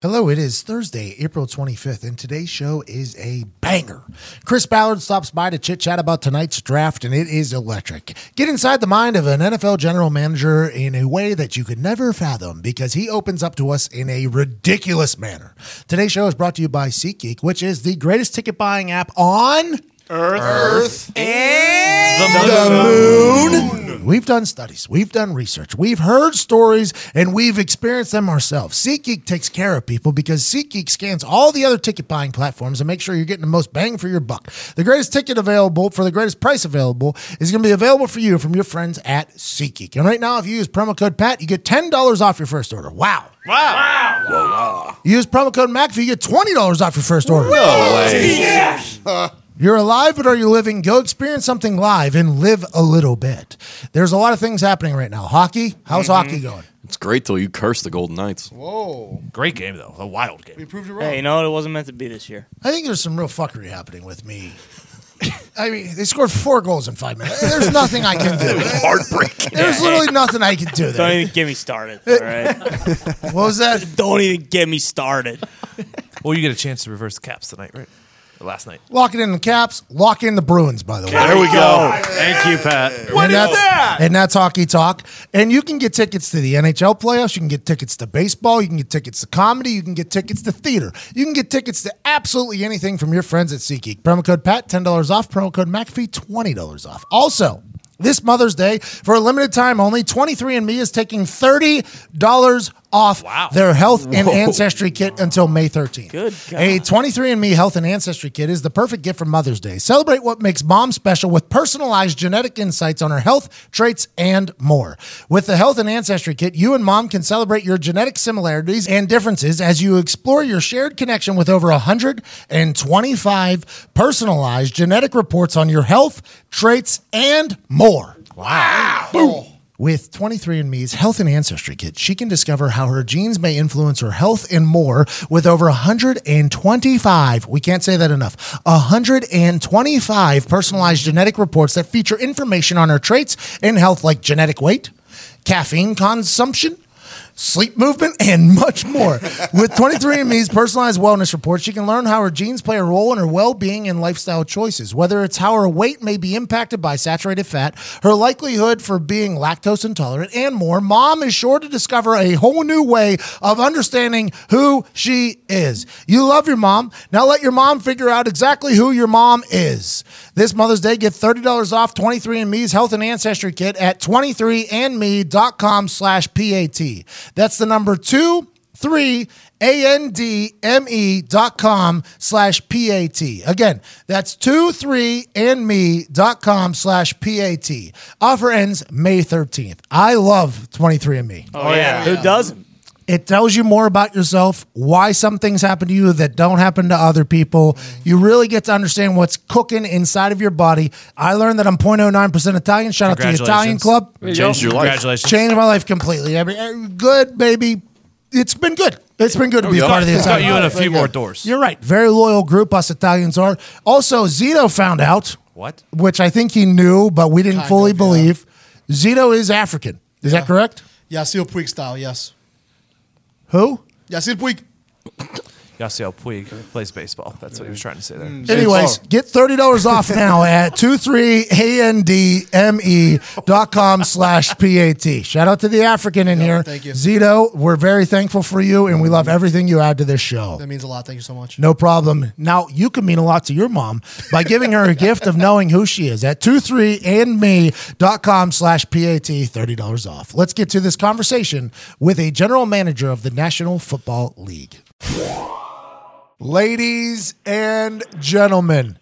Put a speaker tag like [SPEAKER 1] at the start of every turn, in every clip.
[SPEAKER 1] Hello, it is Thursday, April 25th, and today's show is a banger. Chris Ballard stops by to chit chat about tonight's draft, and it is electric. Get inside the mind of an NFL general manager in a way that you could never fathom because he opens up to us in a ridiculous manner. Today's show is brought to you by SeatGeek, which is the greatest ticket buying app on
[SPEAKER 2] Earth,
[SPEAKER 1] We've done studies, we've done research, we've heard stories, and we've experienced them ourselves. SeatGeek takes care of people because SeatGeek scans all the other ticket buying platforms and make sure you're getting the most bang for your buck. The greatest ticket available for the greatest price available is going to be available for you from your friends at SeatGeek. And right now, if you use promo code PAT, you get $10 off your first order. Wow.
[SPEAKER 2] Wow.
[SPEAKER 1] You use promo code MACF, you get $20 off your first order. You're alive, but are you living? Go experience something live and live a little bit. There's a lot of things happening right now. Hockey, how's
[SPEAKER 3] Mm-hmm.
[SPEAKER 1] hockey going?
[SPEAKER 3] It's great till you curse the Golden Knights.
[SPEAKER 2] Whoa.
[SPEAKER 4] Great game though, a wild game.
[SPEAKER 2] We proved it wrong.
[SPEAKER 5] Hey, you know what? It wasn't meant to be this year.
[SPEAKER 1] I think there's some real fuckery happening with me. I mean, they scored four goals in five minutes. There's nothing I can do.
[SPEAKER 3] Heartbreaking.
[SPEAKER 1] There's literally nothing I can do
[SPEAKER 5] Don't
[SPEAKER 1] there.
[SPEAKER 5] even get me started. All right.
[SPEAKER 1] What was that?
[SPEAKER 5] Don't even get me started.
[SPEAKER 4] Well, you get a chance to reverse the caps tonight, right? Or last night.
[SPEAKER 1] Lock it in the caps. Lock in the Bruins, by the way.
[SPEAKER 3] There we go.
[SPEAKER 4] Thank you, Pat.
[SPEAKER 1] and that's, And that's hockey talk. And you can get tickets to the NHL playoffs. You can get tickets to baseball. You can get tickets to comedy. You can get tickets to theater. You can get tickets to absolutely anything from your friends at SeatGeek. Promo code PAT, $10 off. Promo code McAfee, $20 off. Also, this Mother's Day, for a limited time only, 23andMe is taking $30 off
[SPEAKER 4] Wow.
[SPEAKER 1] their health and ancestry kit until May 13th.
[SPEAKER 5] Good God.
[SPEAKER 1] A 23andMe Health and Ancestry Kit is the perfect gift for Mother's Day. Celebrate what makes mom special with personalized genetic insights on her health, traits, and more. With the Health and Ancestry Kit, you and mom can celebrate your genetic similarities and differences as you explore your shared connection with over 125 personalized genetic reports on your health, traits, and more. With 23andMe's Health and Ancestry Kit, she can discover how her genes may influence her health and more with over 125, we can't say that enough, 125 personalized genetic reports that feature information on her traits and health like genetic weight, caffeine consumption, sleep movement, and much more. With 23andMe's personalized wellness report, she can learn how her genes play a role in her well being and lifestyle choices, whether it's how her weight may be impacted by saturated fat, her likelihood for being lactose intolerant, and more. Mom is sure to discover a whole new way of understanding who she is. You love your mom. Now let your mom figure out exactly who your mom is. This Mother's Day, get $30 off 23andMe's Health and Ancestry Kit at 23andme.com slash PAT. That's the number two, three, A-N-D-M-E E dot com slash P-A-T. Again, that's two, three, and me E dot com slash P-A-T. Offer ends May 13th. I love 23andMe.
[SPEAKER 5] Oh, yeah. Who doesn't?
[SPEAKER 1] It tells you more about yourself, why some things happen to you that don't happen to other people. You really get to understand what's cooking inside of your body. I learned that I'm 0.09% Italian. Shout out to the Italian
[SPEAKER 4] Congratulations.
[SPEAKER 1] Club.
[SPEAKER 3] Changed your life.
[SPEAKER 4] Congratulations.
[SPEAKER 1] Changed my life completely. I mean, eh, good, baby. It's been good. It's been good to be
[SPEAKER 3] yeah.
[SPEAKER 1] part of the
[SPEAKER 3] It's
[SPEAKER 4] Got
[SPEAKER 1] Italian
[SPEAKER 4] you in a
[SPEAKER 1] Club.
[SPEAKER 4] few more doors.
[SPEAKER 1] You're right. Very loyal group, us Italians are. Also, Zito found out,
[SPEAKER 4] what?
[SPEAKER 1] which I think he knew, but we didn't fully believe. Zito is African. Is that correct?
[SPEAKER 2] Yasiel Puig style, yes.
[SPEAKER 1] Who?
[SPEAKER 2] Yasiel Puig.
[SPEAKER 4] Yasiel Puig plays baseball. That's what he was trying to say there.
[SPEAKER 1] Mm. Anyways, get thirty dollars off now at two three andme E dot com slash pat. Shout out to the African in here.
[SPEAKER 2] thank you.
[SPEAKER 1] Zito. We're very thankful for you, and we love everything you add to this show.
[SPEAKER 2] That means a lot. Thank you so much.
[SPEAKER 1] No problem. Now you can mean a lot to your mom by giving her a gift of knowing who she is at 23andme.com slash PAT, $30 off. Let's get to this conversation with a general manager of the National Football League. Ladies and gentlemen,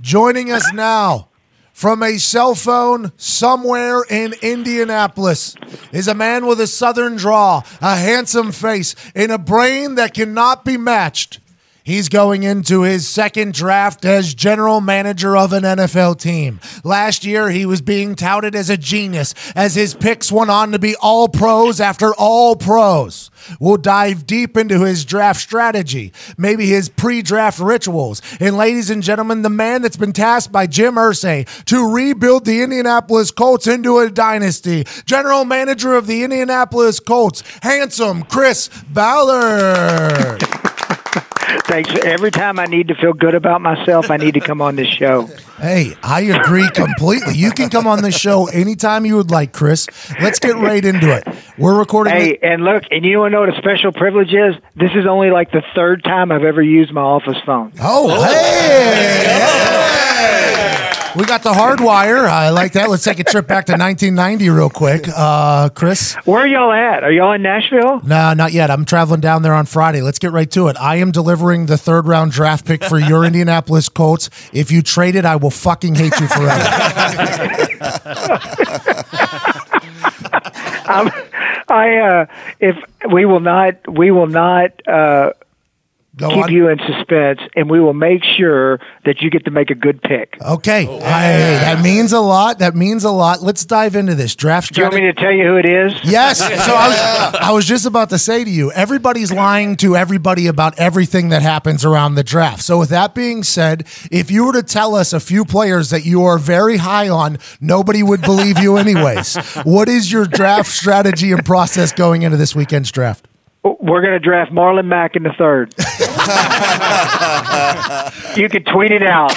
[SPEAKER 1] joining us now from a cell phone somewhere in Indianapolis is a man with a southern draw, a handsome face, and a brain that cannot be matched. He's going into his second draft as general manager of an NFL team. Last year, he was being touted as a genius, as his picks went on to be all pros after all pros. We'll dive deep into his draft strategy, maybe his pre draft rituals. And, ladies and gentlemen, the man that's been tasked by Jim Ursay to rebuild the Indianapolis Colts into a dynasty, general manager of the Indianapolis Colts, handsome Chris Ballard.
[SPEAKER 6] Thanks. Every time I need to feel good about myself, I need to come on this show.
[SPEAKER 1] Hey, I agree completely. You can come on the show anytime you would like, Chris. Let's get right into it. We're recording.
[SPEAKER 6] Hey, and look, and you want to know what a special privilege is? This is only like the third time I've ever used my office phone.
[SPEAKER 1] oh, hey. We got the hard wire. I like that. Let's take a trip back to 1990 real quick. Uh, Chris?
[SPEAKER 6] Where are y'all at? Are y'all in Nashville?
[SPEAKER 1] No, not yet. I'm traveling down there on Friday. Let's get right to it. I am delivering the third round draft pick for your Indianapolis Colts. If you trade it, I will fucking hate you forever.
[SPEAKER 6] I'm, I uh, if we will not, we will not uh,
[SPEAKER 1] Go
[SPEAKER 6] keep
[SPEAKER 1] on.
[SPEAKER 6] you in suspense, and we will make sure that you get to make a good pick.
[SPEAKER 1] Okay. Hey, that means a lot. That means a lot. Let's dive into this draft
[SPEAKER 6] Do you want
[SPEAKER 1] strategy.
[SPEAKER 6] me to tell you who it is?
[SPEAKER 1] Yes. So I was, I was just about to say to you, everybody's lying to everybody about everything that happens around the draft. So with that being said, if you were to tell us a few players that you are very high on, nobody would believe you anyways. what is your draft strategy and process going into this weekend's draft?
[SPEAKER 6] We're going to draft Marlon Mack in the third. you could tweet it out.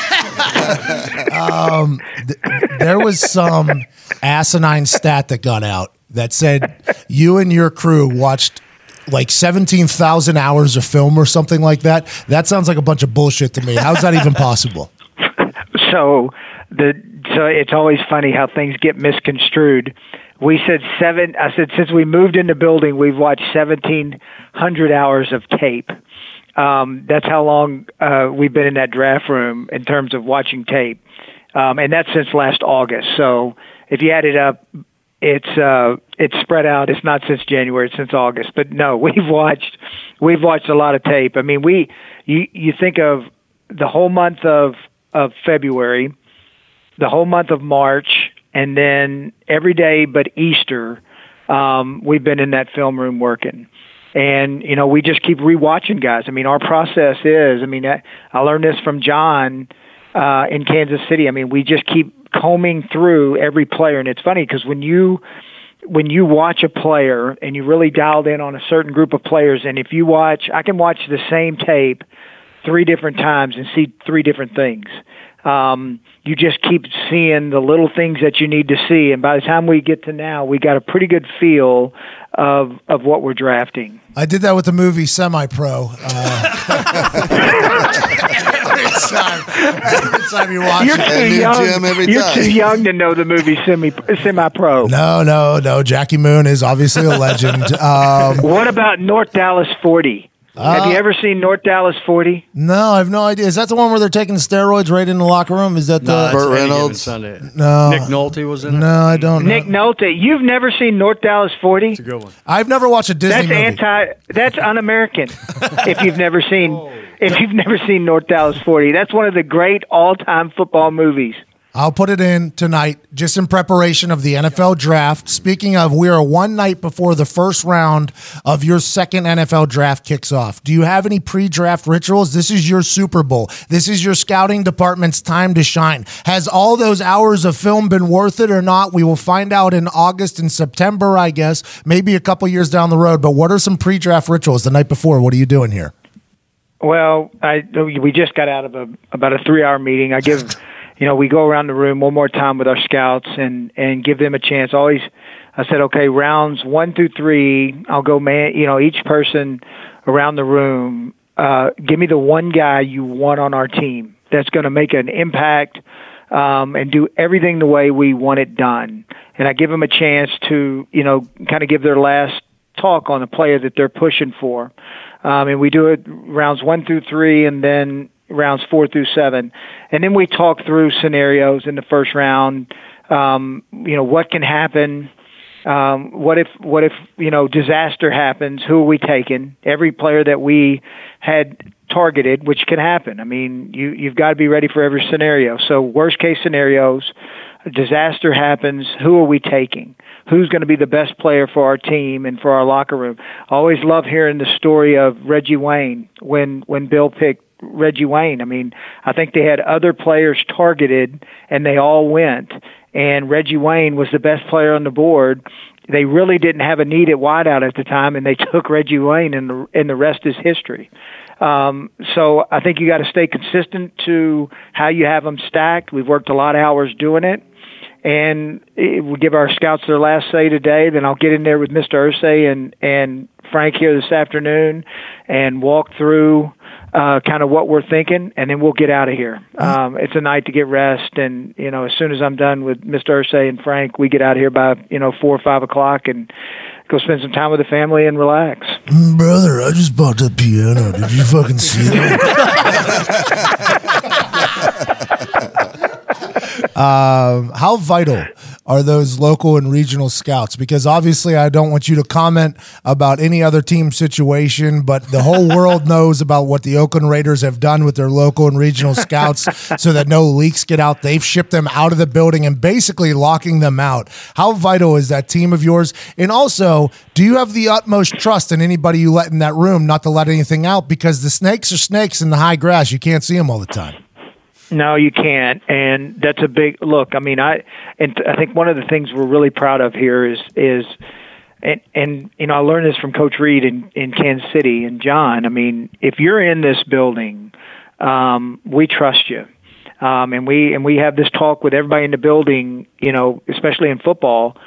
[SPEAKER 1] Um, There was some asinine stat that got out that said you and your crew watched like 17,000 hours of film or something like that. That sounds like a bunch of bullshit to me. How's that even possible?
[SPEAKER 6] So the so it's always funny how things get misconstrued. We said seven. I said since we moved in the building, we've watched seventeen hundred hours of tape. Um, that's how long uh, we've been in that draft room in terms of watching tape, um, and that's since last August. So if you add it up, it's uh, it's spread out. It's not since January. It's since August. But no, we've watched we've watched a lot of tape. I mean, we you you think of the whole month of of February, the whole month of March, and then every day but Easter, um, we've been in that film room working. And you know, we just keep rewatching guys. I mean, our process is. I mean, I, I learned this from John uh, in Kansas City. I mean, we just keep combing through every player, and it's funny because when you when you watch a player and you really dialed in on a certain group of players, and if you watch, I can watch the same tape three different times and see three different things. Um, you just keep seeing the little things that you need to see, and by the time we get to now, we got a pretty good feel of of what we're drafting.
[SPEAKER 1] I did that with the movie Semi Pro. Uh, every, time, every time you watch
[SPEAKER 6] You're
[SPEAKER 1] it.
[SPEAKER 6] too
[SPEAKER 7] new
[SPEAKER 6] young.
[SPEAKER 7] gym every
[SPEAKER 6] you're
[SPEAKER 7] time.
[SPEAKER 6] too young to know the movie semi semi pro.
[SPEAKER 1] No, no, no. Jackie Moon is obviously a legend. Um,
[SPEAKER 6] What about North Dallas Forty? Have you ever seen North Dallas Forty?
[SPEAKER 1] no, I have no idea. Is that the one where they're taking steroids right in the locker room? Is that the.
[SPEAKER 7] Burt
[SPEAKER 8] Any Given
[SPEAKER 7] Reynolds.
[SPEAKER 8] Sunday. No. Nick Nolte was in it.
[SPEAKER 1] No, I don't
[SPEAKER 6] Nick
[SPEAKER 1] know.
[SPEAKER 6] Nolte, you've never seen North Dallas Forty?
[SPEAKER 8] Good one.
[SPEAKER 1] I've never watched a Disney
[SPEAKER 6] That's
[SPEAKER 1] movie.
[SPEAKER 6] anti. That's un-American. if you've never seen, if you've never seen North Dallas Forty, that's one of the great all-time football movies.
[SPEAKER 1] I'll put it in tonight just in preparation of the NFL draft. Speaking of, we are one night before the first round of your second NFL draft kicks off. Do you have any pre draft rituals? This is your Super Bowl. This is your scouting department's time to shine. Has all those hours of film been worth it or not? We will find out in August and September, I guess, maybe a couple years down the road. But what are some pre draft rituals the night before? What are you doing here?
[SPEAKER 6] Well, I we just got out of a about a three hour meeting. I give, you know, we go around the room one more time with our scouts and and give them a chance. Always, I said, okay, rounds one through three, I'll go man. You know, each person around the room, uh, give me the one guy you want on our team that's going to make an impact um, and do everything the way we want it done. And I give them a chance to, you know, kind of give their last talk on the player that they're pushing for. Um, and we do it rounds one through three and then rounds four through seven. And then we talk through scenarios in the first round. Um, you know, what can happen? Um, what if, what if, you know, disaster happens? Who are we taking? Every player that we had targeted, which can happen. I mean, you you've got to be ready for every scenario. So worst case scenarios, a disaster happens. Who are we taking? Who's going to be the best player for our team and for our locker room? I always love hearing the story of Reggie Wayne when when Bill picked Reggie Wayne. I mean, I think they had other players targeted and they all went. And Reggie Wayne was the best player on the board. They really didn't have a need at wideout at the time, and they took Reggie Wayne, and the, and the rest is history. Um, so I think you got to stay consistent to how you have them stacked. We've worked a lot of hours doing it, and it, we'll give our scouts their last say today. Then I'll get in there with Mr. Ursay and and Frank here this afternoon, and walk through uh, kind of what we're thinking, and then we'll get out of here. Um, it's a night to get rest, and you know, as soon as I'm done with Mr. Ursay and Frank, we get out of here by you know four or five o'clock and go spend some time with the family and relax.
[SPEAKER 1] Brother, I just bought that piano. Did you fucking see it? um, how vital are those local and regional scouts? Because obviously, I don't want you to comment about any other team situation, but the whole world knows about what the Oakland Raiders have done with their local and regional scouts so that no leaks get out. They've shipped them out of the building and basically locking them out. How vital is that team of yours? And also, do you have the utmost trust in anybody you let in that room not to let anything out? Because the snakes are snakes in the high grass. You can't see them all the time.
[SPEAKER 6] No, you can't, and that's a big look. I mean, I and I think one of the things we're really proud of here is is and and you know I learned this from Coach Reed in in Kansas City and John. I mean, if you're in this building, um, we trust you, um, and we and we have this talk with everybody in the building. You know, especially in football,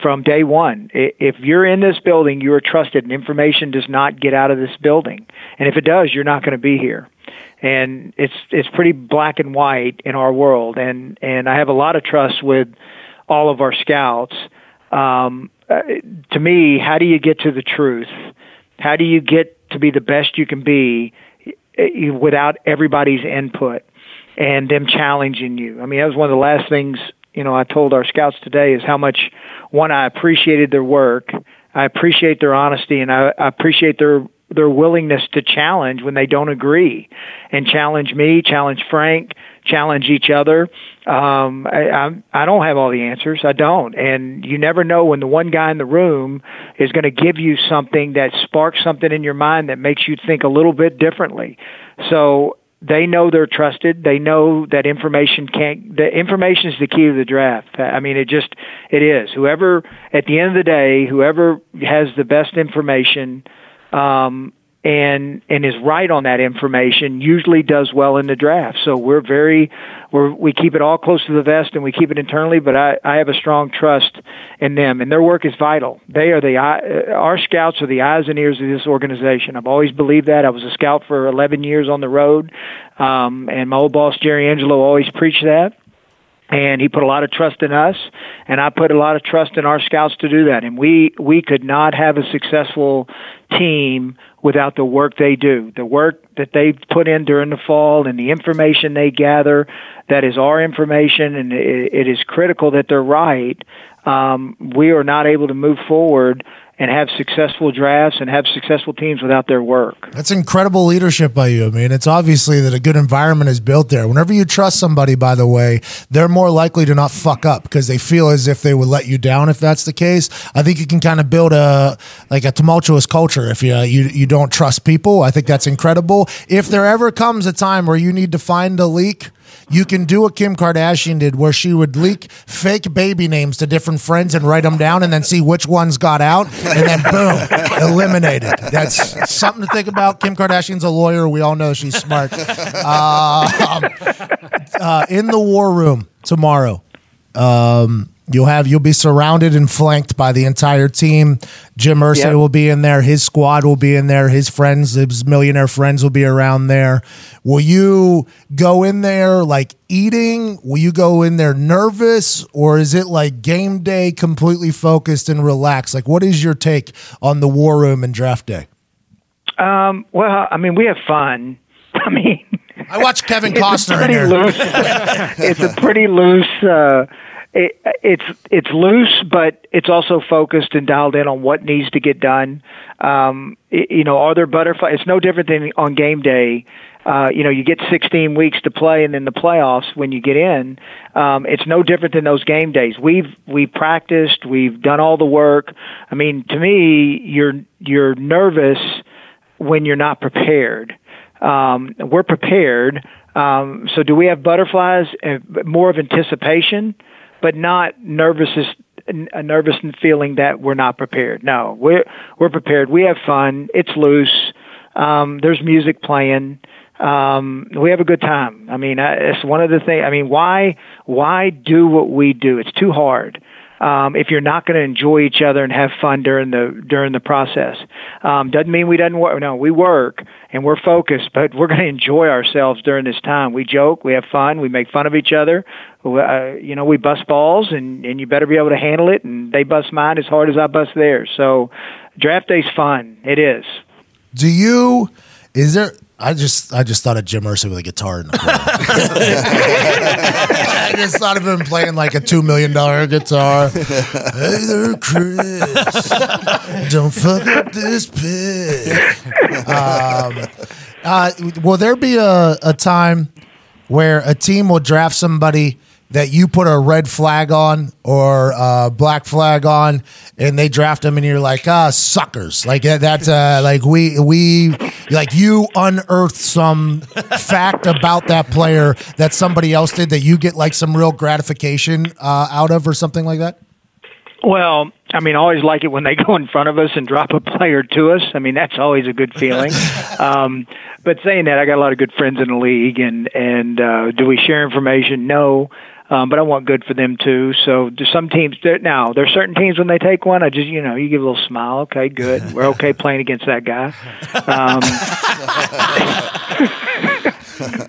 [SPEAKER 6] from day one. I- If you're in this building, you are trusted, and information does not get out of this building. And if it does, you're not going to be here. And it's it's pretty black and white in our world. And and I have a lot of trust with all of our scouts. Um, uh, to me, how do you get to the truth? How do you get to be the best you can be eh, without everybody's input and them challenging you? I mean, that was one of the last things you know I told our scouts today is how much one I appreciated their work, I appreciate their honesty, and I, I appreciate their their willingness to challenge when they don't agree, and challenge me, challenge Frank, challenge each other. Um, I, I I don't have all the answers. I don't, and you never know when the one guy in the room is going to give you something that sparks something in your mind that makes you think a little bit differently. So they know they're trusted. They know that information can't. The information is the key to the draft. I mean, it just it is. Whoever at the end of the day, whoever has the best information, um, and and is right on that information, usually does well in the draft. So we're very we're, we keep it all close to the vest and we keep it internally. But I I have a strong trust in them, and their work is vital. They are the eye- uh, our scouts are the eyes and ears of this organization. I've always believed that. I was a scout for 11 years on the road, um, and my old boss Jerry Angelo always preached that. And he put a lot of trust in us, and I put a lot of trust in our scouts to do that. And we we could not have a successful team without the work they do, the work that they put in during the fall, and the information they gather. That is our information, and it, it is critical that they're right. Um, we are not able to move forward and have successful drafts and have successful teams without their work.
[SPEAKER 1] That's incredible leadership by you. I mean, it's obviously that a good environment is built there. Whenever you trust somebody, by the way, they're more likely to not fuck up because they feel as if they would let you down if that's the case. I think you can kind of build a like a tumultuous culture if you you you don't trust people. I think that's incredible. If there ever comes a time where you need to find a leak, you can do what Kim Kardashian did, where she would leak fake baby names to different friends and write them down, and then see which ones got out, and then boom, eliminated. That's something to think about. Kim Kardashian's a lawyer. We all know she's smart. Uh, um, uh, in the war room tomorrow, um, you'll have you'll be surrounded and flanked by the entire team. Jim Irsay
[SPEAKER 7] Yep.
[SPEAKER 1] will be in there. His squad will be in there. His friends, his millionaire friends, will be around there. Will you go in there like eating? Will you go in there nervous, or is it like game day, completely focused and relaxed? Like, what is your take on the war room and draft day?
[SPEAKER 6] Um, well, I mean, we have fun. I mean,
[SPEAKER 1] I watched Kevin
[SPEAKER 6] it's
[SPEAKER 1] Costner
[SPEAKER 6] A
[SPEAKER 1] in
[SPEAKER 6] pretty
[SPEAKER 1] there.
[SPEAKER 6] loose, it's a pretty loose, uh, it, it's it's loose, but it's also focused and dialed in on what needs to get done. Um, y- you know, are there butterflies? It's no different than on game day. Uh, you know, you get 16 weeks to play, and then the playoffs when you get in. Um, it's no different than those game days. We've we practiced, we've done all the work. I mean, to me, you're you're nervous when you're not prepared. Um, we're prepared. Um, so, do we have butterflies? Uh, more of anticipation, but not nervousness. A nervous feeling that we're not prepared. No, we're we're prepared. We have fun. It's loose. Um, there's music playing. Um, we have a good time. I mean, I, it's one of the things. I mean, why why do what we do? It's too hard um, if you're not going to enjoy each other and have fun during the during the process. Um, doesn't mean we doesn't work. No, we work and we're focused, but we're going to enjoy ourselves during this time. We joke, we have fun, we make fun of each other. We- Uh, you know, we bust balls, and and you better be able to handle it. And they bust mine as hard as I bust theirs. So, draft day's fun. It is.
[SPEAKER 1] Do you? Is there? I just I just thought of Jim Mercer with a guitar in the corner. I just thought of him playing like a two million dollar guitar. Hey there, Chris. Don't fuck up this pig. Um, uh, will there be a, a time where a team will draft somebody that you put a red flag on or a black flag on, and they draft them, and you're like, ah, suckers. Like that- that's uh, like we we like you unearth some fact about that player that somebody else did that you get like some real gratification uh, out of or something like that.
[SPEAKER 6] Well, I mean, I always like it when they go in front of us and drop a player to us. I mean, that's always a good feeling. um, but saying that, I got a lot of good friends in the league, and and uh, do we share information? No. Um, but I want good for them too. So there's some teams that now there's certain teams when they take one, I just you know you give a little smile. Okay, good. We're okay playing against that guy. Um,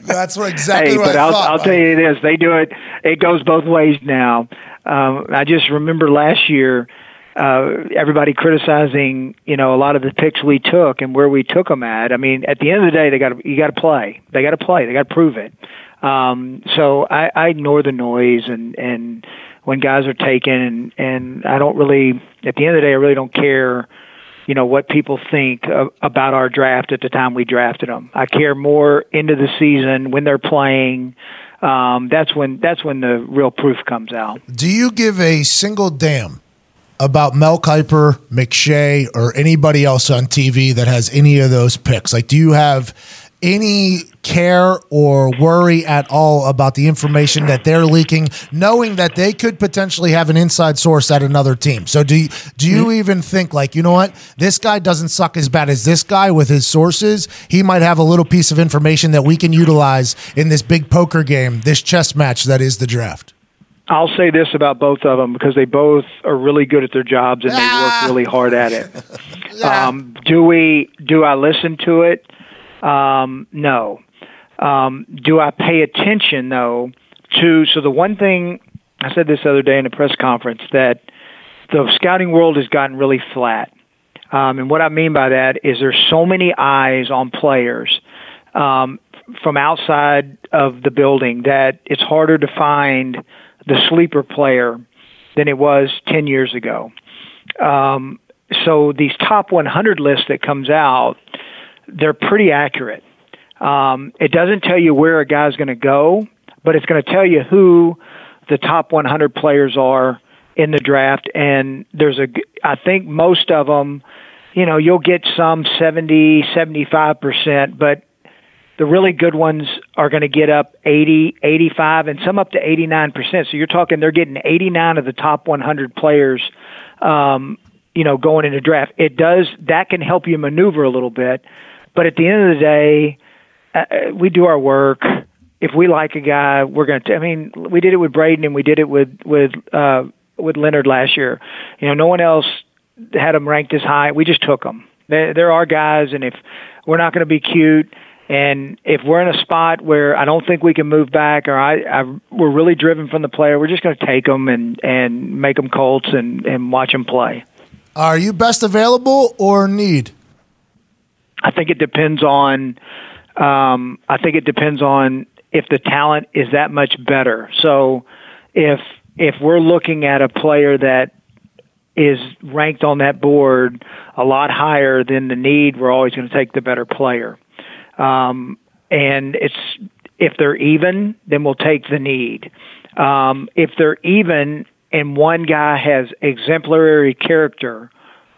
[SPEAKER 1] That's what exactly
[SPEAKER 6] hey,
[SPEAKER 1] what
[SPEAKER 6] but
[SPEAKER 1] I
[SPEAKER 6] will
[SPEAKER 1] thought.
[SPEAKER 6] I'll tell you this: they do it. It goes both ways now. Um, I just remember last year, uh, everybody criticizing you know a lot of the picks we took and where we took them at. I mean, at the end of the day, they got to you got to play. They got to play. They got to prove it. Um, so I, I ignore the noise and and when guys are taken and and I don't really at the end of the day I really don't care you know what people think uh, about our draft at the time we drafted them. I care more into the season when they're playing. Um, that's when that's when the real proof comes out.
[SPEAKER 1] Do you give a single damn about Mel Kiper, McShay, or anybody else on TV that has any of those picks? Like, do you have any care or worry at all about the information that they're leaking, knowing that they could potentially have an inside source at another team? So, do you, do you even think like, you know what, this guy doesn't suck as bad as this guy with his sources? He might have a little piece of information that we can utilize in this big poker game, this chess match that is the draft.
[SPEAKER 6] I'll say this about both of them because they both are really good at their jobs and they work really hard at it. Um, do we? Do I listen to it? Um, no. Um, do I pay attention though to? So the one thing I said this other day in a press conference that the scouting world has gotten really flat. Um, and what I mean by that is there's so many eyes on players um, f- from outside of the building that it's harder to find the sleeper player than it was 10 years ago. Um, so these top 100 lists that comes out, they're pretty accurate. Um, it doesn't tell you where a guy's going to go, but it's going to tell you who the top 100 players are in the draft. And there's a, g- I think most of them, you know, you'll get some 70, 75%, but the really good ones are going to get up 80, 85, and some up to 89%. So you're talking they're getting 89 of the top 100 players, um, you know, going into draft. It does, that can help you maneuver a little bit. But at the end of the day, uh, we do our work. If we like a guy, we're going to, I mean, we did it with Braden and we did it with, with, uh, with Leonard last year. You know, no one else had them ranked as high. We just took them. There, there are guys, and if we're not going to be cute, and if we're in a spot where I don't think we can move back, or I, I we're really driven from the player, we're just going to take them and and make them Colts and and watch them play.
[SPEAKER 1] Are you best available or need?
[SPEAKER 6] I think it depends on. Um, I think it depends on if the talent is that much better. So, if if we're looking at a player that is ranked on that board a lot higher than the need, we're always going to take the better player. Um, and it's if they're even, then we'll take the need. Um, if they're even and one guy has exemplary character,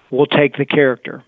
[SPEAKER 6] we'll take the character.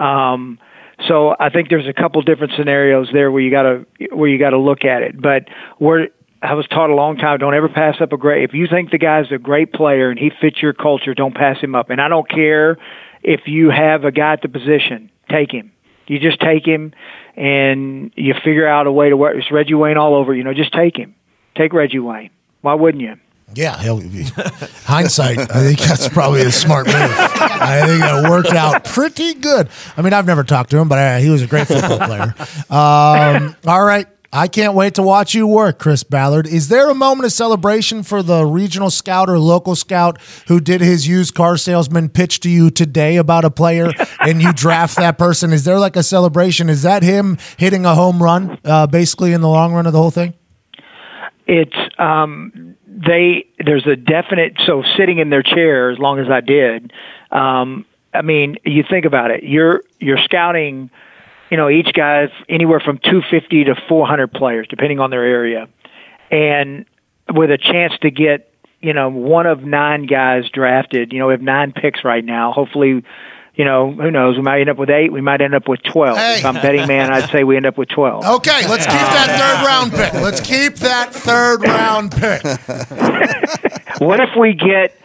[SPEAKER 6] Um, so I think there's a couple different scenarios there where you gotta where you gotta look at it. But where I was taught a long time, don't ever pass up a great. If you think the guy's a great player and he fits your culture, don't pass him up. And I don't care if you have a guy at the position, take him. You just take him, and you figure out a way to work. It's Reggie Wayne all over. You know, just take him. Take Reggie Wayne. Why wouldn't you?
[SPEAKER 1] Yeah, he'll, hindsight. I think that's probably a smart move. I think that worked out pretty good. I mean, I've never talked to him, but uh, he was a great football player. Um, all right, I can't wait to watch you work, Chris Ballard. Is there a moment of celebration for the regional scout or local scout who did his used car salesman pitch to you today about a player, and you draft that person? Is there like a celebration? Is that him hitting a home run, uh, basically in the long run of the whole thing?
[SPEAKER 6] it's um they there's a definite so sitting in their chair as long as I did um I mean you think about it you're you're scouting you know each guy's anywhere from 250 to 400 players depending on their area and with a chance to get you know one of nine guys drafted you know we have nine picks right now hopefully you know who knows we might end up with 8 we might end up with 12 if I'm betting man I'd say we end up with 12
[SPEAKER 1] Okay, let's keep that third round pick. Let's keep that third round pick.
[SPEAKER 6] What if we get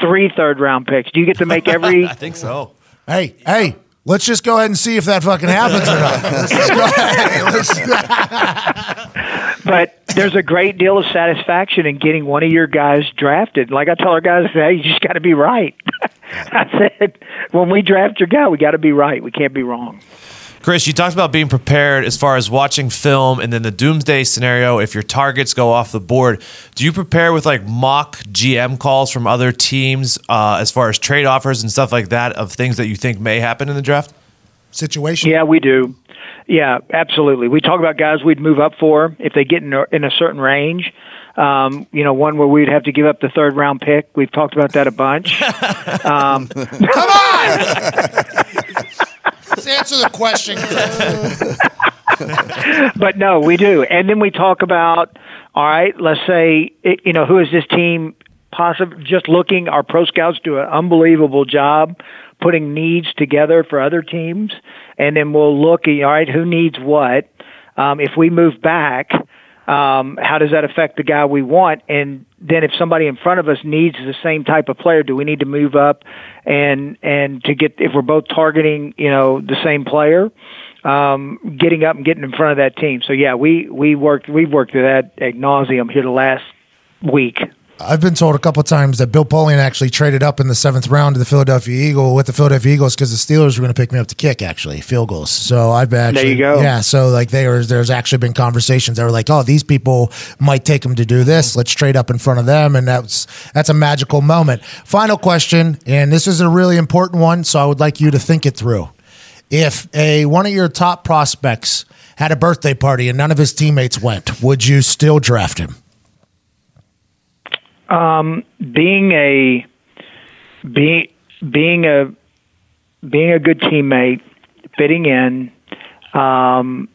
[SPEAKER 6] three third round picks? Do you get to make every?
[SPEAKER 4] think so.
[SPEAKER 1] Hey, hey, let's just go ahead and see if that fucking happens or not. Let's just go ahead. Let's-
[SPEAKER 6] but there's a great deal of satisfaction in getting one of your guys drafted. Like I tell our guys, hey, you just got to be right. I said, when we draft your guy, we got to be right. We can't be wrong.
[SPEAKER 4] Chris, you talked about being prepared as far as watching film and then the doomsday scenario if your targets go off the board. Do you prepare with like mock GM calls from other teams uh, as far as trade offers and stuff like that of things that you think may happen in the draft?
[SPEAKER 1] Situation.
[SPEAKER 6] Yeah, we do. Yeah, absolutely. We talk about guys we'd move up for if they get in a, in a certain range. Um, you know, one where we'd have to give up the third round pick. We've talked about that a bunch. Um,
[SPEAKER 1] Let's answer the question.
[SPEAKER 6] but no, we do. And then we talk about, all right, let's say, it, you know, who is this team possible? Just looking, our pro scouts do an unbelievable job putting needs together for other teams. And then we'll look, at, all right, who needs what? Um, if we move back, um, how does that affect the guy we want? And then if somebody in front of us needs the same type of player, do we need to move up and, and to get, if we're both targeting, you know, the same player? um, getting up and getting in front of that team. So yeah, we we worked we've worked at that ad nauseum here the last week.
[SPEAKER 1] I've been told a couple of times that Bill Polian actually traded up in the seventh round to the Philadelphia Eagle with the Philadelphia Eagles because the Steelers were going to pick me up to kick actually field goals. So I've been actually
[SPEAKER 6] you go.
[SPEAKER 1] yeah. So like they were, there's actually been conversations that were like, oh, these people might take them to do this. Let's trade up in front of them, and that's that's a magical moment. Final question, and this is a really important one, so I would like you to think it through. If a one of your top prospects had a birthday party and none of his teammates went, would you still draft him?
[SPEAKER 6] Um, Being a being being a being a good teammate, fitting in, um,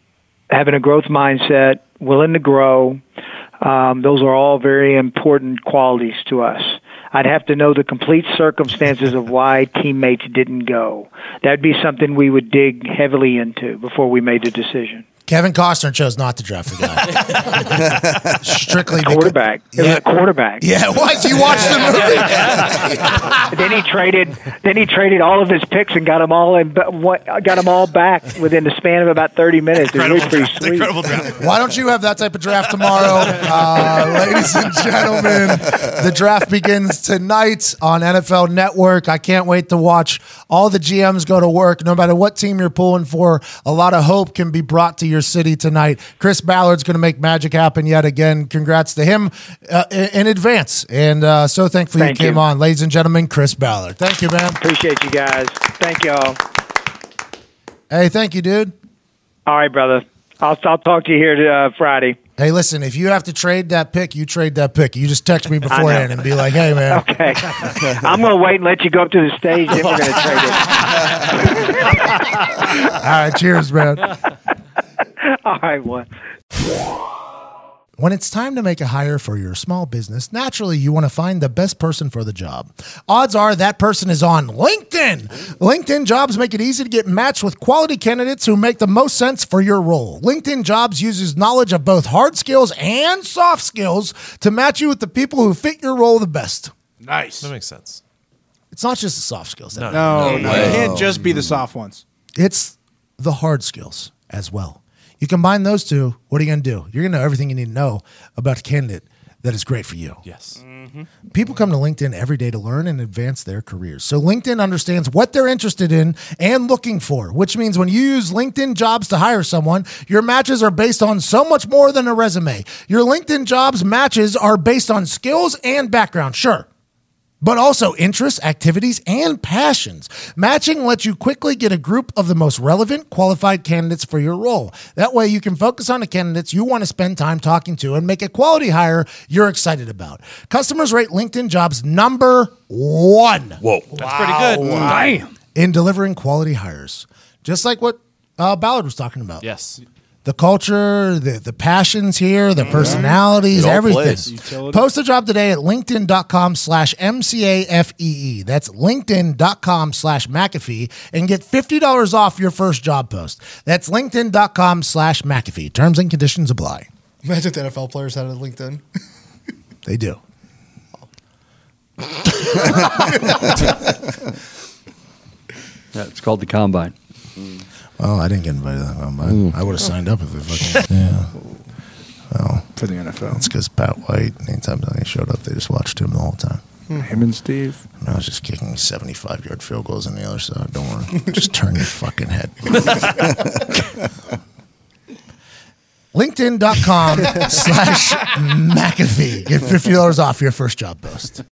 [SPEAKER 6] having a growth mindset, willing to grow, um, those are all very important qualities to us. I'd have to know the complete circumstances of why teammates didn't go. That'd be something we would dig heavily into before we made the decision.
[SPEAKER 1] Kevin Costner chose not to draft the guy. Strictly because-
[SPEAKER 6] quarterback. It was
[SPEAKER 1] Yeah.
[SPEAKER 6] a quarterback.
[SPEAKER 1] Yeah, what? You watched the movie?
[SPEAKER 6] Then he traded. Then he traded all of his picks and got them all in. But what got them all back within the span of about thirty minutes. It was really pretty sweet.
[SPEAKER 1] Why don't you have that type of draft tomorrow? Uh, ladies and gentlemen, the draft begins tonight on NFL Network. I can't wait to watch all the GMs go to work. No matter what team you're pulling for, a lot of hope can be brought to your city tonight. Chris Ballard's going to make magic happen yet again. Congrats to him uh, in in advance. And uh, so thankful
[SPEAKER 6] Thank
[SPEAKER 1] you came
[SPEAKER 6] you.
[SPEAKER 1] on. Ladies and gentlemen, Chris Ballard. Thank you, man.
[SPEAKER 6] Appreciate you guys. Thank y'all.
[SPEAKER 1] Hey, thank you, dude.
[SPEAKER 6] All right, brother. I'll I'll talk to you here uh, Friday.
[SPEAKER 1] Hey, listen, if you have to trade that pick, you trade that pick. You just text me beforehand and be like, hey, man.
[SPEAKER 6] Okay. I'm going to wait and let you go up to the stage, then we're going to trade it.
[SPEAKER 1] All right, cheers, man.
[SPEAKER 6] All right, one.
[SPEAKER 1] When it's time to make a hire for your small business, naturally you want to find the best person for the job. Odds are that person is on LinkedIn. LinkedIn jobs make it easy to get matched with quality candidates who make the most sense for your role. LinkedIn jobs uses knowledge of both hard skills and soft skills to match you with the people who fit your role the best.
[SPEAKER 7] Nice.
[SPEAKER 4] That makes sense.
[SPEAKER 1] It's not just the soft skills, though.
[SPEAKER 7] No, no, it can't just be the soft ones.
[SPEAKER 1] it's the hard skills as well. You combine those two, what are you going to do? You're going to know everything you need to know about a candidate that is great for you.
[SPEAKER 4] Yes.
[SPEAKER 2] Mm-hmm.
[SPEAKER 1] People come to LinkedIn every day to learn and advance their careers. So LinkedIn understands what they're interested in and looking for, which means when you use LinkedIn jobs to hire someone, your matches are based on so much more than a resume. Your LinkedIn jobs matches are based on skills and background. Sure but also interests, activities, and passions. Matching lets you quickly get a group of the most relevant, qualified candidates for your role. That way, you can focus on the candidates you want to spend time talking to and make a quality hire you're excited about. Customers rate LinkedIn jobs number one
[SPEAKER 3] Whoa.
[SPEAKER 4] That's pretty good.
[SPEAKER 8] Damn.
[SPEAKER 1] in delivering quality hires, just like what uh, Ballard was talking about.
[SPEAKER 4] Yes.
[SPEAKER 1] The culture, the, the passions here, the personalities,
[SPEAKER 3] It all
[SPEAKER 1] everything.
[SPEAKER 3] plays.
[SPEAKER 1] Post a job today at linkedin.com slash M-C-A-F-E-E. E That's linkedin.com slash McAfee and get $50 off your first job post. That's linkedin.com slash McAfee. Terms and conditions apply.
[SPEAKER 2] Imagine if the NFL players had a LinkedIn.
[SPEAKER 1] They do.
[SPEAKER 8] Yeah, it's called the combine.
[SPEAKER 1] Oh, I didn't get invited to that
[SPEAKER 9] Mm.
[SPEAKER 1] combine. I would have signed up if it fucking... Mm. yeah.
[SPEAKER 7] For the NFL.
[SPEAKER 1] It's because Pat White, anytime he showed up, they just watched him the whole time.
[SPEAKER 7] Him and Steve.
[SPEAKER 1] And I was just kicking 75 yard field goals on the other side. Don't worry. just turn your fucking head. LinkedIn.com slash McAfee. Get $50 off your first job post.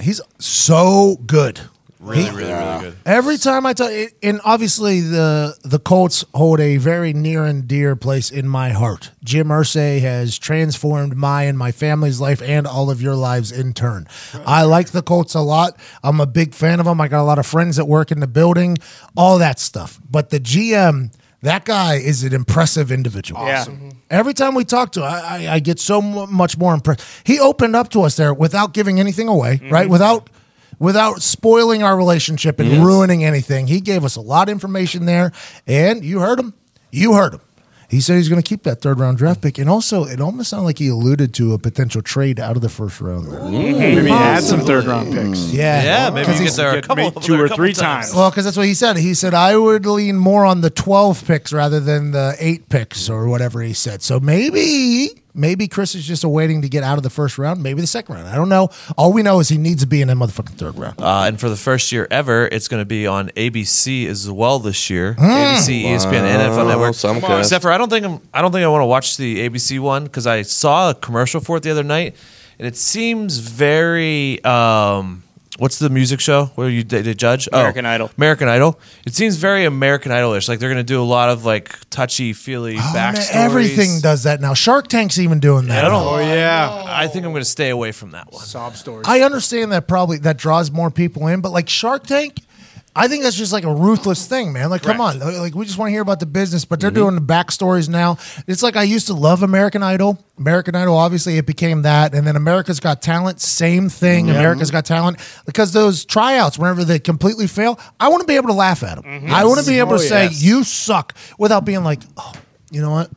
[SPEAKER 1] He's so good.
[SPEAKER 4] Really, really, really good.
[SPEAKER 1] Every time I tell and obviously the the Colts hold a very near and dear place in my heart. Jim Irsay has transformed my and my family's life and all of your lives in turn. I like the Colts a lot. I'm a big fan of them. I got a lot of friends that work in the building, all that stuff. But the GM, that guy is an impressive individual.
[SPEAKER 5] Yeah. Awesome.
[SPEAKER 1] Every time we talk to him, I, I, I get so mu much more impressed. He opened up to us there without giving anything away, right? Without without spoiling our relationship and ruining anything. He gave us a lot of information there, and you heard him. You heard him. He said he's going to keep that third round draft pick, and also it almost sounded like he alluded to a potential trade out of the first round. There.
[SPEAKER 7] Maybe add some third round picks.
[SPEAKER 1] Yeah,
[SPEAKER 4] Yeah, maybe you get there a
[SPEAKER 7] Get
[SPEAKER 4] couple,
[SPEAKER 7] me two
[SPEAKER 4] there a
[SPEAKER 7] or
[SPEAKER 4] couple
[SPEAKER 7] three times.
[SPEAKER 1] Well, because that's what he said. He said I would lean more on the twelve picks rather than the eight picks or whatever he said. So maybe, maybe Chris is just awaiting to get out of the first round, maybe the second round. I don't know. All we know is he needs to be in that motherfucking third round.
[SPEAKER 4] Uh, and for the first year ever, it's going to be on ABC as well this year.
[SPEAKER 1] Hmm.
[SPEAKER 4] ABC, ESPN, and NFL Network.
[SPEAKER 3] Simulcast. Come on.
[SPEAKER 4] Except for I don't think I'm, I don't think I want to watch the ABC one because I saw a commercial for it the other night, and it seems very. Um, what's the music show where you did a judge? Oh,
[SPEAKER 5] American Idol.
[SPEAKER 4] American Idol. It seems very American Idolish. Like they're going to do a lot of like touchy feely
[SPEAKER 1] Oh, man,
[SPEAKER 4] backstories.
[SPEAKER 1] everything does that now. Shark Tank's even doing that.
[SPEAKER 4] I don't.
[SPEAKER 7] Oh, yeah.
[SPEAKER 4] I think I'm going to stay away from that one.
[SPEAKER 7] Sob stories.
[SPEAKER 1] I understand that probably that draws more people in, but like Shark Tank, I think that's just like a ruthless thing, man. Like, come on, like we just want to hear about the business, but
[SPEAKER 7] Mm-hmm.
[SPEAKER 1] they're doing the backstories now. It's like I used to love American Idol. American Idol, obviously, it became that, and then America's Got Talent, same thing. America's Got Talent, because those tryouts, whenever they completely fail, I want to be able to laugh at them. I want to be able to
[SPEAKER 7] Oh,
[SPEAKER 1] say
[SPEAKER 7] yes.
[SPEAKER 1] you suck without being like, oh, you know what?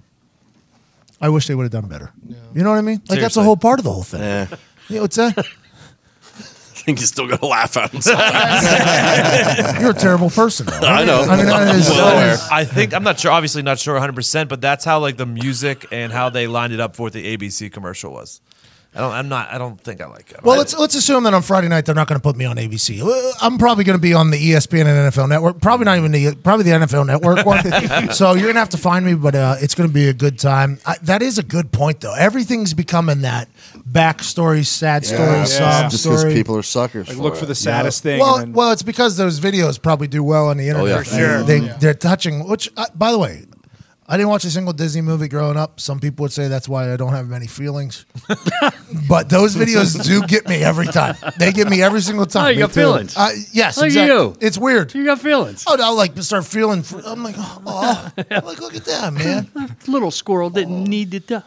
[SPEAKER 1] I wish they would have done better. You know what I mean? Like that's the
[SPEAKER 4] Seriously.
[SPEAKER 1] whole part of the whole thing.
[SPEAKER 3] Yeah.
[SPEAKER 1] You know what's that?
[SPEAKER 3] I think you still got to laugh at him. sometimes.
[SPEAKER 1] You're a terrible person. Though.
[SPEAKER 3] I know.
[SPEAKER 1] I mean, that is,
[SPEAKER 4] So
[SPEAKER 1] that is-
[SPEAKER 4] I think I'm not sure. Obviously, not sure 100, percent but that's how like the music and how they lined it up for what the ABC commercial was. I don't. I'm not. I don't think I like it.
[SPEAKER 1] well, let's let's assume that on Friday night they're not going to put me on ABC. Uh, I'm probably going to be on the E ESPN and NFL Network. Probably not even the probably the NFL Network one. so you're going to have to find me, but uh, it's going to be a good time. I, that is a good point, though. Everything's becoming that backstory, sad story, sob
[SPEAKER 9] Just because
[SPEAKER 1] story.
[SPEAKER 9] people are suckers.
[SPEAKER 7] Like,
[SPEAKER 9] for
[SPEAKER 7] look
[SPEAKER 9] it.
[SPEAKER 7] for the saddest thing.
[SPEAKER 1] Well,
[SPEAKER 7] and then-
[SPEAKER 1] well, it's
[SPEAKER 8] Oh,
[SPEAKER 1] because those videos probably do well on the internet.
[SPEAKER 3] yeah. For
[SPEAKER 1] They, They, They're touching, which, uh, by the way, I didn't watch a single Disney movie growing up. Some people would say that's why I don't have many feelings. but those videos do get me every time. They get me every single time.
[SPEAKER 8] Oh, you
[SPEAKER 1] Me
[SPEAKER 8] got
[SPEAKER 1] too.
[SPEAKER 8] feelings.
[SPEAKER 1] Uh, yes,
[SPEAKER 8] Look at
[SPEAKER 1] exact-
[SPEAKER 8] you.
[SPEAKER 1] It's weird.
[SPEAKER 8] You got feelings.
[SPEAKER 1] Oh, I'll like start feeling. fr- I'm like, oh, oh. like look at that man.
[SPEAKER 8] Little squirrel didn't need to die.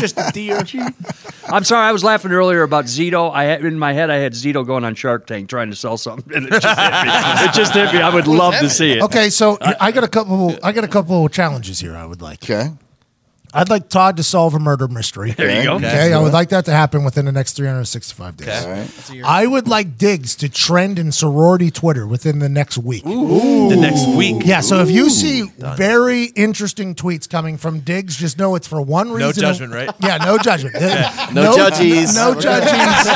[SPEAKER 8] Just a deer. I'm sorry, I was laughing earlier about Zito. I had, in my head, I had Zito going on Shark Tank trying to sell something, and it just hit me. It just hit me. I would love to see it.
[SPEAKER 1] Okay, so I got a couple. I got a couple of challenges here. I would like.
[SPEAKER 9] Okay.
[SPEAKER 1] I'd like Todd to solve a murder mystery.
[SPEAKER 8] There you go.
[SPEAKER 1] Okay, I would like that to happen within the next 365 days.
[SPEAKER 9] All right.
[SPEAKER 1] I would like Diggs to trend in sorority Twitter within the next week.
[SPEAKER 4] The next week.
[SPEAKER 1] Yeah, so if you see very interesting tweets coming from Diggs, just know it's for one reason.
[SPEAKER 4] judgment, right?
[SPEAKER 1] Yeah, no judgment.
[SPEAKER 3] No judgies.
[SPEAKER 1] No, judgies.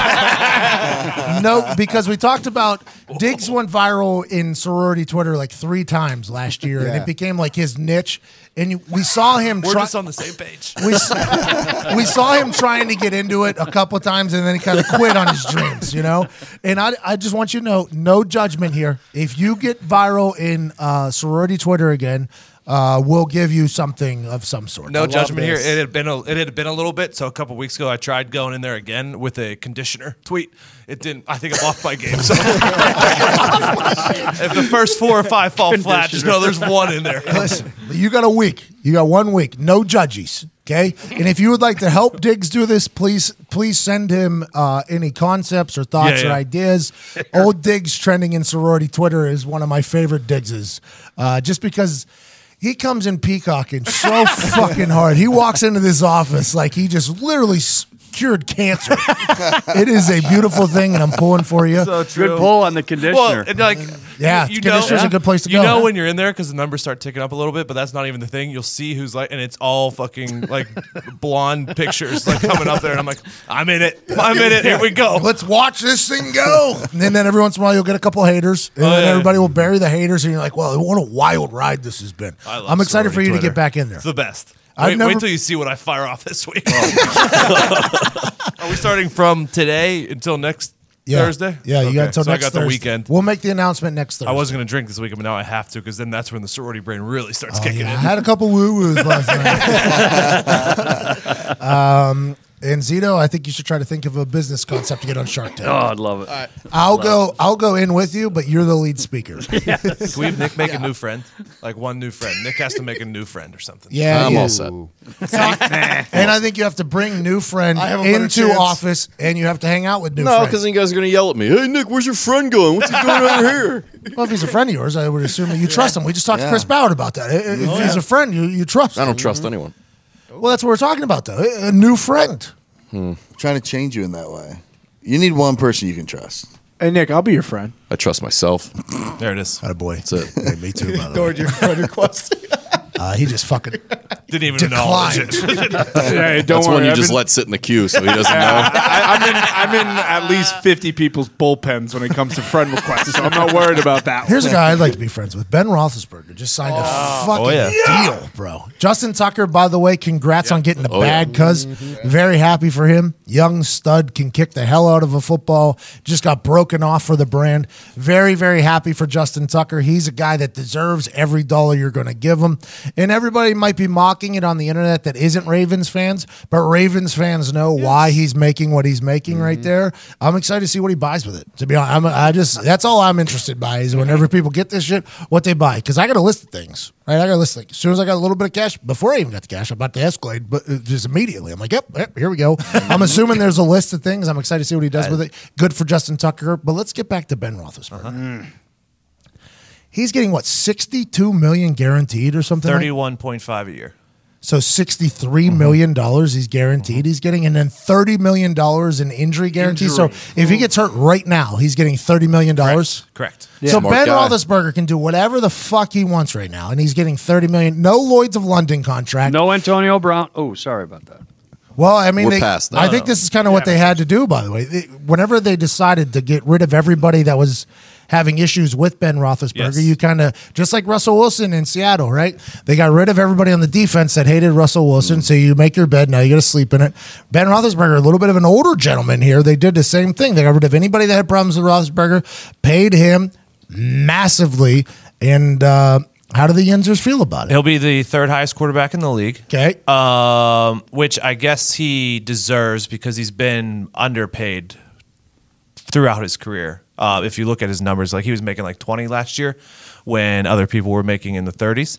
[SPEAKER 1] no, because we talked about Diggs went viral in sorority Twitter like three times last year, and
[SPEAKER 2] Yeah.
[SPEAKER 1] it became like his niche. And you- we saw him.
[SPEAKER 4] We're
[SPEAKER 1] try-
[SPEAKER 4] just on the same page.
[SPEAKER 1] we, s- we saw him trying to get into it a couple times and then he kind of quit on his dreams, you know? And I, I just want you to know no judgment here. If you get viral in uh, sorority Twitter again, uh, we'll give you something of some sort.
[SPEAKER 4] No judgment here.
[SPEAKER 2] this.
[SPEAKER 4] It had been a, it had been a little bit. So a couple weeks ago, I tried going in there again with a conditioner tweet. It didn't. I think I'm off my game. So if the first four or five fall flat, just know there's one in there.
[SPEAKER 1] Listen, you got a week. You got one week. No judges. Okay. And if you would like to help Diggs do this, please, please send him uh, any concepts or thoughts
[SPEAKER 4] Yeah,
[SPEAKER 1] or
[SPEAKER 4] yeah.
[SPEAKER 1] ideas. Old Diggs trending in sorority Twitter is one of my favorite Diggses, uh, just because he comes in peacocking so fucking hard. He walks into this office like he just literally s- cured cancer. it is a beautiful thing, and I'm pulling for you.
[SPEAKER 8] Good pull on the conditioner.
[SPEAKER 4] Well, and like
[SPEAKER 1] Yeah,
[SPEAKER 4] you know,
[SPEAKER 1] conditioner's a good place to
[SPEAKER 4] you
[SPEAKER 1] go.
[SPEAKER 4] know when you're in there because the numbers start ticking up a little bit, but that's not even the thing. You'll see who's like, and it's all fucking like blonde pictures like coming up there, and I'm like, I'm in it, I'm in it. Here we go.
[SPEAKER 1] let's watch this thing go. Oh. And then, then every once in a while, you'll get a couple haters, and
[SPEAKER 4] Oh,
[SPEAKER 1] then
[SPEAKER 4] yeah.
[SPEAKER 1] everybody will bury the haters, and you're like, "Well, what a wild ride this has been."
[SPEAKER 4] I love
[SPEAKER 1] I'm excited for
[SPEAKER 4] sorority
[SPEAKER 1] you to
[SPEAKER 4] Twitter.
[SPEAKER 1] get back in there.
[SPEAKER 4] It's the best.
[SPEAKER 1] I've
[SPEAKER 4] Wait,
[SPEAKER 1] never- Oh.
[SPEAKER 4] wait till you see what I fire off this week. Are we starting from today until next
[SPEAKER 1] Yeah.
[SPEAKER 4] Thursday?
[SPEAKER 1] Yeah, you got
[SPEAKER 4] Okay,
[SPEAKER 1] until
[SPEAKER 4] so
[SPEAKER 1] next
[SPEAKER 4] I got the
[SPEAKER 1] Thursday.
[SPEAKER 4] weekend.
[SPEAKER 1] We'll make the announcement next Thursday.
[SPEAKER 4] I wasn't going to drink this weekend, but now I have to because then that's when the sorority brain really starts
[SPEAKER 1] Oh,
[SPEAKER 4] kicking
[SPEAKER 1] yeah, I
[SPEAKER 4] in.
[SPEAKER 1] had a couple woo woos last night. um, and Zito, I think you should try to think of a business concept to get on Shark Tank.
[SPEAKER 8] oh, I'd love it.
[SPEAKER 1] I'll go. I'll go in with you, but you're the lead speaker.
[SPEAKER 4] Can we have Nick make a new friend? Like one new friend. Nick has to make a new friend or something.
[SPEAKER 1] Yeah,
[SPEAKER 9] I'm
[SPEAKER 1] you.
[SPEAKER 9] all set.
[SPEAKER 1] And I think you have to bring new friend
[SPEAKER 2] I have a better
[SPEAKER 1] into
[SPEAKER 2] chance.
[SPEAKER 1] office, and you have to hang out with new.
[SPEAKER 3] No,
[SPEAKER 1] friend.
[SPEAKER 3] because then you guys are gonna yell at me. Hey, Nick, where's your friend going? What's he doing over here?
[SPEAKER 1] Well, if he's a friend of yours, I would assume that you trust him. We just talked to
[SPEAKER 9] Yeah.
[SPEAKER 1] Chris Ballard about that. I- I- If he's a friend, you, you trust
[SPEAKER 3] Oh, I
[SPEAKER 1] him.
[SPEAKER 3] don't trust
[SPEAKER 1] Mm-hmm.
[SPEAKER 3] anyone.
[SPEAKER 1] Well, that's what we're talking about, though. A a new friend.
[SPEAKER 9] I'm trying to change you in that way. You need one person you can trust.
[SPEAKER 7] Hey, Nick, I'll be your friend.
[SPEAKER 3] I trust myself.
[SPEAKER 4] There it is.
[SPEAKER 1] Not a boy.
[SPEAKER 3] That's it.
[SPEAKER 1] me too, by the way.
[SPEAKER 2] Ignored your friend request.
[SPEAKER 1] Uh, he just fucking
[SPEAKER 4] Didn't even acknowledge
[SPEAKER 1] declined.
[SPEAKER 4] it.
[SPEAKER 7] Hey, don't
[SPEAKER 3] That's
[SPEAKER 7] worry.
[SPEAKER 3] one you
[SPEAKER 7] I've
[SPEAKER 3] just
[SPEAKER 7] been-
[SPEAKER 3] let sit in the queue so he doesn't know.
[SPEAKER 7] I, I'm in. I'm in at least fifty people's bullpens when it comes to friend requests, so I'm not worried about that.
[SPEAKER 1] Here's a guy I'd like to be friends with. Ben Roethlisberger just signed a fucking
[SPEAKER 4] Oh, yeah.
[SPEAKER 1] deal, bro. Justin Tucker, by the way, congrats on getting the
[SPEAKER 3] Oh, yeah.
[SPEAKER 1] bag, cuz. Very happy for him. Young stud can kick the hell out of a football. Just got broken off for the brand. Very, very happy for Justin Tucker. He's a guy that deserves every dollar you're going to give him. And everybody might be mocking it on the internet that isn't Ravens fans, but Ravens fans know why he's making what he's making right there. I'm excited to see what he buys with it. To be honest, I'm, I just that's all I'm interested by is whenever people get this shit, what they buy because I got a list of things. Right, I got a list of things. As soon as I got a little bit of cash, before I even got the cash, I'm about to Escalade, but uh, just immediately, I'm like, yep, yep, here we go. I'm assuming there's a list of things. I'm excited to see what he does with it. Good for Justin Tucker, but let's get back to Ben Roethlisberger. He's getting what 62 million guaranteed or something. like-
[SPEAKER 4] Thirty-one point five a year.
[SPEAKER 1] so sixty-three million dollars he's guaranteed he's getting, and then thirty million dollars in injury guarantee. So if he gets hurt right now, he's getting thirty million dollars.
[SPEAKER 4] Correct.
[SPEAKER 1] So
[SPEAKER 9] Smart
[SPEAKER 1] Ben
[SPEAKER 9] guy.
[SPEAKER 1] Roethlisberger can do whatever the fuck he wants right now, and he's getting thirty million. No Lloyd's of London contract.
[SPEAKER 8] No Antonio Brown. Oh, sorry about that.
[SPEAKER 1] Well, I mean,
[SPEAKER 9] We're
[SPEAKER 1] they,
[SPEAKER 9] past that.
[SPEAKER 1] I think this is kind of what they had to do. By the way, They- whenever they decided to get rid of everybody that was having issues with Ben Roethlisberger,
[SPEAKER 4] Yes.
[SPEAKER 1] you kind of just like Russell Wilson in Seattle, right? They got rid of everybody on the defense that hated Russell
[SPEAKER 4] Mm.
[SPEAKER 1] Wilson. So you make your bed now, you got to sleep in it. Ben Roethlisberger, a little bit of an older gentleman here, they did the same thing. They got rid of anybody that had problems with Roethlisberger, paid him massively, and. Uh, How do the Yenzers feel about it?
[SPEAKER 4] He'll be the third highest quarterback in the league.
[SPEAKER 1] Okay.
[SPEAKER 4] Um, which I guess he deserves because he's been underpaid throughout his career. Uh, if you look at his numbers, like he was making like 20 last year when other people were making in the 30s.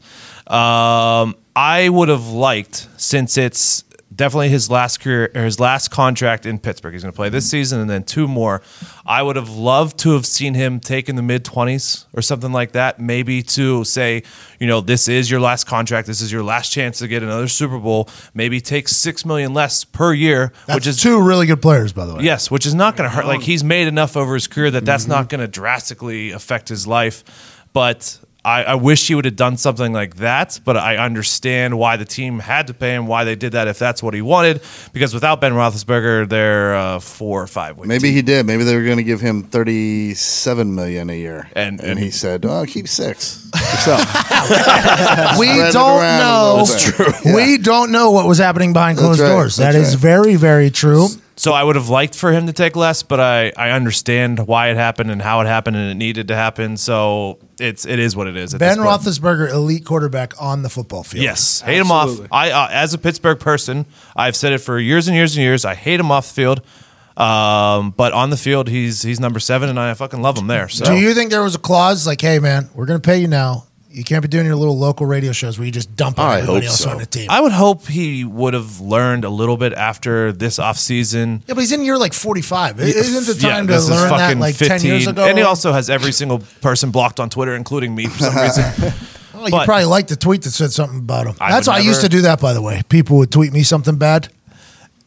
[SPEAKER 4] Um, I would have liked since it's definitely his last career or his last contract in Pittsburgh. He's going to play this season and then two more. I would have loved to have seen him take in the mid 20s or something like that, maybe to say, you know, this is your last contract, this is your last chance to get another Super Bowl, maybe take 6 million less per year,
[SPEAKER 1] That's
[SPEAKER 4] which is
[SPEAKER 1] two really good players, by the way.
[SPEAKER 4] Yes, which is not going to hurt. Like he's made enough over his career that that's not going to drastically affect his life. But I, I wish he would have done something like that. But I understand why the team had to pay him, why they did that if that's what he wanted. Because without Ben Roethlisberger, they're uh, four or five wins.
[SPEAKER 9] Maybe he did. Maybe they were going to give him thirty-seven million a year,
[SPEAKER 4] And- and-
[SPEAKER 9] he said, "Oh, keep six yourself."
[SPEAKER 1] we
[SPEAKER 9] Spread it
[SPEAKER 1] don't
[SPEAKER 9] around a
[SPEAKER 1] know.
[SPEAKER 9] little That's
[SPEAKER 1] We don't know what was happening behind
[SPEAKER 9] That's
[SPEAKER 1] closed
[SPEAKER 9] right.
[SPEAKER 1] doors. That
[SPEAKER 9] That's
[SPEAKER 1] is
[SPEAKER 9] right.
[SPEAKER 1] very, very true.
[SPEAKER 4] So I would have liked for him to take less, but I, I understand why it happened and how it happened and it needed to happen. So it's it is what it is. at this
[SPEAKER 1] Ben
[SPEAKER 4] point.
[SPEAKER 1] Roethlisberger, elite quarterback on the football field.
[SPEAKER 4] Yes, hate him off. I, uh, as a Pittsburgh person, I've said it for years and years and years. I hate him off the field, um, but on the field, he's he's number seven, and I fucking love him there. So
[SPEAKER 1] Do you think there was a clause like, "Hey, man, we're going to pay you now. You can't be doing your little local radio shows where you just dump on
[SPEAKER 9] I
[SPEAKER 1] everybody
[SPEAKER 9] hope
[SPEAKER 1] else
[SPEAKER 9] so.
[SPEAKER 1] on the team"?
[SPEAKER 4] I would hope he would have learned a little bit after this offseason.
[SPEAKER 1] yeah, but he's in year like forty-five. It Isn't the time to
[SPEAKER 4] this is
[SPEAKER 1] learn that
[SPEAKER 4] fucking
[SPEAKER 1] like ten years ago?
[SPEAKER 4] And he also has every single person blocked on Twitter, including me for some reason.
[SPEAKER 1] Oh, you
[SPEAKER 4] but-
[SPEAKER 1] probably liked the tweet that said something about him.
[SPEAKER 4] I
[SPEAKER 1] That's
[SPEAKER 4] would
[SPEAKER 1] why I used to
[SPEAKER 4] never-
[SPEAKER 1] do that. By the way, people would tweet me something bad,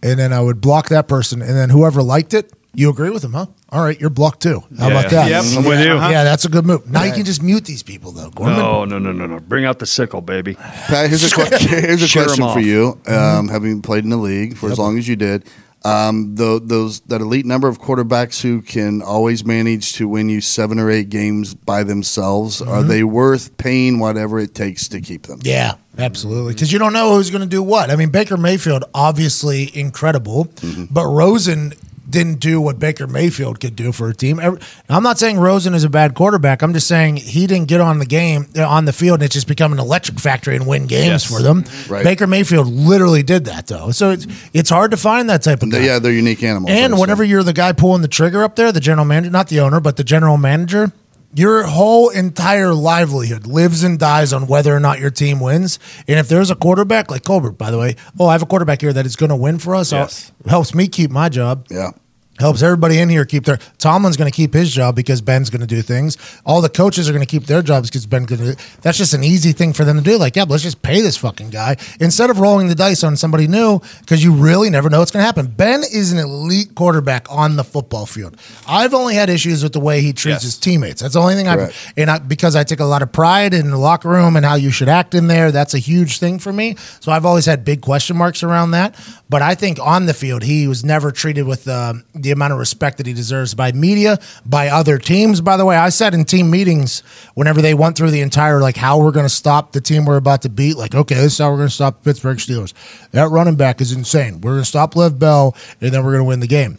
[SPEAKER 1] and then I would block that person, and then whoever liked it, you agree with them, huh? All right, you're blocked too. How
[SPEAKER 4] Yeah. uh-huh.
[SPEAKER 1] about that?
[SPEAKER 7] Yep, I'm with you.
[SPEAKER 1] Yeah, that's a good move. Now you can just mute these people though. Gorman.
[SPEAKER 8] No, no, no, no, no. Bring out the sickle, baby.
[SPEAKER 9] Pat, here's a, que- here's a
[SPEAKER 8] Shear 'em
[SPEAKER 9] question
[SPEAKER 8] off.
[SPEAKER 9] for you.
[SPEAKER 1] Mm-hmm.
[SPEAKER 9] Um, having played in the league for as long as you did, um, tho- those that elite number of quarterbacks who can always manage to win you seven or eight games by themselves, are they worth paying whatever it takes to keep them?
[SPEAKER 1] Mm-hmm. Yeah, absolutely. Because you don't know who's going to do what. I mean, Baker Mayfield, obviously incredible,
[SPEAKER 9] Mm-hmm.
[SPEAKER 1] but Rosen didn't do what Baker Mayfield could do for a team. Every- I'm not saying Rosen is a bad quarterback. I'm just saying he didn't get on the game uh, on the field and it's just become an electric factory and win games
[SPEAKER 4] Yes.
[SPEAKER 1] for them.
[SPEAKER 9] Right.
[SPEAKER 1] Baker Mayfield literally did that though, so it's it's hard to find that type of guy.
[SPEAKER 9] They- yeah, they're unique animals.
[SPEAKER 1] And
[SPEAKER 9] obviously.
[SPEAKER 1] whenever you're the guy pulling the trigger up there, the general manager, not the owner, but the general manager, your whole entire livelihood lives and dies on whether or not your team wins. And if there's a quarterback like Colbert, by the way, oh, I have a quarterback here that is going to win for us.
[SPEAKER 4] Yes.
[SPEAKER 1] Oh, helps me keep my job.
[SPEAKER 9] yeah,
[SPEAKER 1] Helps everybody in here keep their. Tomlin's going to keep his job because Ben's going to do things. All the coaches are going to keep their jobs because Ben's going to. do That's just an easy thing for them to do. Like, yeah, but let's just pay this fucking guy instead of rolling the dice on somebody new because you really never know what's going to happen. Ben is an elite quarterback on the football field. I've only had issues with the way he treats
[SPEAKER 4] Yes.
[SPEAKER 1] his teammates. That's the only thing
[SPEAKER 9] Correct.
[SPEAKER 1] I've and I, because I take a lot of pride in the locker room and how you should act in there. That's a huge thing for me. So I've always had big question marks around that. But I think on the field, he was never treated with um, the amount of respect that he deserves by media, by other teams. By the way, I said in team meetings whenever they went through the entire like how we're going to stop the team we're about to beat. Like, okay, this is how we're going to stop the Pittsburgh Steelers. That running back is insane. We're going to stop Lev Bell, and then we're going to win the game.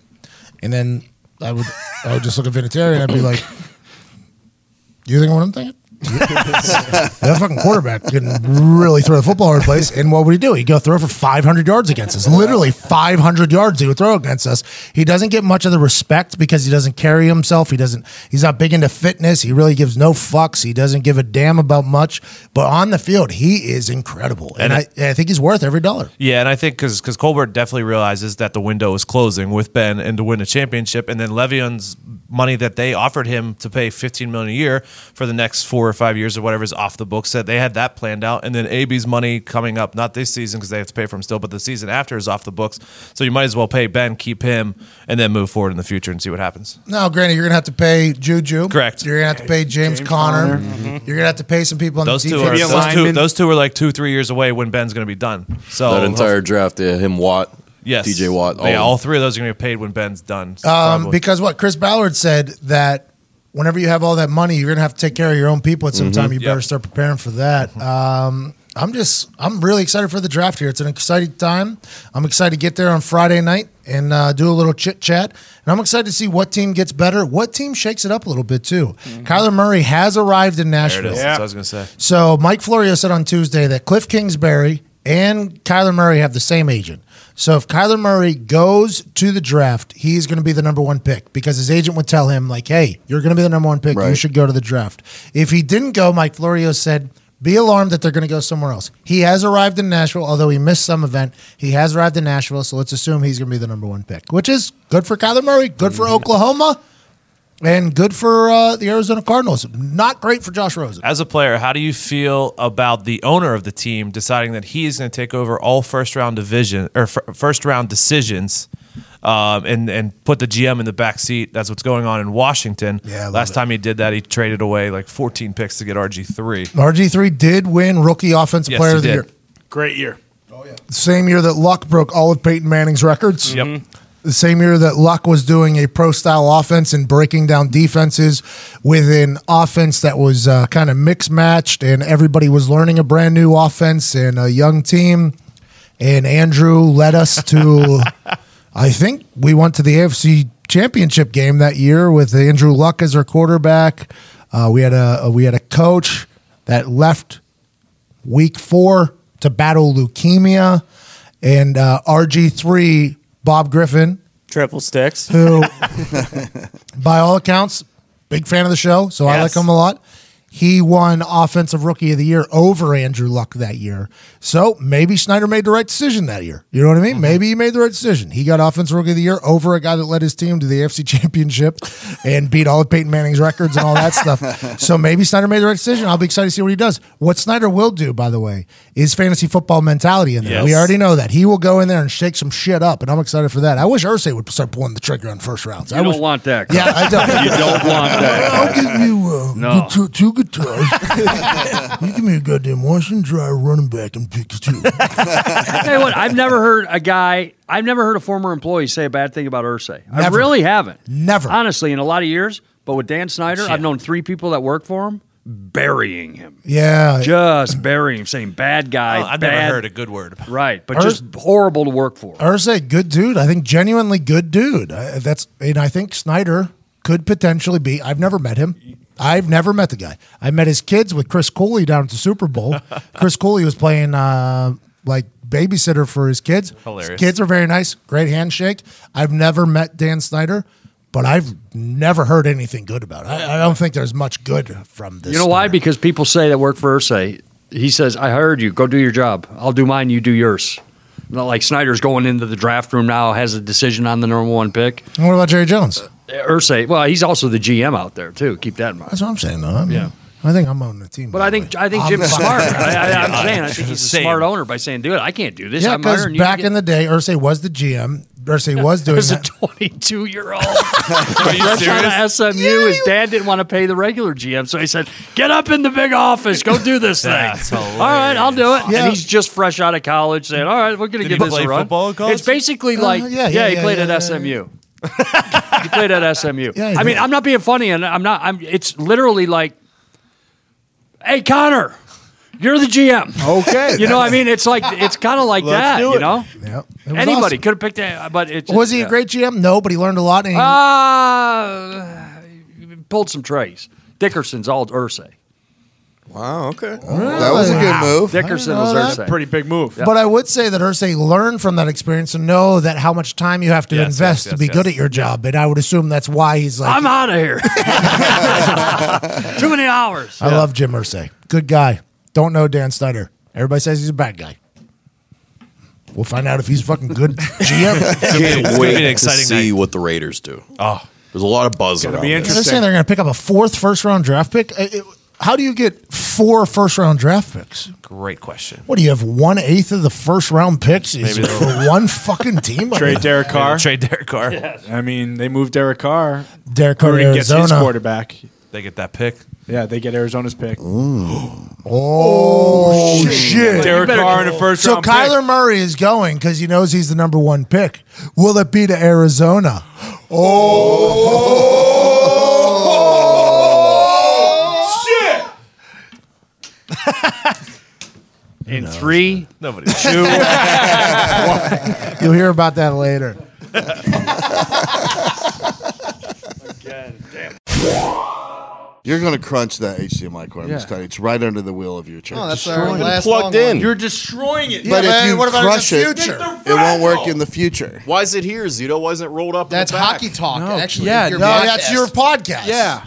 [SPEAKER 1] And then I would, I would just look at Vinatieri and I'd be like. Do you think what I'm thinking? that fucking quarterback couldn't really throw the football over the place. And what would he do? He'd go throw for 500 yards against us. Literally 500 yards he would throw against us. He doesn't get much of the respect because he doesn't carry himself. He doesn't. He's not big into fitness. He really gives no fucks. He doesn't give a damn about much. But on the field, he is incredible, and, I, and I think he's worth every dollar.
[SPEAKER 4] Yeah, and I think because Colbert definitely realizes that the window is closing with Ben and to win a championship, and then Levion's money that they offered him to pay fifteen million a year for the next four or five years or whatever is off the books. That they had that planned out, and then AB's money coming up not this season because they have to pay for him still, but the season after is off the books. So you might as well pay Ben, keep him, and then move forward in the future and see what happens.
[SPEAKER 1] No, granted, you're gonna have to pay Juju.
[SPEAKER 4] Correct.
[SPEAKER 1] You're gonna have to pay James, Conner. Mm-hmm. You're gonna have to pay some people on
[SPEAKER 4] Those
[SPEAKER 1] the Um,
[SPEAKER 4] two are
[SPEAKER 1] defensive
[SPEAKER 4] those two,
[SPEAKER 1] linemen.
[SPEAKER 4] those two are like two three years away when Ben's going to be done. So
[SPEAKER 3] That entire draft, yeah, him, Watt,
[SPEAKER 4] yes,
[SPEAKER 3] TJ Watt.
[SPEAKER 4] yeah,
[SPEAKER 3] of
[SPEAKER 4] all three of those are going to get paid when Ben's done.
[SPEAKER 1] Um,
[SPEAKER 4] probably.
[SPEAKER 1] because what Chris Ballard said that whenever you have all that money, you're gonna have to take care of your own people at some time. You
[SPEAKER 4] Mm-hmm. Yep.
[SPEAKER 1] better start preparing for that. Um, I'm just I'm really excited for the draft here. It's an exciting time. I'm excited to get there on Friday night and uh, do a little chit chat. And I'm excited to see what team gets better, what team shakes it up a little bit too. Kyler Murray has arrived in
[SPEAKER 4] There it
[SPEAKER 1] Nashville.
[SPEAKER 4] is. That's what I was gonna say.
[SPEAKER 1] So Mike Florio said on Tuesday that Cliff Kingsbury and Kyler Murray have the same agent. So if Kyler Murray goes to the draft, he's going to be the number one pick because his agent would tell him like, "Hey, you're going to be the number one pick. You
[SPEAKER 9] Right.
[SPEAKER 1] should go to the draft." If he didn't go, Mike Florio said. Be alarmed that they're going to go somewhere else. He has arrived in Nashville, although he missed some event. He has arrived in Nashville, so let's assume he's going to be the number one pick, which is good for Kyler Murray, good
[SPEAKER 4] Mm-hmm.
[SPEAKER 1] for Oklahoma, and good for uh, the Arizona Cardinals. Not great for Josh Rosen.
[SPEAKER 4] As a player, how do you feel about the owner of the team deciding that he is going to take over all first round division or f- first round decisions, um, and and put the GM in the back seat? That's what's going on in Washington.
[SPEAKER 1] Yeah, I love
[SPEAKER 4] last
[SPEAKER 1] it.
[SPEAKER 4] time he did that, he traded away like 14 picks to get RG three.
[SPEAKER 1] RG3 did win Rookie Offensive
[SPEAKER 4] Yes,
[SPEAKER 1] Player
[SPEAKER 4] he
[SPEAKER 1] of the
[SPEAKER 4] did.
[SPEAKER 1] Year.
[SPEAKER 7] Great year.
[SPEAKER 1] Same year that Luck broke all of Peyton Manning's records.
[SPEAKER 4] Yep.
[SPEAKER 1] The same year that Luck was doing a pro style offense and breaking down defenses with an offense that was uh, kind of mixed matched and everybody was learning a brand new offense and a young team. And Andrew led us to, I think we went to the AFC Championship game that year with Andrew Luck as our quarterback. Uh, we had a we had a coach that left week four to battle leukemia, and uh, RG3, Bob Griffin,
[SPEAKER 5] Triple sticks.
[SPEAKER 1] who, by all accounts, big fan of the show, so I like
[SPEAKER 5] Yes.
[SPEAKER 1] him a lot. He won Offensive Rookie of the Year over Andrew Luck that year. So maybe Snyder made the right decision that year. You know what I mean? Maybe he made the right decision. He got Offensive Rookie of the Year over a guy that led his team to the AFC Championship and beat all of Peyton Manning's records and all that stuff. So maybe Snyder made the right decision. I'll be excited to see what he does. What Snyder will do, by the way, is fantasy football mentality in there.
[SPEAKER 4] Yes.
[SPEAKER 1] We already know that. He will go in there and shake some shit up, and I'm excited for that. I wish Ursay would start pulling the trigger on first rounds. I
[SPEAKER 8] I
[SPEAKER 1] wish
[SPEAKER 8] don't want that. Kyle.
[SPEAKER 1] yeah, I don't.
[SPEAKER 8] You don't want that.
[SPEAKER 1] I'll give you uh,
[SPEAKER 8] No.
[SPEAKER 1] two, two guitars. you give me a goddamn Washington Dry running back and pick
[SPEAKER 8] Tell
[SPEAKER 1] two.
[SPEAKER 8] you what, I've never heard a guy, I've never heard a former employee say a bad thing about Ursay. I
[SPEAKER 1] Never.
[SPEAKER 8] really haven't.
[SPEAKER 1] Never.
[SPEAKER 8] Honestly, in a lot of years. But with Dan Snyder, I've known three people that work for him burying him.
[SPEAKER 1] yeah.
[SPEAKER 8] Just burying him, saying bad guy.
[SPEAKER 4] Oh, I've
[SPEAKER 8] bad,
[SPEAKER 4] never heard a good word.
[SPEAKER 8] Right, but
[SPEAKER 1] Urs-
[SPEAKER 8] just horrible to work for.
[SPEAKER 1] Ursay, good dude. I think genuinely good dude. I, uh, that's and I think Snyder could potentially be. I've never met him. I've never met the guy. I met his kids with Chris Cooley down at the Super Bowl. Chris Cooley was playing uh, like babysitter for his kids.
[SPEAKER 4] Hilarious.
[SPEAKER 1] His kids are very nice. Great handshake. I've never met Dan Snyder, but I've never heard anything good about it. I, I don't think there's much good from this.
[SPEAKER 8] You know why?
[SPEAKER 1] story.
[SPEAKER 8] Because people say that work for Ursay. He says, I hired you. Go do your job. I'll do mine. You do yours. Not like Snyder's going into the draft room now, has a decision on the number one pick.
[SPEAKER 1] And what about Jerry Jones?
[SPEAKER 8] Uh, Ursay, well, he's also the GM out there, too. Keep that in mind.
[SPEAKER 1] That's what I'm saying, though. I mean,
[SPEAKER 8] Yeah.
[SPEAKER 1] I think I'm on the team.
[SPEAKER 8] But
[SPEAKER 1] by
[SPEAKER 8] I
[SPEAKER 1] the
[SPEAKER 8] think
[SPEAKER 1] way.
[SPEAKER 8] I think
[SPEAKER 1] I'm
[SPEAKER 8] Jim's
[SPEAKER 1] fine.
[SPEAKER 8] smart. I, I, I'm saying I think he's a
[SPEAKER 4] Same.
[SPEAKER 8] smart owner by saying, "Dude, I can't do this.
[SPEAKER 1] Yeah,
[SPEAKER 8] I'm
[SPEAKER 1] because
[SPEAKER 8] hiring you."
[SPEAKER 1] back in the day, Ursay was the GM. Ursay was doing
[SPEAKER 8] as a
[SPEAKER 1] that.
[SPEAKER 8] 22 year old
[SPEAKER 4] Are you serious?
[SPEAKER 8] SMU, his dad didn't want to pay the regular GM, so he said, "Get up in the big office, go do this thing."
[SPEAKER 4] That's
[SPEAKER 8] All right, I'll do it.
[SPEAKER 1] Yeah.
[SPEAKER 8] And he's just fresh out of college, saying, "All right, we're going to
[SPEAKER 4] Did he
[SPEAKER 8] give this
[SPEAKER 4] play
[SPEAKER 8] a run."
[SPEAKER 4] football in college?
[SPEAKER 8] It's basically like,
[SPEAKER 1] Uh,
[SPEAKER 8] yeah,
[SPEAKER 1] yeah, yeah,
[SPEAKER 8] he
[SPEAKER 1] yeah,
[SPEAKER 8] played
[SPEAKER 1] yeah, yeah,
[SPEAKER 8] at SMU. he played at SMU.
[SPEAKER 1] Yeah, he
[SPEAKER 8] I mean,
[SPEAKER 1] did.
[SPEAKER 8] I'm not being funny, and I'm not. I'm. It's literally like, "Hey, Connor, you're the GM."
[SPEAKER 7] Okay.
[SPEAKER 8] You know, what I mean, it's like it's kind of like that.
[SPEAKER 7] do
[SPEAKER 8] You
[SPEAKER 7] it.
[SPEAKER 8] know,
[SPEAKER 1] Yep. It was
[SPEAKER 8] anybody
[SPEAKER 1] awesome.
[SPEAKER 8] could have picked it, but it's
[SPEAKER 1] Was he
[SPEAKER 8] yeah.
[SPEAKER 1] a great GM? No, but he learned a lot. And he-
[SPEAKER 8] Uh, pulled some trays. Dickerson's all Ursay.
[SPEAKER 7] Wow. Okay.
[SPEAKER 9] That was a good move.
[SPEAKER 8] Dickerson
[SPEAKER 1] I
[SPEAKER 8] was
[SPEAKER 1] didn't know
[SPEAKER 8] Ursay.
[SPEAKER 7] Pretty big move.
[SPEAKER 1] But I would say that Ursay learned from that experience and know that how much time you have to
[SPEAKER 4] Yes,
[SPEAKER 1] invest to
[SPEAKER 4] yes, yes,
[SPEAKER 1] be
[SPEAKER 4] yes.
[SPEAKER 1] good at your job. And I would assume that's why he's like,
[SPEAKER 8] I'm out of here. Too many hours.
[SPEAKER 1] I love Jim Ursay. Good guy. Don't know Dan Snyder. Everybody says he's a bad guy. We'll find out if he's fucking good GM.
[SPEAKER 3] Can't
[SPEAKER 4] gonna be
[SPEAKER 3] wait
[SPEAKER 4] an
[SPEAKER 3] to
[SPEAKER 4] exciting Ah.
[SPEAKER 3] see what the Raiders do. Oh, there's a lot of buzz around
[SPEAKER 7] be
[SPEAKER 3] this.
[SPEAKER 7] interesting.
[SPEAKER 1] They're saying they're going to pick up a fourth first round draft pick. Uh, it- How do you get four first round draft picks?
[SPEAKER 4] Great question.
[SPEAKER 1] What do you have? One eighth of the first round picks is
[SPEAKER 4] Maybe
[SPEAKER 1] for one fucking team.
[SPEAKER 7] Trade Derek Carr.
[SPEAKER 4] Trade Derek Carr.
[SPEAKER 7] I mean, they moved Derek Carr.
[SPEAKER 1] Derek Carr,
[SPEAKER 7] Arizona. gets his
[SPEAKER 1] Arizona.
[SPEAKER 7] quarterback.
[SPEAKER 4] They get that pick.
[SPEAKER 7] Yeah, they get Arizona's pick.
[SPEAKER 1] Oh shit!
[SPEAKER 7] Derek Carr in the first
[SPEAKER 1] So
[SPEAKER 7] round.
[SPEAKER 1] Kyler Murray is going because he knows he's the number one pick. Will it be to Arizona?
[SPEAKER 8] In three,
[SPEAKER 4] Nobody. Two.
[SPEAKER 1] You'll hear about that later.
[SPEAKER 9] You're going to crunch that HDMI cord. I'm just telling you, it's right under the wheel of your chair.
[SPEAKER 2] Oh, that's
[SPEAKER 9] Just-
[SPEAKER 2] our
[SPEAKER 9] Destroy it.
[SPEAKER 2] last
[SPEAKER 3] plugged
[SPEAKER 2] long
[SPEAKER 3] in.
[SPEAKER 2] one.
[SPEAKER 8] You're destroying it.
[SPEAKER 9] but
[SPEAKER 2] man,
[SPEAKER 9] if you
[SPEAKER 2] what about in the
[SPEAKER 9] crush it,
[SPEAKER 2] future?
[SPEAKER 9] it won't work in the future.
[SPEAKER 3] Why is it here, Zito? Why isn't it rolled up?
[SPEAKER 2] That's
[SPEAKER 3] in the back?
[SPEAKER 2] hockey talk. Actually,
[SPEAKER 1] Yeah,
[SPEAKER 2] your
[SPEAKER 1] no,
[SPEAKER 2] podcast.
[SPEAKER 1] that's your podcast.
[SPEAKER 2] Yeah.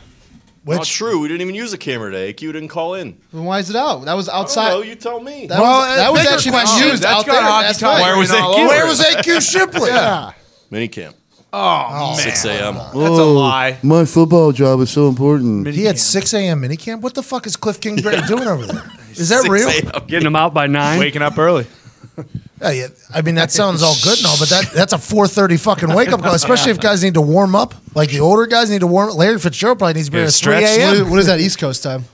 [SPEAKER 1] Which,
[SPEAKER 3] Not true. We didn't even use a camera today. AQ didn't call in.
[SPEAKER 2] Then why is it out? That was
[SPEAKER 3] So
[SPEAKER 2] outside.
[SPEAKER 3] you tell me.
[SPEAKER 2] that
[SPEAKER 1] Well,
[SPEAKER 2] was, that
[SPEAKER 1] uh,
[SPEAKER 2] was
[SPEAKER 1] bigger
[SPEAKER 2] actually
[SPEAKER 1] question.
[SPEAKER 2] used
[SPEAKER 7] That's
[SPEAKER 2] out
[SPEAKER 7] got
[SPEAKER 2] there.
[SPEAKER 7] hockey
[SPEAKER 2] That's
[SPEAKER 7] talk.
[SPEAKER 2] why.
[SPEAKER 4] Where was
[SPEAKER 7] All
[SPEAKER 4] that?
[SPEAKER 7] over.
[SPEAKER 1] where was AQ Shipley? yeah.
[SPEAKER 3] Minicamp. Oh, 6 a.m.
[SPEAKER 4] That's a lie.
[SPEAKER 9] My football job is so important.
[SPEAKER 1] He had 6 a.m. minicamp. What the fuck is Cliff Kingsbury doing over there? Is that
[SPEAKER 3] 6
[SPEAKER 1] real?
[SPEAKER 3] a.m.
[SPEAKER 8] Getting them out by nine.
[SPEAKER 7] Waking up early.
[SPEAKER 1] Yeah, yeah. I mean, that sounds all good and all, but that, that's a 4.30 fucking wake-up call, especially if guys need to warm up. Like the older guys need to warm up. Larry Fitzgerald probably needs to be
[SPEAKER 4] Yeah,
[SPEAKER 1] at 3
[SPEAKER 4] stretch,
[SPEAKER 2] What is-
[SPEAKER 1] a.m.
[SPEAKER 2] what is that East Coast time?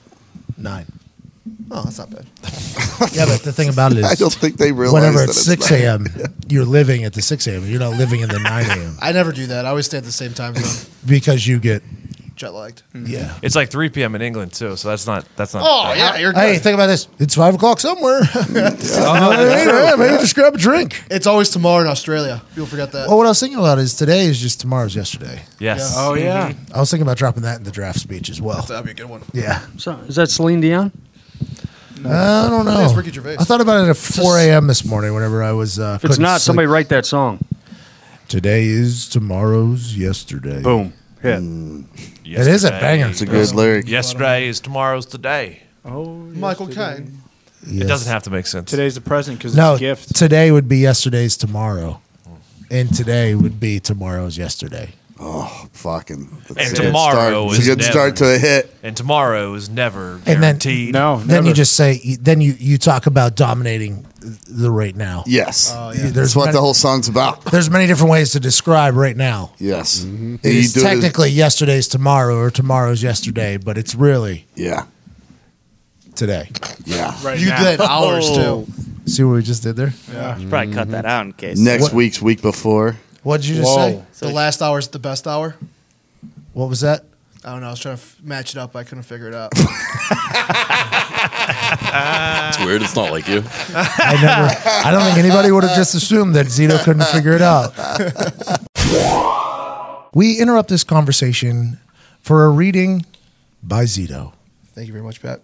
[SPEAKER 1] 9.
[SPEAKER 2] Oh, that's not bad.
[SPEAKER 1] Yeah, but the thing about it
[SPEAKER 9] I don't
[SPEAKER 1] is,
[SPEAKER 9] think they realize
[SPEAKER 1] whenever
[SPEAKER 9] that
[SPEAKER 1] it's 6 a.m., you're living at the 6 a.m. You're not living in the 9 a.m.
[SPEAKER 2] I never do that. I always stay at the same time zone.
[SPEAKER 1] because you get,
[SPEAKER 2] Jet lagged.
[SPEAKER 7] Hmm.
[SPEAKER 1] yeah.
[SPEAKER 4] It's like 3 p.m. in England too, so that's not that's not.
[SPEAKER 2] Oh yeah, you're good.
[SPEAKER 1] Hey, think about this. It's 5 o'clock somewhere. Hey, man, maybe just grab a drink. Oh.
[SPEAKER 2] It's always tomorrow in Australia. People forget that.
[SPEAKER 1] Well, what I was thinking about is today is just tomorrow's yesterday.
[SPEAKER 4] Yes.
[SPEAKER 7] Oh yeah.
[SPEAKER 1] I was thinking about dropping that in the draft speech as well.
[SPEAKER 2] That'd be a good one.
[SPEAKER 1] Yeah.
[SPEAKER 8] So, is that Celine Dion?
[SPEAKER 1] I don't know.
[SPEAKER 2] it's Ricky Gervais.
[SPEAKER 1] I thought about it at 4 a.m. this morning whenever I was. Uh,
[SPEAKER 8] If it's not, somebody write that song.
[SPEAKER 1] Today is tomorrow's yesterday.
[SPEAKER 7] Boom. Hit.
[SPEAKER 1] It is a banger.
[SPEAKER 9] It's a good lyric.
[SPEAKER 4] Yesterday is tomorrow's today.
[SPEAKER 2] Michael Caine.
[SPEAKER 1] Yes.
[SPEAKER 4] It doesn't have to make sense.
[SPEAKER 7] Today's the present because
[SPEAKER 1] No,
[SPEAKER 7] it's a gift.
[SPEAKER 1] today would be yesterday's tomorrow. And today would be tomorrow's yesterday.
[SPEAKER 9] Oh, Fucking. that's
[SPEAKER 4] And
[SPEAKER 9] a good
[SPEAKER 4] tomorrow
[SPEAKER 9] start. It's a
[SPEAKER 4] is
[SPEAKER 9] good start to a hit.
[SPEAKER 4] and tomorrow is never
[SPEAKER 1] And then-
[SPEAKER 4] guaranteed.
[SPEAKER 7] no.
[SPEAKER 1] Then you
[SPEAKER 7] never.
[SPEAKER 1] just say, then you, you talk about dominating the right now.
[SPEAKER 9] Yes.
[SPEAKER 2] Oh,
[SPEAKER 1] There's
[SPEAKER 9] That's what
[SPEAKER 1] many,
[SPEAKER 9] the whole song's about.
[SPEAKER 1] there's many different ways to describe right now.
[SPEAKER 8] Mm-hmm.
[SPEAKER 9] Yes. And
[SPEAKER 1] It
[SPEAKER 9] you
[SPEAKER 1] is
[SPEAKER 9] do it as-
[SPEAKER 1] technically yesterday's tomorrow or tomorrow's yesterday, but it's really
[SPEAKER 9] yeah.
[SPEAKER 1] today.
[SPEAKER 9] Yeah.
[SPEAKER 7] right
[SPEAKER 2] You
[SPEAKER 7] now.
[SPEAKER 2] did hours too.
[SPEAKER 1] See what we just did there?
[SPEAKER 5] You should probably cut that out in case.
[SPEAKER 9] Mm-hmm. Next
[SPEAKER 1] What-
[SPEAKER 9] week's week before.
[SPEAKER 1] What did you just say?
[SPEAKER 7] Whoa.
[SPEAKER 2] The last hour's the best hour.
[SPEAKER 1] What was that?
[SPEAKER 2] I don't know. I was trying to f- match it up. I couldn't figure it out.
[SPEAKER 3] That's weird. It's not like you.
[SPEAKER 1] I never. I don't think anybody would have just assumed that Zito couldn't figure it out. We interrupt this conversation for a reading by Zito.
[SPEAKER 2] Thank you very much, Pat.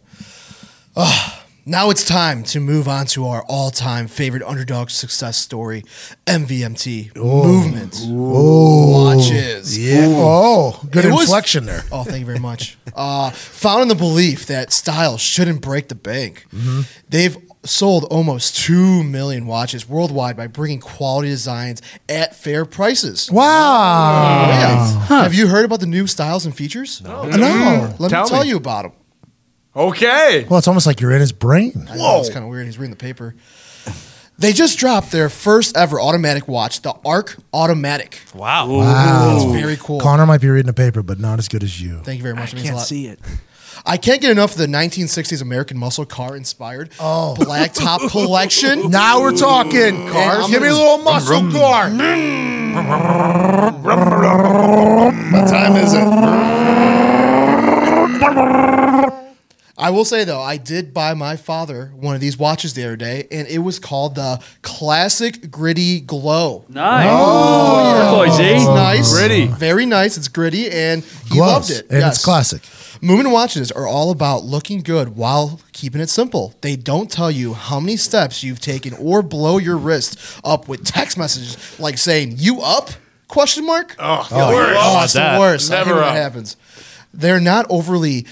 [SPEAKER 2] Ah, now it's time to move on to our all-time favorite underdog success story, MVMT movement watches.
[SPEAKER 1] Yeah. Oh, good
[SPEAKER 2] It was-
[SPEAKER 1] inflection there.
[SPEAKER 2] Oh, thank you very much. uh, found in the belief that style shouldn't break the bank.
[SPEAKER 1] Mm-hmm.
[SPEAKER 2] They've sold almost 2 million watches worldwide by bringing quality designs at fair prices.
[SPEAKER 1] Wow.
[SPEAKER 2] Yeah. Have you heard about the new styles and features? No.
[SPEAKER 1] No.
[SPEAKER 2] Let
[SPEAKER 7] Tell
[SPEAKER 2] me tell
[SPEAKER 7] me.
[SPEAKER 2] you about them.
[SPEAKER 7] Okay.
[SPEAKER 1] Well, it's almost like you're in his brain.
[SPEAKER 2] I know it's kind of weird. He's reading the paper. They just dropped their first ever automatic watch, the Arc Automatic.
[SPEAKER 4] Wow.
[SPEAKER 2] Wow, it's very cool.
[SPEAKER 1] Connor might be reading a paper, but not as good as you.
[SPEAKER 2] Thank you very
[SPEAKER 5] I
[SPEAKER 2] much. It means a
[SPEAKER 5] can't
[SPEAKER 2] lot.
[SPEAKER 5] see it.
[SPEAKER 2] I can't get enough of the 1960s American muscle car inspired black top collection.
[SPEAKER 1] Oh. Now we're talking.
[SPEAKER 2] Cars.
[SPEAKER 1] Give me a little muscle car.
[SPEAKER 9] What time is it?
[SPEAKER 2] I will say though, I did buy my father one of these watches the other day, and it was called the Classic Gritty Glow.
[SPEAKER 8] Nice. Oh, yeah.
[SPEAKER 2] It's
[SPEAKER 8] Boy, Z.
[SPEAKER 2] nice,
[SPEAKER 7] Gritty.
[SPEAKER 2] very nice. It's gritty, and he
[SPEAKER 1] Gloves.
[SPEAKER 2] loved it.
[SPEAKER 1] And
[SPEAKER 2] Yes.
[SPEAKER 1] it's classic.
[SPEAKER 2] Movement watches are all about looking good while keeping it simple. They don't tell you how many steps you've taken or blow your wrist up with text messages like saying "You up?" question mark. Oh,
[SPEAKER 4] Oh,
[SPEAKER 2] it's
[SPEAKER 4] that.
[SPEAKER 2] the worst. I
[SPEAKER 7] Never
[SPEAKER 2] hate when
[SPEAKER 7] up.
[SPEAKER 2] that happens. They're not overly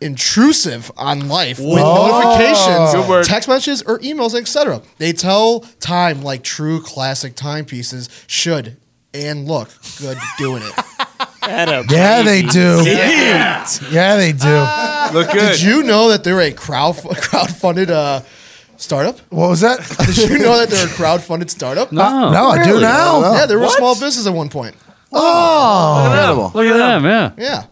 [SPEAKER 2] intrusive on life with notifications,
[SPEAKER 7] Good word.
[SPEAKER 2] text messages, or emails, etc. They tell time like true classic timepieces should and look good doing it.
[SPEAKER 5] That up.
[SPEAKER 1] Yeah, they do. Yeah, they do.
[SPEAKER 7] Look good.
[SPEAKER 2] Ah. Did you know that they're a crowd crowdfunded uh, startup?
[SPEAKER 1] what was that?
[SPEAKER 2] Did you know that they're a crowdfunded startup?
[SPEAKER 8] No.
[SPEAKER 1] no, I do Oh.
[SPEAKER 9] Really?
[SPEAKER 1] now.
[SPEAKER 2] Yeah, they were a small business at one point.
[SPEAKER 9] Incredible.
[SPEAKER 8] Look at them, yeah.
[SPEAKER 2] Yeah.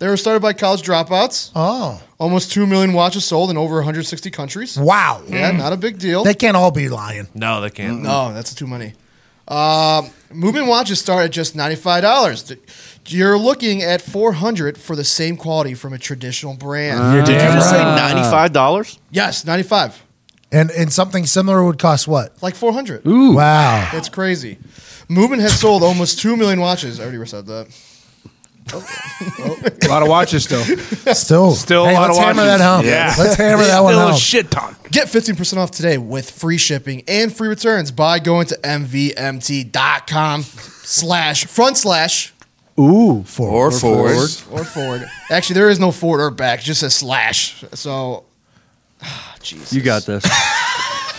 [SPEAKER 2] They were started by college dropouts.
[SPEAKER 1] Oh.
[SPEAKER 2] Almost 2 million watches sold in over 160 countries.
[SPEAKER 1] Wow.
[SPEAKER 2] Yeah, not a big deal.
[SPEAKER 1] They can't all be lying.
[SPEAKER 4] No, they can't.
[SPEAKER 2] No, that's too many. Um, movement watches start at just ninety-five dollars. You're looking at four hundred for the same quality from a traditional brand.
[SPEAKER 3] Did you just say $95?
[SPEAKER 2] Yes, ninety-five.
[SPEAKER 1] And and something similar would cost what?
[SPEAKER 2] Like 400.
[SPEAKER 1] Ooh. Wow.
[SPEAKER 2] That's crazy. Movement has sold almost 2 million watches. I already said that.
[SPEAKER 7] A lot of watches still.
[SPEAKER 1] Still,
[SPEAKER 7] Still a
[SPEAKER 1] Hey,
[SPEAKER 7] lot
[SPEAKER 1] let's
[SPEAKER 7] of
[SPEAKER 1] hammer
[SPEAKER 7] watches.
[SPEAKER 1] that home.
[SPEAKER 7] Yeah.
[SPEAKER 1] Let's hammer that one
[SPEAKER 7] Still a
[SPEAKER 1] home.
[SPEAKER 7] shit ton.
[SPEAKER 2] Get 15% off today with free shipping and free returns by going to mvmt.com slash front slash
[SPEAKER 7] Ooh.
[SPEAKER 9] or forward.
[SPEAKER 2] or forward. Actually, there is no forward or back, it just says slash. So, Jesus.
[SPEAKER 8] You got this.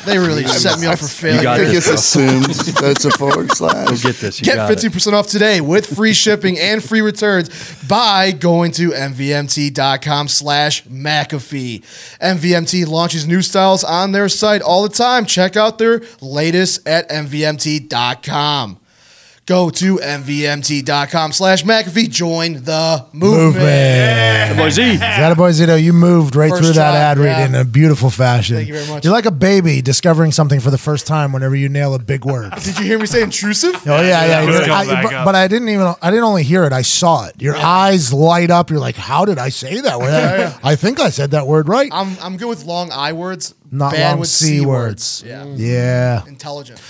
[SPEAKER 2] They really set me up for failure.
[SPEAKER 9] I
[SPEAKER 8] got
[SPEAKER 9] think
[SPEAKER 8] this,
[SPEAKER 9] it's assumed that's a forward slash.
[SPEAKER 8] Get this. You
[SPEAKER 2] Get
[SPEAKER 8] got it.
[SPEAKER 2] 15% off today with free shipping and free returns by going to mvmt.com slash McAfee. MVMT launches new styles on their site all the time. Check out their latest at mvmt.com. Go to mvmt.com slash McAfee. Join the movement.
[SPEAKER 1] Movement. That boy Zito, you moved right
[SPEAKER 2] First
[SPEAKER 1] through that
[SPEAKER 2] try,
[SPEAKER 1] ad read
[SPEAKER 2] yeah.
[SPEAKER 1] in a beautiful fashion.
[SPEAKER 2] Thank you very much.
[SPEAKER 1] You're like a baby discovering something for the first time whenever you nail a big word.
[SPEAKER 2] Did you hear me say intrusive?
[SPEAKER 1] Oh yeah, yeah.
[SPEAKER 4] Good.
[SPEAKER 1] I-
[SPEAKER 4] Come back
[SPEAKER 1] but,
[SPEAKER 4] up.
[SPEAKER 1] but I didn't even. I didn't only hear it. I saw it. Your eyes light up. You're like, how did I say that word? I think I said that word right.
[SPEAKER 2] I'm, I'm good with long I words.
[SPEAKER 1] Not
[SPEAKER 2] bad
[SPEAKER 1] long
[SPEAKER 2] with
[SPEAKER 1] C words.
[SPEAKER 2] Yeah.
[SPEAKER 1] yeah, Um,
[SPEAKER 2] Intelligent.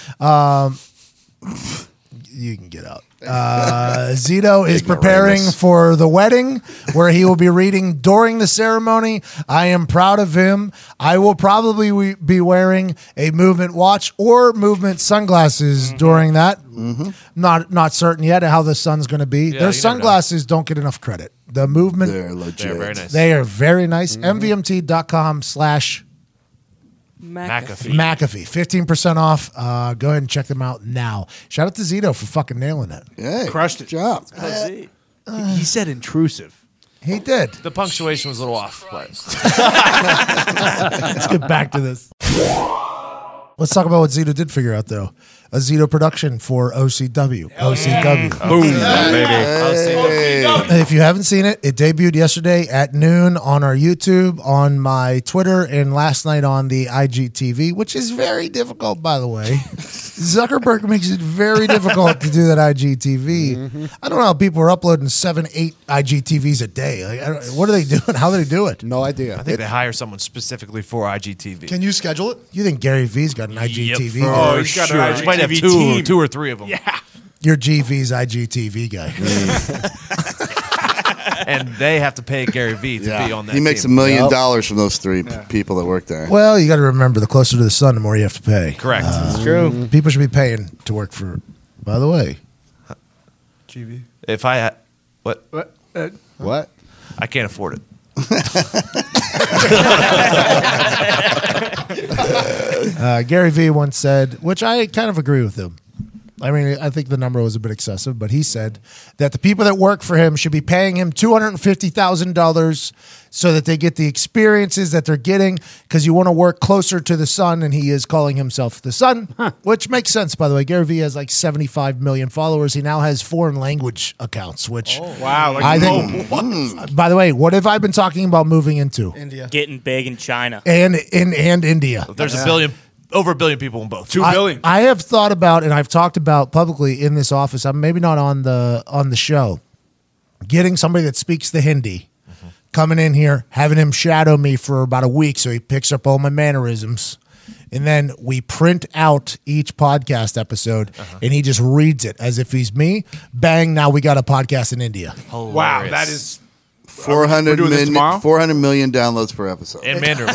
[SPEAKER 1] you can get out. Uh, Zito is preparing for the wedding where he will be reading during the ceremony. I am proud of him. I will probably we- be wearing a movement watch or movement sunglasses
[SPEAKER 4] Mm-hmm.
[SPEAKER 1] during that. Not not certain yet how the sun's going to be.
[SPEAKER 4] you never know.
[SPEAKER 1] Their sunglasses don't get enough credit. The movement
[SPEAKER 9] They're legit.
[SPEAKER 4] They're very nice.
[SPEAKER 1] They are very nice. MVMT.com slash
[SPEAKER 4] McAfee.
[SPEAKER 1] McAfee. 15% off. Uh, go ahead and check them out now. Shout out to Zito for fucking nailing it.
[SPEAKER 9] Hey,
[SPEAKER 7] Crushed it.
[SPEAKER 9] good job.
[SPEAKER 7] He said intrusive.
[SPEAKER 1] He did.
[SPEAKER 4] the punctuation was a little off, but
[SPEAKER 1] Let's get back to this. Let's talk about what Zito did figure out, though. A Zito production for OCW. OCW.
[SPEAKER 7] Boom. Baby.
[SPEAKER 1] If you haven't seen it, it debuted yesterday at noon on our YouTube, on my Twitter, and last night on the IGTV, which is very difficult, by the way. Zuckerberg makes it very difficult to do that IGTV. I don't know how people are uploading seven, eight IGTVs a day. Like, I don't- what are they doing? How do they do it?
[SPEAKER 10] No idea.
[SPEAKER 4] I think they hire someone specifically for IGTV.
[SPEAKER 2] Can you schedule it?
[SPEAKER 1] You think Gary V's got an IGTV?
[SPEAKER 4] Yep,
[SPEAKER 1] guy?
[SPEAKER 4] for
[SPEAKER 7] Oh, he's got an
[SPEAKER 4] sure. You might have
[SPEAKER 7] IGTV
[SPEAKER 4] two,
[SPEAKER 7] team.
[SPEAKER 4] two or three of them. Yeah.
[SPEAKER 1] Your GV's IGTV guy.
[SPEAKER 4] And they have to pay Gary Vee to be on that.
[SPEAKER 9] He makes a
[SPEAKER 4] team.
[SPEAKER 9] million dollars from those three p- people that work there.
[SPEAKER 1] Well, you got to remember the closer to the sun, the more you have to pay.
[SPEAKER 4] Correct.
[SPEAKER 1] True. People should be paying to work for. By the way,
[SPEAKER 4] if I had, what
[SPEAKER 7] What? Uh,
[SPEAKER 10] What?
[SPEAKER 4] I can't afford it.
[SPEAKER 1] Uh, Gary Vee once said, which I kind of agree with him. I mean, I think the number was a bit excessive, but he said that the people that work for him should be paying him $250,000 so that they get the experiences that they're getting because you want to work closer to the sun, and he is calling himself the sun, which makes sense, by the way. Gary Vee has like 75 million followers. He now has foreign language accounts, which,
[SPEAKER 7] Oh, wow. Like
[SPEAKER 1] I
[SPEAKER 7] I
[SPEAKER 1] think- by the way, what have I been talking about moving into?
[SPEAKER 2] India.
[SPEAKER 5] Getting big in China.
[SPEAKER 1] And in and India.
[SPEAKER 4] There's a billion, over a billion people in both.
[SPEAKER 7] two billion.
[SPEAKER 1] I, I have thought about and I've talked about publicly in this office. I'm maybe not on the on the show. Getting somebody that speaks the Hindi, coming in here, having him shadow me for about a week so he picks up all my mannerisms. And then we print out each podcast episode
[SPEAKER 7] Uh-huh.
[SPEAKER 1] and he just reads it as if he's me. Bang, now we got a podcast in India.
[SPEAKER 7] wow.
[SPEAKER 4] Hilarious.
[SPEAKER 7] That is.
[SPEAKER 9] 400
[SPEAKER 7] doing this
[SPEAKER 9] million,
[SPEAKER 7] tomorrow?
[SPEAKER 9] 400 million downloads per episode.
[SPEAKER 4] and Mandarin.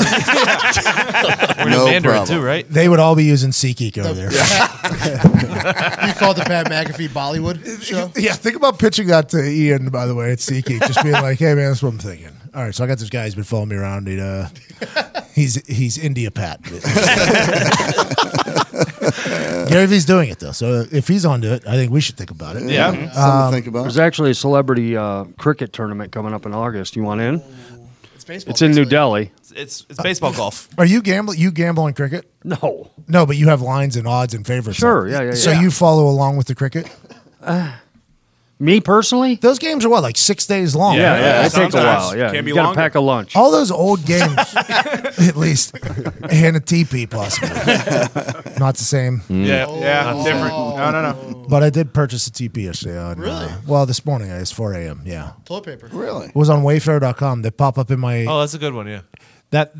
[SPEAKER 4] We're in
[SPEAKER 9] No
[SPEAKER 4] Mandarin
[SPEAKER 9] problem.
[SPEAKER 4] too, right?
[SPEAKER 1] They would all be using SeatGeek over there.
[SPEAKER 2] You called the Pat McAfee Bollywood show?
[SPEAKER 1] Yeah, think about pitching that to Ian, by the way, at SeatGeek. Just being like, hey, man, that's what I'm thinking. All right, so I got this guy who's been following me around. He, uh, he's he's India Pat. Gary Vee's doing it, though. So if he's onto it, I think we should think about it. Um,
[SPEAKER 9] Yeah. Mm-hmm. Something to think about.
[SPEAKER 8] There's actually a celebrity uh, cricket tournament coming up in August. You want in?
[SPEAKER 2] It's baseball.
[SPEAKER 8] It's in New
[SPEAKER 2] basically.
[SPEAKER 8] Delhi.
[SPEAKER 4] It's it's baseball golf.
[SPEAKER 1] Are you gambling? You gamble in cricket?
[SPEAKER 8] No.
[SPEAKER 1] No, but you have lines and odds and favorites.
[SPEAKER 8] Sure, yeah, yeah,
[SPEAKER 1] So
[SPEAKER 8] yeah. Uh,
[SPEAKER 1] you follow along with the cricket.
[SPEAKER 8] Me personally?
[SPEAKER 1] Those games are what, like six days long?
[SPEAKER 8] Yeah,
[SPEAKER 7] Yeah,
[SPEAKER 8] yeah.
[SPEAKER 7] yeah,
[SPEAKER 8] it takes a
[SPEAKER 7] sometimes.
[SPEAKER 8] while. Yeah.
[SPEAKER 7] Can't be
[SPEAKER 8] you got to
[SPEAKER 7] longer.
[SPEAKER 8] pack a lunch.
[SPEAKER 1] All those old games, at least, and a TP possibly. Not the same.
[SPEAKER 4] Mm.
[SPEAKER 7] Yeah. Yeah.
[SPEAKER 1] Oh.
[SPEAKER 7] Different. No, no, no.
[SPEAKER 1] But I did purchase a TP yesterday. On,
[SPEAKER 2] Really?
[SPEAKER 1] uh, well, this morning. It's 4 a.m. Yeah.
[SPEAKER 2] Toilet paper.
[SPEAKER 9] Really?
[SPEAKER 7] Oh,
[SPEAKER 1] It was on wayfair.com. They pop up in my.
[SPEAKER 4] Oh, that's a good one. Yeah.
[SPEAKER 1] that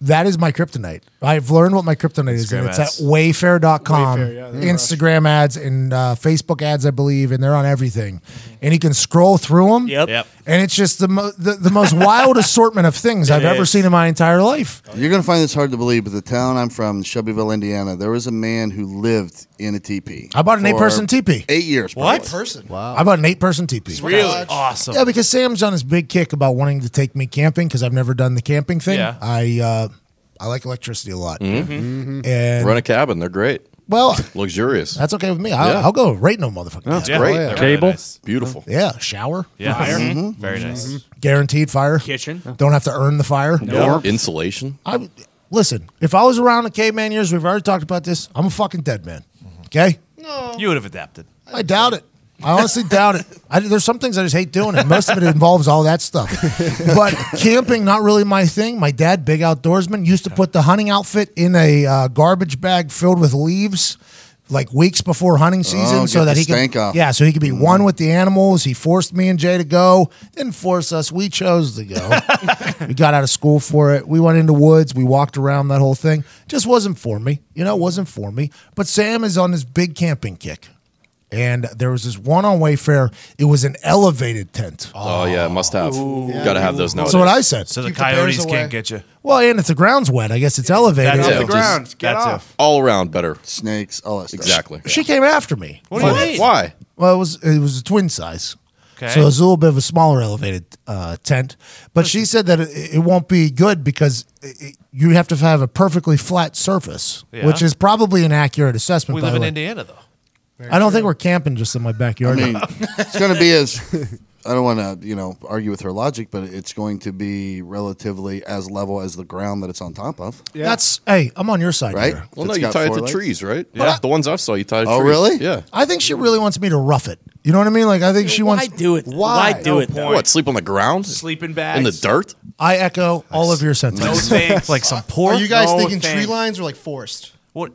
[SPEAKER 1] That is my kryptonite. I've learned what my kryptonite is, and
[SPEAKER 4] Instagram
[SPEAKER 1] it's
[SPEAKER 4] ads.
[SPEAKER 1] at wayfair.com.
[SPEAKER 7] Wayfair, yeah, they're
[SPEAKER 1] Instagram ads and uh, Facebook ads, I believe, and they're on everything. And you can scroll through them.
[SPEAKER 5] Yep.
[SPEAKER 4] Yep.
[SPEAKER 1] And it's just the, mo- the, the most wild assortment of things I've ever
[SPEAKER 5] is.
[SPEAKER 1] seen in my entire life.
[SPEAKER 9] You're going to find this hard to believe, but the town I'm from, Shelbyville, Indiana, there was a man who lived in a teepee.
[SPEAKER 1] I bought an
[SPEAKER 9] for
[SPEAKER 1] eight-person teepee.
[SPEAKER 9] Eight years.
[SPEAKER 4] What?
[SPEAKER 9] probably.
[SPEAKER 2] person. Wow.
[SPEAKER 1] I bought an eight person teepee.
[SPEAKER 4] Really awesome.
[SPEAKER 1] Yeah, because Sam's on his big kick about wanting to take me camping because I've never done the camping thing.
[SPEAKER 4] Yeah.
[SPEAKER 1] I uh, I like electricity a lot.
[SPEAKER 9] Mm.
[SPEAKER 4] Mm-hmm.
[SPEAKER 1] And
[SPEAKER 3] Rent a cabin. They're great.
[SPEAKER 1] well,
[SPEAKER 3] Luxurious.
[SPEAKER 1] that's okay with me. I'll,
[SPEAKER 3] Yeah.
[SPEAKER 1] I'll go right no motherfucker.
[SPEAKER 3] That's great.
[SPEAKER 2] Oh,
[SPEAKER 4] They're
[SPEAKER 3] They're
[SPEAKER 4] really
[SPEAKER 8] Cable?
[SPEAKER 4] nice.
[SPEAKER 3] Beautiful.
[SPEAKER 1] Yeah, shower, Mm-hmm.
[SPEAKER 4] Yeah. Mm-hmm.
[SPEAKER 2] Mm-hmm.
[SPEAKER 4] Very nice.
[SPEAKER 1] guaranteed fire,
[SPEAKER 5] Kitchen.
[SPEAKER 1] Don't have to earn the fire.
[SPEAKER 3] Insulation.
[SPEAKER 1] I listen. If I was around in caveman years, we've already talked about this. I'm a fucking dead man. Okay,
[SPEAKER 4] You would have adapted.
[SPEAKER 1] I doubt it. I honestly doubt it. I, there's some things I just hate doing, and most of it involves all that stuff. But camping, not really my thing. My dad, big outdoorsman, used to put the hunting outfit in a uh, garbage bag filled with leaves, like weeks before hunting season,
[SPEAKER 9] Oh,
[SPEAKER 1] so
[SPEAKER 9] get
[SPEAKER 1] that
[SPEAKER 9] the
[SPEAKER 1] he could,
[SPEAKER 9] stank off. Mm-hmm.
[SPEAKER 1] yeah, so he could be one with the animals. He forced me and Jay to go. Didn't force us. We chose to go. we got out of school for it. We went into woods. We walked around that whole thing. Just wasn't for me. You know, wasn't for me. But Sam is on this big camping kick and there was this one on Wayfair. It was an elevated tent.
[SPEAKER 3] Oh, yeah. Must have. Got to have those nowadays.
[SPEAKER 1] That's what I said.
[SPEAKER 4] So the
[SPEAKER 2] Keep the bears
[SPEAKER 4] coyotes
[SPEAKER 2] away.
[SPEAKER 4] can't get you.
[SPEAKER 1] well, and if the ground's wet, I guess it's elevated.
[SPEAKER 4] That's
[SPEAKER 7] Off
[SPEAKER 3] it.
[SPEAKER 7] the
[SPEAKER 3] Just-
[SPEAKER 7] ground. Get
[SPEAKER 4] That's
[SPEAKER 7] off.
[SPEAKER 4] it.
[SPEAKER 3] All around better.
[SPEAKER 9] Snakes, all that stuff.
[SPEAKER 3] Exactly.
[SPEAKER 1] She came after me.
[SPEAKER 4] What do you mean?
[SPEAKER 3] Why?
[SPEAKER 1] Well, it was it was a twin size.
[SPEAKER 4] Okay.
[SPEAKER 1] So it was a little bit of a smaller elevated uh, tent, but she said that it, it won't be good because it, it- you have to have a perfectly flat surface,
[SPEAKER 4] Yeah.
[SPEAKER 1] which is probably an accurate assessment.
[SPEAKER 4] We
[SPEAKER 1] by
[SPEAKER 4] live
[SPEAKER 1] the
[SPEAKER 4] in
[SPEAKER 1] way.
[SPEAKER 4] Indiana, though.
[SPEAKER 1] I don't think we're camping just in my
[SPEAKER 9] I
[SPEAKER 1] backyard.
[SPEAKER 9] mean, it's going to be as. I don't want to, you know, argue with her logic, but it's going to be relatively as level as the ground that it's on top of.
[SPEAKER 1] That's hey, I'm on your side
[SPEAKER 9] Right?
[SPEAKER 1] here.
[SPEAKER 3] Well,
[SPEAKER 9] If
[SPEAKER 3] no,
[SPEAKER 9] it's
[SPEAKER 3] you
[SPEAKER 9] got
[SPEAKER 3] tie it
[SPEAKER 9] four
[SPEAKER 3] to
[SPEAKER 9] legs.
[SPEAKER 3] trees, right? Yeah. The ones I saw, you tie to
[SPEAKER 9] Oh,
[SPEAKER 3] trees.
[SPEAKER 9] really?
[SPEAKER 3] Yeah.
[SPEAKER 1] I think she really wants me to rough it. You know what I mean? Like I think she
[SPEAKER 5] Why
[SPEAKER 1] wants
[SPEAKER 5] do it?
[SPEAKER 1] Why?
[SPEAKER 5] Why, do it though?
[SPEAKER 3] What? Sleep on the ground?
[SPEAKER 7] Sleeping
[SPEAKER 3] in the
[SPEAKER 7] bags.
[SPEAKER 3] dirt?
[SPEAKER 1] I echo all of your sentiments.
[SPEAKER 7] thanks.
[SPEAKER 4] Like some
[SPEAKER 2] Are
[SPEAKER 4] pork.
[SPEAKER 2] you guys
[SPEAKER 7] No
[SPEAKER 2] thinking
[SPEAKER 7] thanks.
[SPEAKER 2] tree lines or like forest?
[SPEAKER 4] What?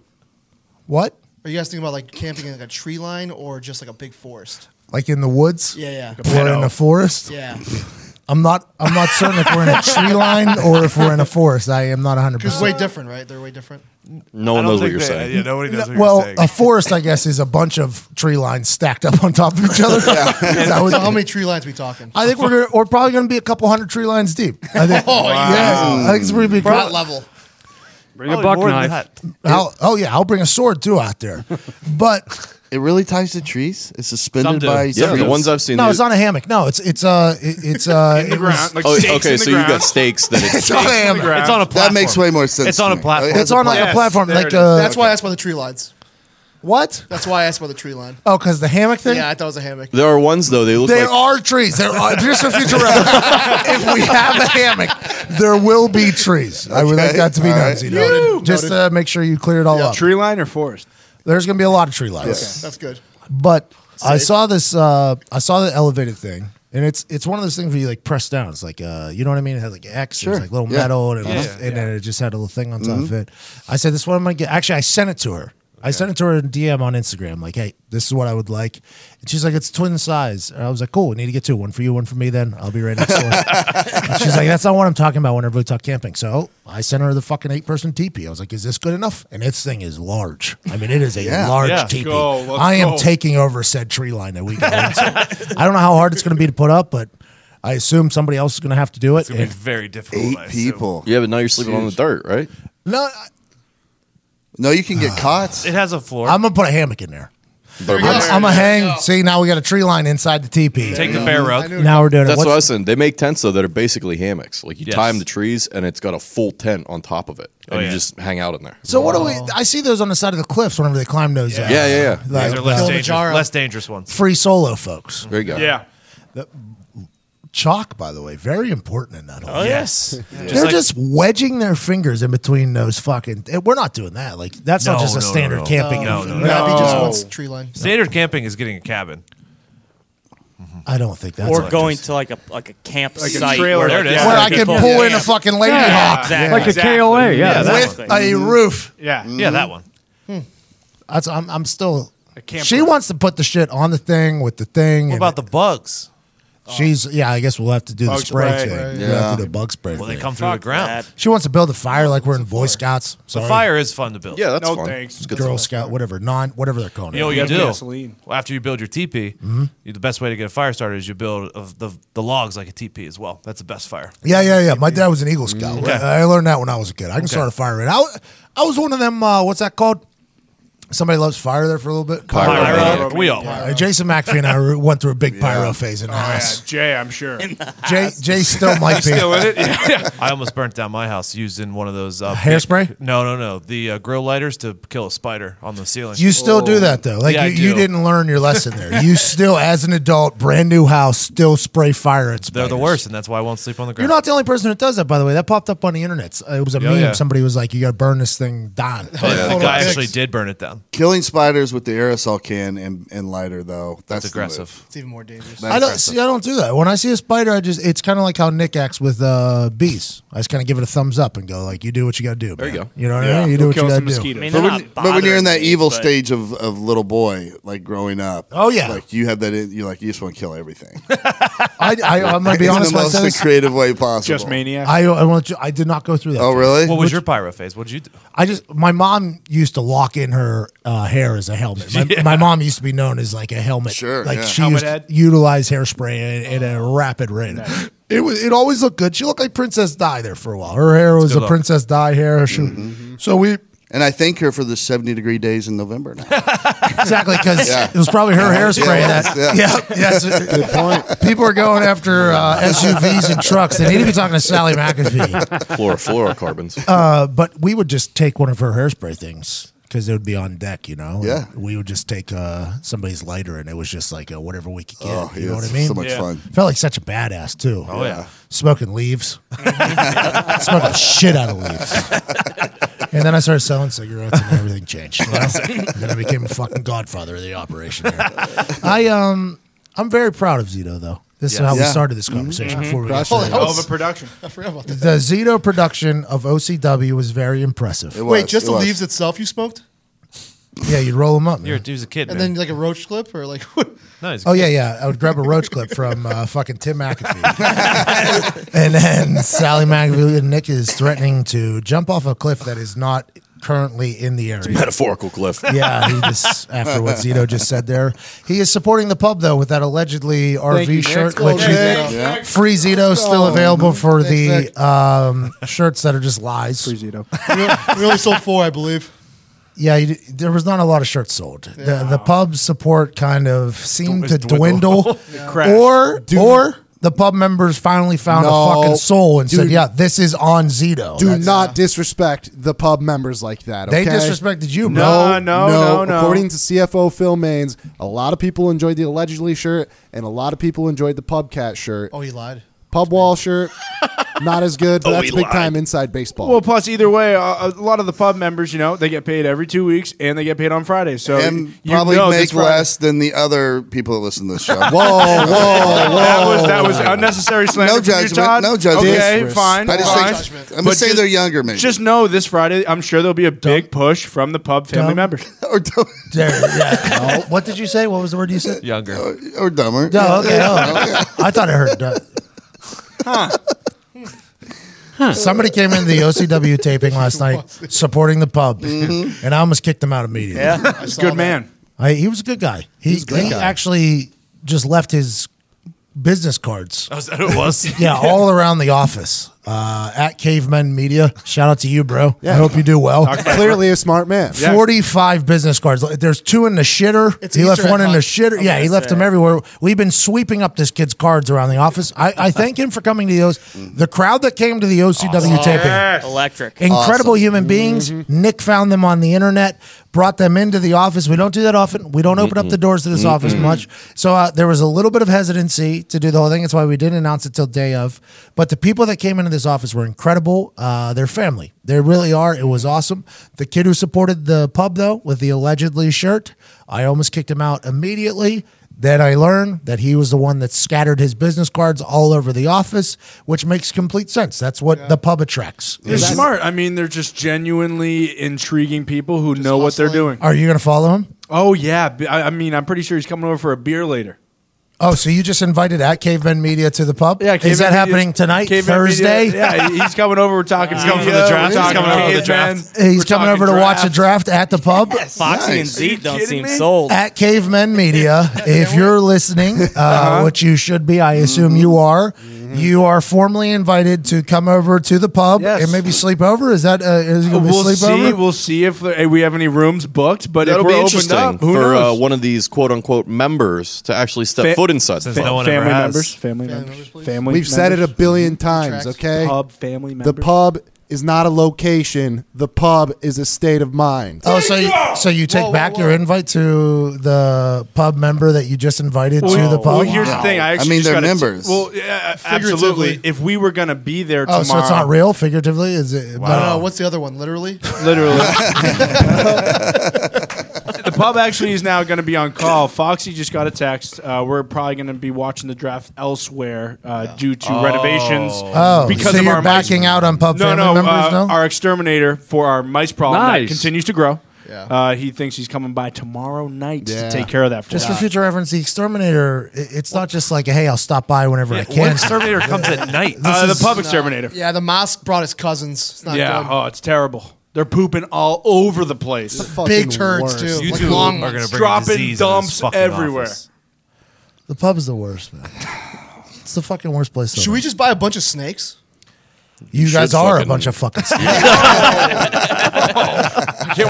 [SPEAKER 1] What?
[SPEAKER 2] Are you guys thinking about like camping in like a tree line or just like a big forest?
[SPEAKER 1] Like in the woods?
[SPEAKER 2] Yeah, yeah,
[SPEAKER 1] Or in a forest?
[SPEAKER 2] yeah.
[SPEAKER 1] I'm not. I'm not certain if we're in a tree line or if we're in a forest. I am not 100.
[SPEAKER 2] It's
[SPEAKER 1] percent
[SPEAKER 2] way different, right? They're way different.
[SPEAKER 3] No
[SPEAKER 4] I
[SPEAKER 3] one
[SPEAKER 4] don't
[SPEAKER 3] knows what
[SPEAKER 4] think
[SPEAKER 3] you're
[SPEAKER 4] they-
[SPEAKER 3] saying.
[SPEAKER 4] Yeah, nobody knows what
[SPEAKER 1] Well,
[SPEAKER 4] you're saying.
[SPEAKER 1] a forest, I guess, is a bunch of tree lines stacked up on top of each other. Is that what-
[SPEAKER 2] So how many tree lines we talking?
[SPEAKER 1] I think we're gonna, we're probably going to be a couple hundred tree lines deep. I think. oh, yeah. I think it's going to be
[SPEAKER 2] That level.
[SPEAKER 8] Bring a buck knife.
[SPEAKER 1] I'll- oh yeah, I'll bring a sword too out there. But
[SPEAKER 9] It really ties to trees. It's
[SPEAKER 4] Some
[SPEAKER 9] suspended
[SPEAKER 4] do.
[SPEAKER 9] by
[SPEAKER 3] Yeah, the
[SPEAKER 9] trees.
[SPEAKER 3] ones I've seen.
[SPEAKER 1] no,
[SPEAKER 3] they-
[SPEAKER 1] it's not a hammock. No, it's it's uh it, it's uh
[SPEAKER 7] In the
[SPEAKER 1] it was-
[SPEAKER 7] ground. Like
[SPEAKER 3] Oh,
[SPEAKER 7] stakes
[SPEAKER 3] okay,
[SPEAKER 7] in the
[SPEAKER 3] so you got
[SPEAKER 7] ground.
[SPEAKER 3] stakes that it's
[SPEAKER 1] It's not a hammock.
[SPEAKER 7] ground.
[SPEAKER 4] It's on a platform.
[SPEAKER 9] That makes way more sense.
[SPEAKER 4] It's on
[SPEAKER 9] to
[SPEAKER 4] a
[SPEAKER 9] me.
[SPEAKER 4] platform.
[SPEAKER 9] It has
[SPEAKER 1] It's on like a
[SPEAKER 7] Yes,
[SPEAKER 1] platform,
[SPEAKER 7] there
[SPEAKER 1] like
[SPEAKER 7] it is.
[SPEAKER 1] uh,
[SPEAKER 2] That's why I asked about the tree lines.
[SPEAKER 1] what?
[SPEAKER 2] That's why I asked about the tree line.
[SPEAKER 1] Oh, because the hammock thing.
[SPEAKER 2] Yeah, I thought it was a hammock.
[SPEAKER 3] There are ones though. They look
[SPEAKER 1] There
[SPEAKER 3] like
[SPEAKER 1] are trees. There are just for future reference. if we have a hammock, there will be trees. I would like
[SPEAKER 9] Okay.
[SPEAKER 1] that to be
[SPEAKER 9] All
[SPEAKER 1] known.
[SPEAKER 9] right.
[SPEAKER 1] You know, just uh, make sure you clear it all up.
[SPEAKER 7] Tree line or forest?
[SPEAKER 1] There's going to be a lot of tree lines.
[SPEAKER 2] That's good.
[SPEAKER 1] But I saw this. Uh, I saw the elevated thing, and it's it's one of those things where you like press down. It's like uh, you know what I mean. It has like X, it was
[SPEAKER 9] Sure.
[SPEAKER 1] like little
[SPEAKER 9] Yeah. Mm-hmm.
[SPEAKER 1] metal, and, it was- and then it just had a little thing on top of it. I said, "This is what I'm gonna get." Actually, I sent it to her. I sent it to her in DM on Instagram. Like, hey, this is what I would like. And she's like, it's twin size. And I was like, cool. We need to get two. One for you, one for me. Then I'll be right next door. And she's like, that's not what I'm talking about whenever we talk camping. So I sent her the fucking eight person teepee. I was like, is this good enough? And this thing is large. I mean, it is a large
[SPEAKER 4] Yeah.
[SPEAKER 1] teepee.
[SPEAKER 7] Go, let's
[SPEAKER 1] I am
[SPEAKER 7] go.
[SPEAKER 1] taking over said tree line that we got into. I don't know how hard it's going to be to put up, but I assume somebody else is going to have to do it.
[SPEAKER 4] It's gonna
[SPEAKER 1] And-
[SPEAKER 4] be very difficult.
[SPEAKER 9] Eight
[SPEAKER 4] I assume.
[SPEAKER 9] people.
[SPEAKER 3] Yeah, but now you're sleeping on the dirt, right?
[SPEAKER 1] no, I-
[SPEAKER 9] No, you can get caught.
[SPEAKER 4] It has a floor.
[SPEAKER 1] I'm going to put a hammock in there.
[SPEAKER 3] But
[SPEAKER 1] I'm,
[SPEAKER 3] that's
[SPEAKER 1] I'm going to hang. See, now we got a tree line inside the teepee.
[SPEAKER 4] Take the bear rope.
[SPEAKER 1] now we're doing it.
[SPEAKER 3] what I
[SPEAKER 1] What's-
[SPEAKER 3] was saying. They make tents though that are basically hammocks. Like you
[SPEAKER 4] Yes.
[SPEAKER 3] tie them to trees, and it's got a full tent on top of it, and
[SPEAKER 4] Oh,
[SPEAKER 3] you
[SPEAKER 4] yeah.
[SPEAKER 3] just hang out in there.
[SPEAKER 1] so what do we? I see those on the side of the cliffs whenever they climb those. uh,
[SPEAKER 3] Yeah, yeah, yeah.
[SPEAKER 1] like,
[SPEAKER 4] These are less
[SPEAKER 1] uh,
[SPEAKER 4] dangerous,
[SPEAKER 2] Kilimanjaro.
[SPEAKER 4] less dangerous ones.
[SPEAKER 1] free solo folks.
[SPEAKER 3] There you go.
[SPEAKER 7] Yeah.
[SPEAKER 1] Chalk, by the way, very important in that whole. thing.
[SPEAKER 4] Oh, Yes.
[SPEAKER 1] They're just wedging their fingers in between those fucking. eh, We're not doing that. Like that's not
[SPEAKER 4] No,
[SPEAKER 1] just a
[SPEAKER 4] Oh, no, no,
[SPEAKER 1] standard
[SPEAKER 4] no.
[SPEAKER 1] camping.
[SPEAKER 4] No,
[SPEAKER 1] outfit.
[SPEAKER 4] no,
[SPEAKER 2] That'd be just
[SPEAKER 7] No.
[SPEAKER 2] one s- tree line.
[SPEAKER 4] Standard camping is getting a cabin.
[SPEAKER 1] I don't think that's.
[SPEAKER 5] Or
[SPEAKER 1] what-
[SPEAKER 5] going to like a like a campsite
[SPEAKER 7] Like a trailer,
[SPEAKER 5] where,
[SPEAKER 7] there it is.
[SPEAKER 1] where I can
[SPEAKER 5] people
[SPEAKER 1] pull in a
[SPEAKER 5] camp.
[SPEAKER 1] fucking lady hawk
[SPEAKER 5] Exactly.
[SPEAKER 8] Like
[SPEAKER 7] Exactly.
[SPEAKER 8] a KOA, yeah.
[SPEAKER 4] Yeah, that
[SPEAKER 1] with
[SPEAKER 5] one.
[SPEAKER 1] a roof.
[SPEAKER 7] Yeah.
[SPEAKER 4] Yeah, that one.
[SPEAKER 1] That's I'm. I'm still.
[SPEAKER 7] A camper.
[SPEAKER 1] She wants to put the shit on the thing with the thing.
[SPEAKER 4] What
[SPEAKER 1] and-
[SPEAKER 4] about the bugs?
[SPEAKER 1] She's yeah. I guess we'll have to do the
[SPEAKER 7] Bug
[SPEAKER 1] spray,
[SPEAKER 7] spray.
[SPEAKER 1] thing.
[SPEAKER 9] Yeah.
[SPEAKER 1] We'll have to do the bug spray.
[SPEAKER 4] Well, they
[SPEAKER 1] thing.
[SPEAKER 4] come through the ground.
[SPEAKER 1] She wants to build a fire like we're in Boy Scouts.
[SPEAKER 4] So
[SPEAKER 1] Sorry.
[SPEAKER 4] fire is fun to build.
[SPEAKER 9] Yeah, that's
[SPEAKER 7] No
[SPEAKER 9] fun.
[SPEAKER 7] thanks.
[SPEAKER 9] It's good
[SPEAKER 1] Girl
[SPEAKER 9] stuff.
[SPEAKER 1] Scout, whatever, non, whatever they're calling
[SPEAKER 4] You know what
[SPEAKER 1] it.
[SPEAKER 4] you
[SPEAKER 7] You
[SPEAKER 4] do?
[SPEAKER 7] have gasoline.
[SPEAKER 4] Well, after you build your teepee,
[SPEAKER 9] Mm-hmm.
[SPEAKER 4] you, the best way to get a fire started is you build of the, the logs like a teepee as well. That's the best fire.
[SPEAKER 1] Yeah, yeah, yeah. My dad was an Eagle Scout.
[SPEAKER 4] Okay.
[SPEAKER 1] I learned that when I was a kid. I can start a fire. Right. I, wa- I was one of them. Uh, what's that called? Somebody loves fire there for a little bit.
[SPEAKER 9] Pyro.
[SPEAKER 4] Pyro,
[SPEAKER 7] Pyro.
[SPEAKER 4] we all.
[SPEAKER 1] Uh, Jason McAfee and I were- went through a big pyro phase in the
[SPEAKER 7] Yeah,
[SPEAKER 1] house.
[SPEAKER 7] Jay, I'm sure.
[SPEAKER 1] Jay, Jay still might be.
[SPEAKER 7] Still in it? Yeah.
[SPEAKER 4] I almost burnt down my house using one of those uh,
[SPEAKER 1] Hairspray?
[SPEAKER 4] No, no, no. The uh, grill lighters to kill a spider on the ceiling.
[SPEAKER 1] You still do that though. Like
[SPEAKER 4] Oh. Yeah, I
[SPEAKER 1] you, you
[SPEAKER 4] do.
[SPEAKER 1] didn't learn your lesson there. You still, as an adult, brand new house, still spray fire at
[SPEAKER 4] They're
[SPEAKER 1] spiders.
[SPEAKER 4] the worst, and that's why I won't sleep on the
[SPEAKER 1] You're
[SPEAKER 4] ground.
[SPEAKER 1] not the only person that does that, by the way. That popped up on the internet. It was a
[SPEAKER 4] Yeah,
[SPEAKER 1] meme.
[SPEAKER 4] yeah.
[SPEAKER 1] Somebody was like, "You got to burn this thing down."
[SPEAKER 4] the
[SPEAKER 1] Photo
[SPEAKER 4] guy
[SPEAKER 1] pics.
[SPEAKER 4] actually did burn it down.
[SPEAKER 9] Killing spiders with the aerosol can and, and lighter though. That's,
[SPEAKER 4] It's
[SPEAKER 9] the move.
[SPEAKER 4] aggressive.
[SPEAKER 2] It's even more dangerous.
[SPEAKER 9] That's
[SPEAKER 1] I don't
[SPEAKER 9] aggressive.
[SPEAKER 1] see. I don't do that. When I see a spider, I just it's kind of like how Nick acts with uh, bees. I just kind of give it a thumbs up and go like, "You do what you got to do." There
[SPEAKER 9] you go.
[SPEAKER 1] You know what I
[SPEAKER 7] Yeah,
[SPEAKER 1] mean? You do
[SPEAKER 7] go
[SPEAKER 1] what you
[SPEAKER 7] kill
[SPEAKER 1] got
[SPEAKER 7] some
[SPEAKER 1] to do.
[SPEAKER 7] mosquitoes.
[SPEAKER 5] I mean,
[SPEAKER 9] But
[SPEAKER 5] they're
[SPEAKER 9] when,
[SPEAKER 5] not
[SPEAKER 9] but when you're in that
[SPEAKER 5] bothering me,
[SPEAKER 9] evil
[SPEAKER 5] but-
[SPEAKER 9] stage of, of little boy, like growing up,
[SPEAKER 1] Oh, yeah.
[SPEAKER 9] like you have that, in, you're like you just want to kill everything.
[SPEAKER 1] I, I, I'm gonna be
[SPEAKER 9] in
[SPEAKER 1] honest.
[SPEAKER 9] the
[SPEAKER 1] When I,
[SPEAKER 9] most
[SPEAKER 1] said this,
[SPEAKER 9] creative way possible.
[SPEAKER 7] Just maniac.
[SPEAKER 1] I I want you. I did not go through that.
[SPEAKER 9] Oh
[SPEAKER 1] phase.
[SPEAKER 9] really?
[SPEAKER 4] What was your pyro phase? What did you do?
[SPEAKER 1] I just my mom used to lock in her uh, hair as a helmet. My,
[SPEAKER 4] Yeah.
[SPEAKER 1] my mom used to be known as like a helmet.
[SPEAKER 9] Sure,
[SPEAKER 1] like
[SPEAKER 9] yeah.
[SPEAKER 1] she
[SPEAKER 7] Helmet
[SPEAKER 1] used to
[SPEAKER 7] head?
[SPEAKER 1] utilize hairspray at, at a
[SPEAKER 4] Oh.
[SPEAKER 1] rapid rate. It was it always looked good. She looked like Princess Di there for a while. Her hair was
[SPEAKER 4] good
[SPEAKER 1] a
[SPEAKER 4] look.
[SPEAKER 1] Princess Di hair. She,
[SPEAKER 9] Mm-hmm.
[SPEAKER 1] So we
[SPEAKER 9] and I thank her for the 70 degree days in November. Now.
[SPEAKER 1] exactly because
[SPEAKER 9] Yeah.
[SPEAKER 1] it was probably her hairspray
[SPEAKER 9] Yeah,
[SPEAKER 1] that.
[SPEAKER 9] yeah.
[SPEAKER 1] Yeah, yes. Good point. People are going after uh, SUVs and trucks. They need to be talking to Sally McAfee.
[SPEAKER 3] Fluor- fluorocarbons.
[SPEAKER 1] Uh, but we would just take one of her hairspray things because it would be on deck, you know.
[SPEAKER 9] Yeah.
[SPEAKER 1] we would just take uh, somebody's lighter, and it was just like uh, whatever we could get.
[SPEAKER 9] oh,
[SPEAKER 1] you
[SPEAKER 9] yeah,
[SPEAKER 1] know what I
[SPEAKER 9] it's
[SPEAKER 1] mean?
[SPEAKER 9] So much
[SPEAKER 7] Yeah.
[SPEAKER 9] fun.
[SPEAKER 1] Felt like such a badass too.
[SPEAKER 4] Oh yeah.
[SPEAKER 1] smoking leaves, smoking shit out of leaves. And then I started selling cigarettes, and everything changed. you know? And then I became a fucking godfather of the operation. There. I um, I'm very proud of Zito, though. This is
[SPEAKER 4] Yes.
[SPEAKER 1] how we
[SPEAKER 9] Yeah.
[SPEAKER 1] started this conversation before we got
[SPEAKER 2] Congratulations.
[SPEAKER 1] started.
[SPEAKER 7] Hell of a production.
[SPEAKER 2] Mm-hmm. I forgot about that.
[SPEAKER 1] The Zito production of OCW was very impressive.
[SPEAKER 9] It was,
[SPEAKER 2] Wait, just
[SPEAKER 9] it
[SPEAKER 2] the
[SPEAKER 9] was.
[SPEAKER 2] leaves itself you smoked,
[SPEAKER 1] Yeah, you'd roll them up.
[SPEAKER 4] You're
[SPEAKER 1] Man.
[SPEAKER 4] he was a kid,
[SPEAKER 2] and
[SPEAKER 4] man.
[SPEAKER 2] then like a roach clip or like.
[SPEAKER 4] no, he's a
[SPEAKER 1] Oh
[SPEAKER 4] kid.
[SPEAKER 1] yeah, yeah. I would grab a roach clip from uh, fucking Tim McAfee, and then Sally McAfee and Nick is threatening to jump off a cliff that is not currently in the area.
[SPEAKER 3] Metaphorical cliff.
[SPEAKER 1] Yeah, he just after what Zito just said there, he is supporting the pub though with that allegedly RV shirt, which
[SPEAKER 2] Nick.
[SPEAKER 1] is
[SPEAKER 9] Yeah.
[SPEAKER 1] free Zito still available for the
[SPEAKER 2] Nick.
[SPEAKER 1] um, shirts that are just lies.
[SPEAKER 2] we only- we only sold four, I believe.
[SPEAKER 1] Yeah, you, there was not a lot of shirts sold. The, the pub support kind of seemed to
[SPEAKER 4] Dwindled.
[SPEAKER 1] dwindle,
[SPEAKER 7] crashed.
[SPEAKER 1] or or the pub members finally found a
[SPEAKER 10] No.
[SPEAKER 1] fucking soul and said,
[SPEAKER 10] Dude.
[SPEAKER 1] "Yeah, this is on Zito."
[SPEAKER 10] Do
[SPEAKER 1] That's-
[SPEAKER 10] not disrespect the pub members like that.
[SPEAKER 1] They
[SPEAKER 10] okay?
[SPEAKER 1] disrespected you,
[SPEAKER 7] No,
[SPEAKER 1] bro.
[SPEAKER 7] no, no, no.
[SPEAKER 10] According to CFO Phil Maines, a lot of people enjoyed the allegedly shirt, and a lot of people enjoyed the pub cat shirt.
[SPEAKER 2] Oh, he lied.
[SPEAKER 10] Pub wall shirt, not as good. But
[SPEAKER 3] Oh,
[SPEAKER 10] that's
[SPEAKER 3] he
[SPEAKER 10] big
[SPEAKER 3] lied.
[SPEAKER 10] time inside baseball.
[SPEAKER 7] Well, plus either way, a, a lot of the pub members, you know, they get paid every two weeks, and they get paid on Fridays. So
[SPEAKER 9] and
[SPEAKER 7] you
[SPEAKER 9] probably
[SPEAKER 7] know this
[SPEAKER 9] make
[SPEAKER 7] Friday-
[SPEAKER 9] less than the other people that listen to this show.
[SPEAKER 10] whoa, whoa, whoa!
[SPEAKER 7] That was that was unnecessary slander.
[SPEAKER 9] No
[SPEAKER 7] from you,
[SPEAKER 9] judgment,
[SPEAKER 7] Todd.
[SPEAKER 9] no judgment.
[SPEAKER 7] Okay,
[SPEAKER 10] Disrespect.
[SPEAKER 7] fine.
[SPEAKER 9] I just
[SPEAKER 7] fine.
[SPEAKER 9] think I'm
[SPEAKER 7] But
[SPEAKER 9] gonna say
[SPEAKER 7] just-
[SPEAKER 9] they're younger, maybe.
[SPEAKER 7] Just know this Friday, I'm sure there'll be a big push from the pub family
[SPEAKER 1] Dumb.
[SPEAKER 7] members.
[SPEAKER 9] or, dumb,
[SPEAKER 1] There, yeah. What did you say? What was the word you said?
[SPEAKER 4] younger.
[SPEAKER 9] Uh, or dumber.
[SPEAKER 1] No, okay. oh. I thought I heard. that. Somebody came in the OCW taping last night supporting the pub, and I almost kicked him out immediately.
[SPEAKER 7] Yeah, he's a good man.
[SPEAKER 1] I, he was a good guy. He,
[SPEAKER 10] a great
[SPEAKER 1] he
[SPEAKER 10] guy.
[SPEAKER 1] actually just left his business cards.
[SPEAKER 4] Oh, is that what it was?
[SPEAKER 1] Yeah, all around the office. Uh, at Cavemen Media. Shout out to you, bro. I hope you do well.
[SPEAKER 10] Clearly a smart man.
[SPEAKER 7] Yeah.
[SPEAKER 1] 45 business cards. Like, There's two in the shitter.
[SPEAKER 2] It's
[SPEAKER 1] he
[SPEAKER 2] Easter
[SPEAKER 1] left one
[SPEAKER 2] egg
[SPEAKER 1] in
[SPEAKER 2] hunt. Oh,
[SPEAKER 1] the shitter. Yeah, he left them everywhere. We've been sweeping up this kid's cards around the office. I, I thank him for coming to those. The crowd that came to the OCW taping.
[SPEAKER 2] Oh,
[SPEAKER 5] Electric.
[SPEAKER 1] Incredible human beings. Nick found them on the internet, brought them into the office. We don't do that often. We don't open up the doors to this office much. So uh, there was a little bit of hesitancy to do the whole thing. That's why we didn't announce it till day of. But the people that came into this office were incredible. Uh, they're family. They really are. It was awesome. The kid who supported the pub, though, with the allegedly shirt, I almost kicked him out immediately. Then I learned that he was the one that scattered his business cards all over the office, which makes complete sense. That's what the pub attracts.
[SPEAKER 7] They're smart. I mean, they're just genuinely intriguing people who know what they're
[SPEAKER 2] hustling.
[SPEAKER 7] doing.
[SPEAKER 1] Are you going to follow him?
[SPEAKER 7] Oh yeah, B- I, I mean, I'm pretty sure he's coming over for a beer later.
[SPEAKER 1] Oh, so you just invited at Caveman Media to the pub? Yeah,
[SPEAKER 7] Caveman
[SPEAKER 1] is that
[SPEAKER 7] Media-
[SPEAKER 1] happening tonight,
[SPEAKER 7] Caveman
[SPEAKER 1] Thursday?
[SPEAKER 7] Media- yeah, he's coming over. We're talking.
[SPEAKER 1] He's coming
[SPEAKER 7] media,
[SPEAKER 1] for the draft.
[SPEAKER 7] we're talking
[SPEAKER 1] He's coming over for the
[SPEAKER 7] caveman.
[SPEAKER 1] Hey, He's coming over to watch a draft at the pub.
[SPEAKER 5] Foxy and Z don't seem sold.
[SPEAKER 1] At Cavemen Media, if you're listening, uh,
[SPEAKER 7] Uh-huh.
[SPEAKER 1] which you should be, I assume
[SPEAKER 7] Mm-hmm.
[SPEAKER 1] you are, you are formally invited to come over to the pub and maybe sleep over. Is that uh, is it gonna be
[SPEAKER 7] We'll
[SPEAKER 1] sleep
[SPEAKER 7] see.
[SPEAKER 1] over?
[SPEAKER 7] We'll see if there- hey, we have any rooms booked. But
[SPEAKER 3] That'll
[SPEAKER 7] if we're
[SPEAKER 3] be
[SPEAKER 7] opened
[SPEAKER 3] interesting
[SPEAKER 7] up, who
[SPEAKER 3] for uh,
[SPEAKER 7] knows?
[SPEAKER 3] one of these quote unquote members to actually step
[SPEAKER 7] Fa-
[SPEAKER 3] foot inside the
[SPEAKER 7] Fa-
[SPEAKER 3] club.
[SPEAKER 7] family members. Family members. Family.
[SPEAKER 10] We've said it a
[SPEAKER 7] members.
[SPEAKER 10] billion times, okay?
[SPEAKER 7] Pub family
[SPEAKER 10] The
[SPEAKER 7] members.
[SPEAKER 10] pub is not a location. The pub is a state of mind.
[SPEAKER 1] Oh, so you, so you take back your invite to the pub member that you just invited
[SPEAKER 7] Well,
[SPEAKER 1] to the
[SPEAKER 7] Oh, well,
[SPEAKER 1] pub?
[SPEAKER 7] here's the thing. I, actually just got a t- well, yeah, absolutely. If we were going to be there
[SPEAKER 1] Oh,
[SPEAKER 7] tomorrow,
[SPEAKER 1] so it's not real, figuratively? Is it?
[SPEAKER 2] No, no, what's the other one? Literally?
[SPEAKER 7] Literally. the pub actually is now going to be on call. Foxy just got a text. Uh, we're probably going to be watching the draft elsewhere uh, due to renovations.
[SPEAKER 1] Oh, so you're backing out on pub
[SPEAKER 7] no,
[SPEAKER 1] family
[SPEAKER 7] no,
[SPEAKER 1] members
[SPEAKER 7] uh,
[SPEAKER 1] now?
[SPEAKER 7] Our exterminator for our mice problem
[SPEAKER 1] Nice.
[SPEAKER 7] that continues to grow. Uh, he thinks he's coming by tomorrow night to take care of that. For
[SPEAKER 1] Just for
[SPEAKER 7] us.
[SPEAKER 1] future reference, the exterminator. i- It's not just like, hey, I'll stop by whenever I can.
[SPEAKER 7] at night?
[SPEAKER 1] This
[SPEAKER 7] Uh, the
[SPEAKER 1] is-
[SPEAKER 7] pub exterminator.
[SPEAKER 2] Yeah, the mosque brought his cousins. It's not
[SPEAKER 7] yeah,
[SPEAKER 2] good.
[SPEAKER 7] oh, it's terrible. They're pooping all over the place.
[SPEAKER 2] Big turds, too.
[SPEAKER 7] You
[SPEAKER 2] Like
[SPEAKER 7] two
[SPEAKER 2] long
[SPEAKER 7] are
[SPEAKER 2] ones.
[SPEAKER 7] going to
[SPEAKER 2] Dropping
[SPEAKER 7] dropping dumps everywhere.
[SPEAKER 1] The pub's the worst, man. It's the fucking worst place.
[SPEAKER 2] Should we just buy a bunch of snakes?
[SPEAKER 1] You, guys
[SPEAKER 2] should
[SPEAKER 1] are a
[SPEAKER 2] fucking-
[SPEAKER 1] bunch of fucking.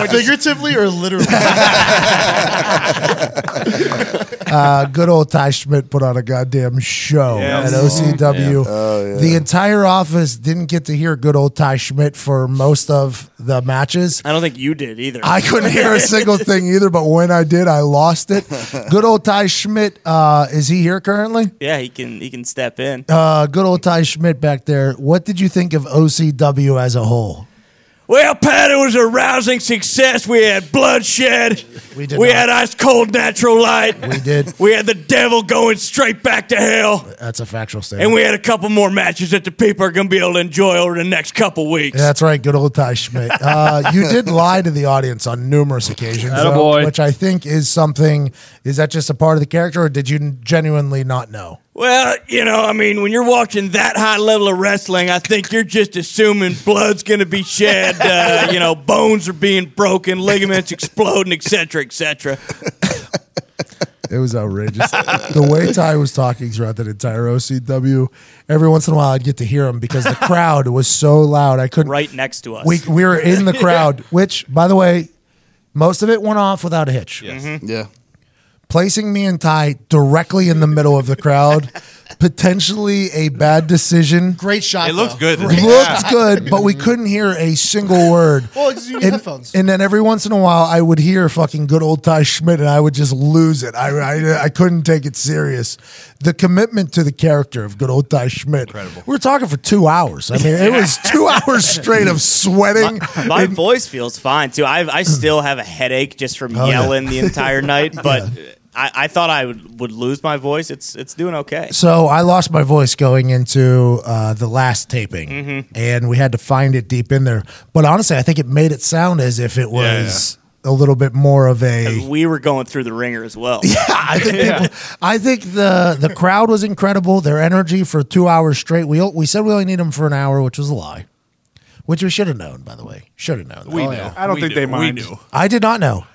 [SPEAKER 2] Figuratively or literally?
[SPEAKER 1] uh, good old Ty Schmidt put on a goddamn show
[SPEAKER 11] Yes. Oh,
[SPEAKER 1] at OCW. The entire office didn't get to hear good old Ty Schmidt for most of the matches.
[SPEAKER 5] I don't think you did either.
[SPEAKER 1] I couldn't hear a single thing either, but when I did, I lost it. Good old Ty Schmidt. Uh, is he here currently?
[SPEAKER 5] yeah, he can he can step in.
[SPEAKER 1] Uh, good old Ty Schmidt back there. What did you think of OCW as a whole?
[SPEAKER 11] Well, Pat, it was a rousing success. We had bloodshed. We,
[SPEAKER 1] did
[SPEAKER 11] we
[SPEAKER 1] not.
[SPEAKER 11] had ice cold natural light.
[SPEAKER 1] We did.
[SPEAKER 11] We had the devil going straight back to hell.
[SPEAKER 1] That's a factual statement.
[SPEAKER 11] And we had a couple more matches that the people are going to be able to enjoy over the next couple weeks.
[SPEAKER 1] Yeah, that's right, good old Ty Schmidt. Uh, you did lie to the audience on numerous occasions, though,
[SPEAKER 11] Attaboy.
[SPEAKER 1] which I think is something. Is that just a part of the character, or did you genuinely not know?
[SPEAKER 11] Well, you know, I mean, when you're watching that high level of wrestling, I think you're just assuming blood's going to be shed, uh, you know, bones are being broken, ligaments exploding, et cetera, et cetera.
[SPEAKER 1] It was outrageous. the way Ty was talking throughout that entire OCW, every once in a while I'd get to hear him because the crowd was so loud. I couldn't.
[SPEAKER 5] Right next to us.
[SPEAKER 1] We, we were in the crowd, which, by the way, most of it went off without a hitch.
[SPEAKER 9] Yeah.
[SPEAKER 1] placing me and Ty directly in the middle of the crowd, potentially a bad decision.
[SPEAKER 2] Great shot.
[SPEAKER 1] It
[SPEAKER 2] looked
[SPEAKER 11] good.
[SPEAKER 1] Looked good, but we couldn't hear a single word.
[SPEAKER 2] Well, it's your
[SPEAKER 1] and,
[SPEAKER 2] headphones.
[SPEAKER 1] and then every once in a while, I would hear fucking good old Ty Schmidt, and I would just lose it. I, I, I couldn't take it serious. The commitment to the character of good old Ty Schmidt. Incredible. We were talking for two hours. I mean, it was two hours straight of sweating.
[SPEAKER 5] My voice feels fine too. I I still have a headache just from
[SPEAKER 1] Oh, yeah.
[SPEAKER 5] yelling the entire night, but I, I thought I would, would lose my voice. It's it's doing okay.
[SPEAKER 1] So I lost my voice going into uh, the last taping,
[SPEAKER 5] Mhm.
[SPEAKER 1] and we had to find it deep in there. But honestly, I think it made it sound as if it
[SPEAKER 5] Yeah,
[SPEAKER 1] was a little bit more of a.
[SPEAKER 5] we were going through the ringer as well. Yeah,
[SPEAKER 1] I think I think the the crowd was incredible. Their energy for two hours straight. We we said we only need them for an hour, which was a lie, which we should have known. By the way, should have known. that.
[SPEAKER 7] We knew. Oh, I don't think they mind.
[SPEAKER 1] I did not know.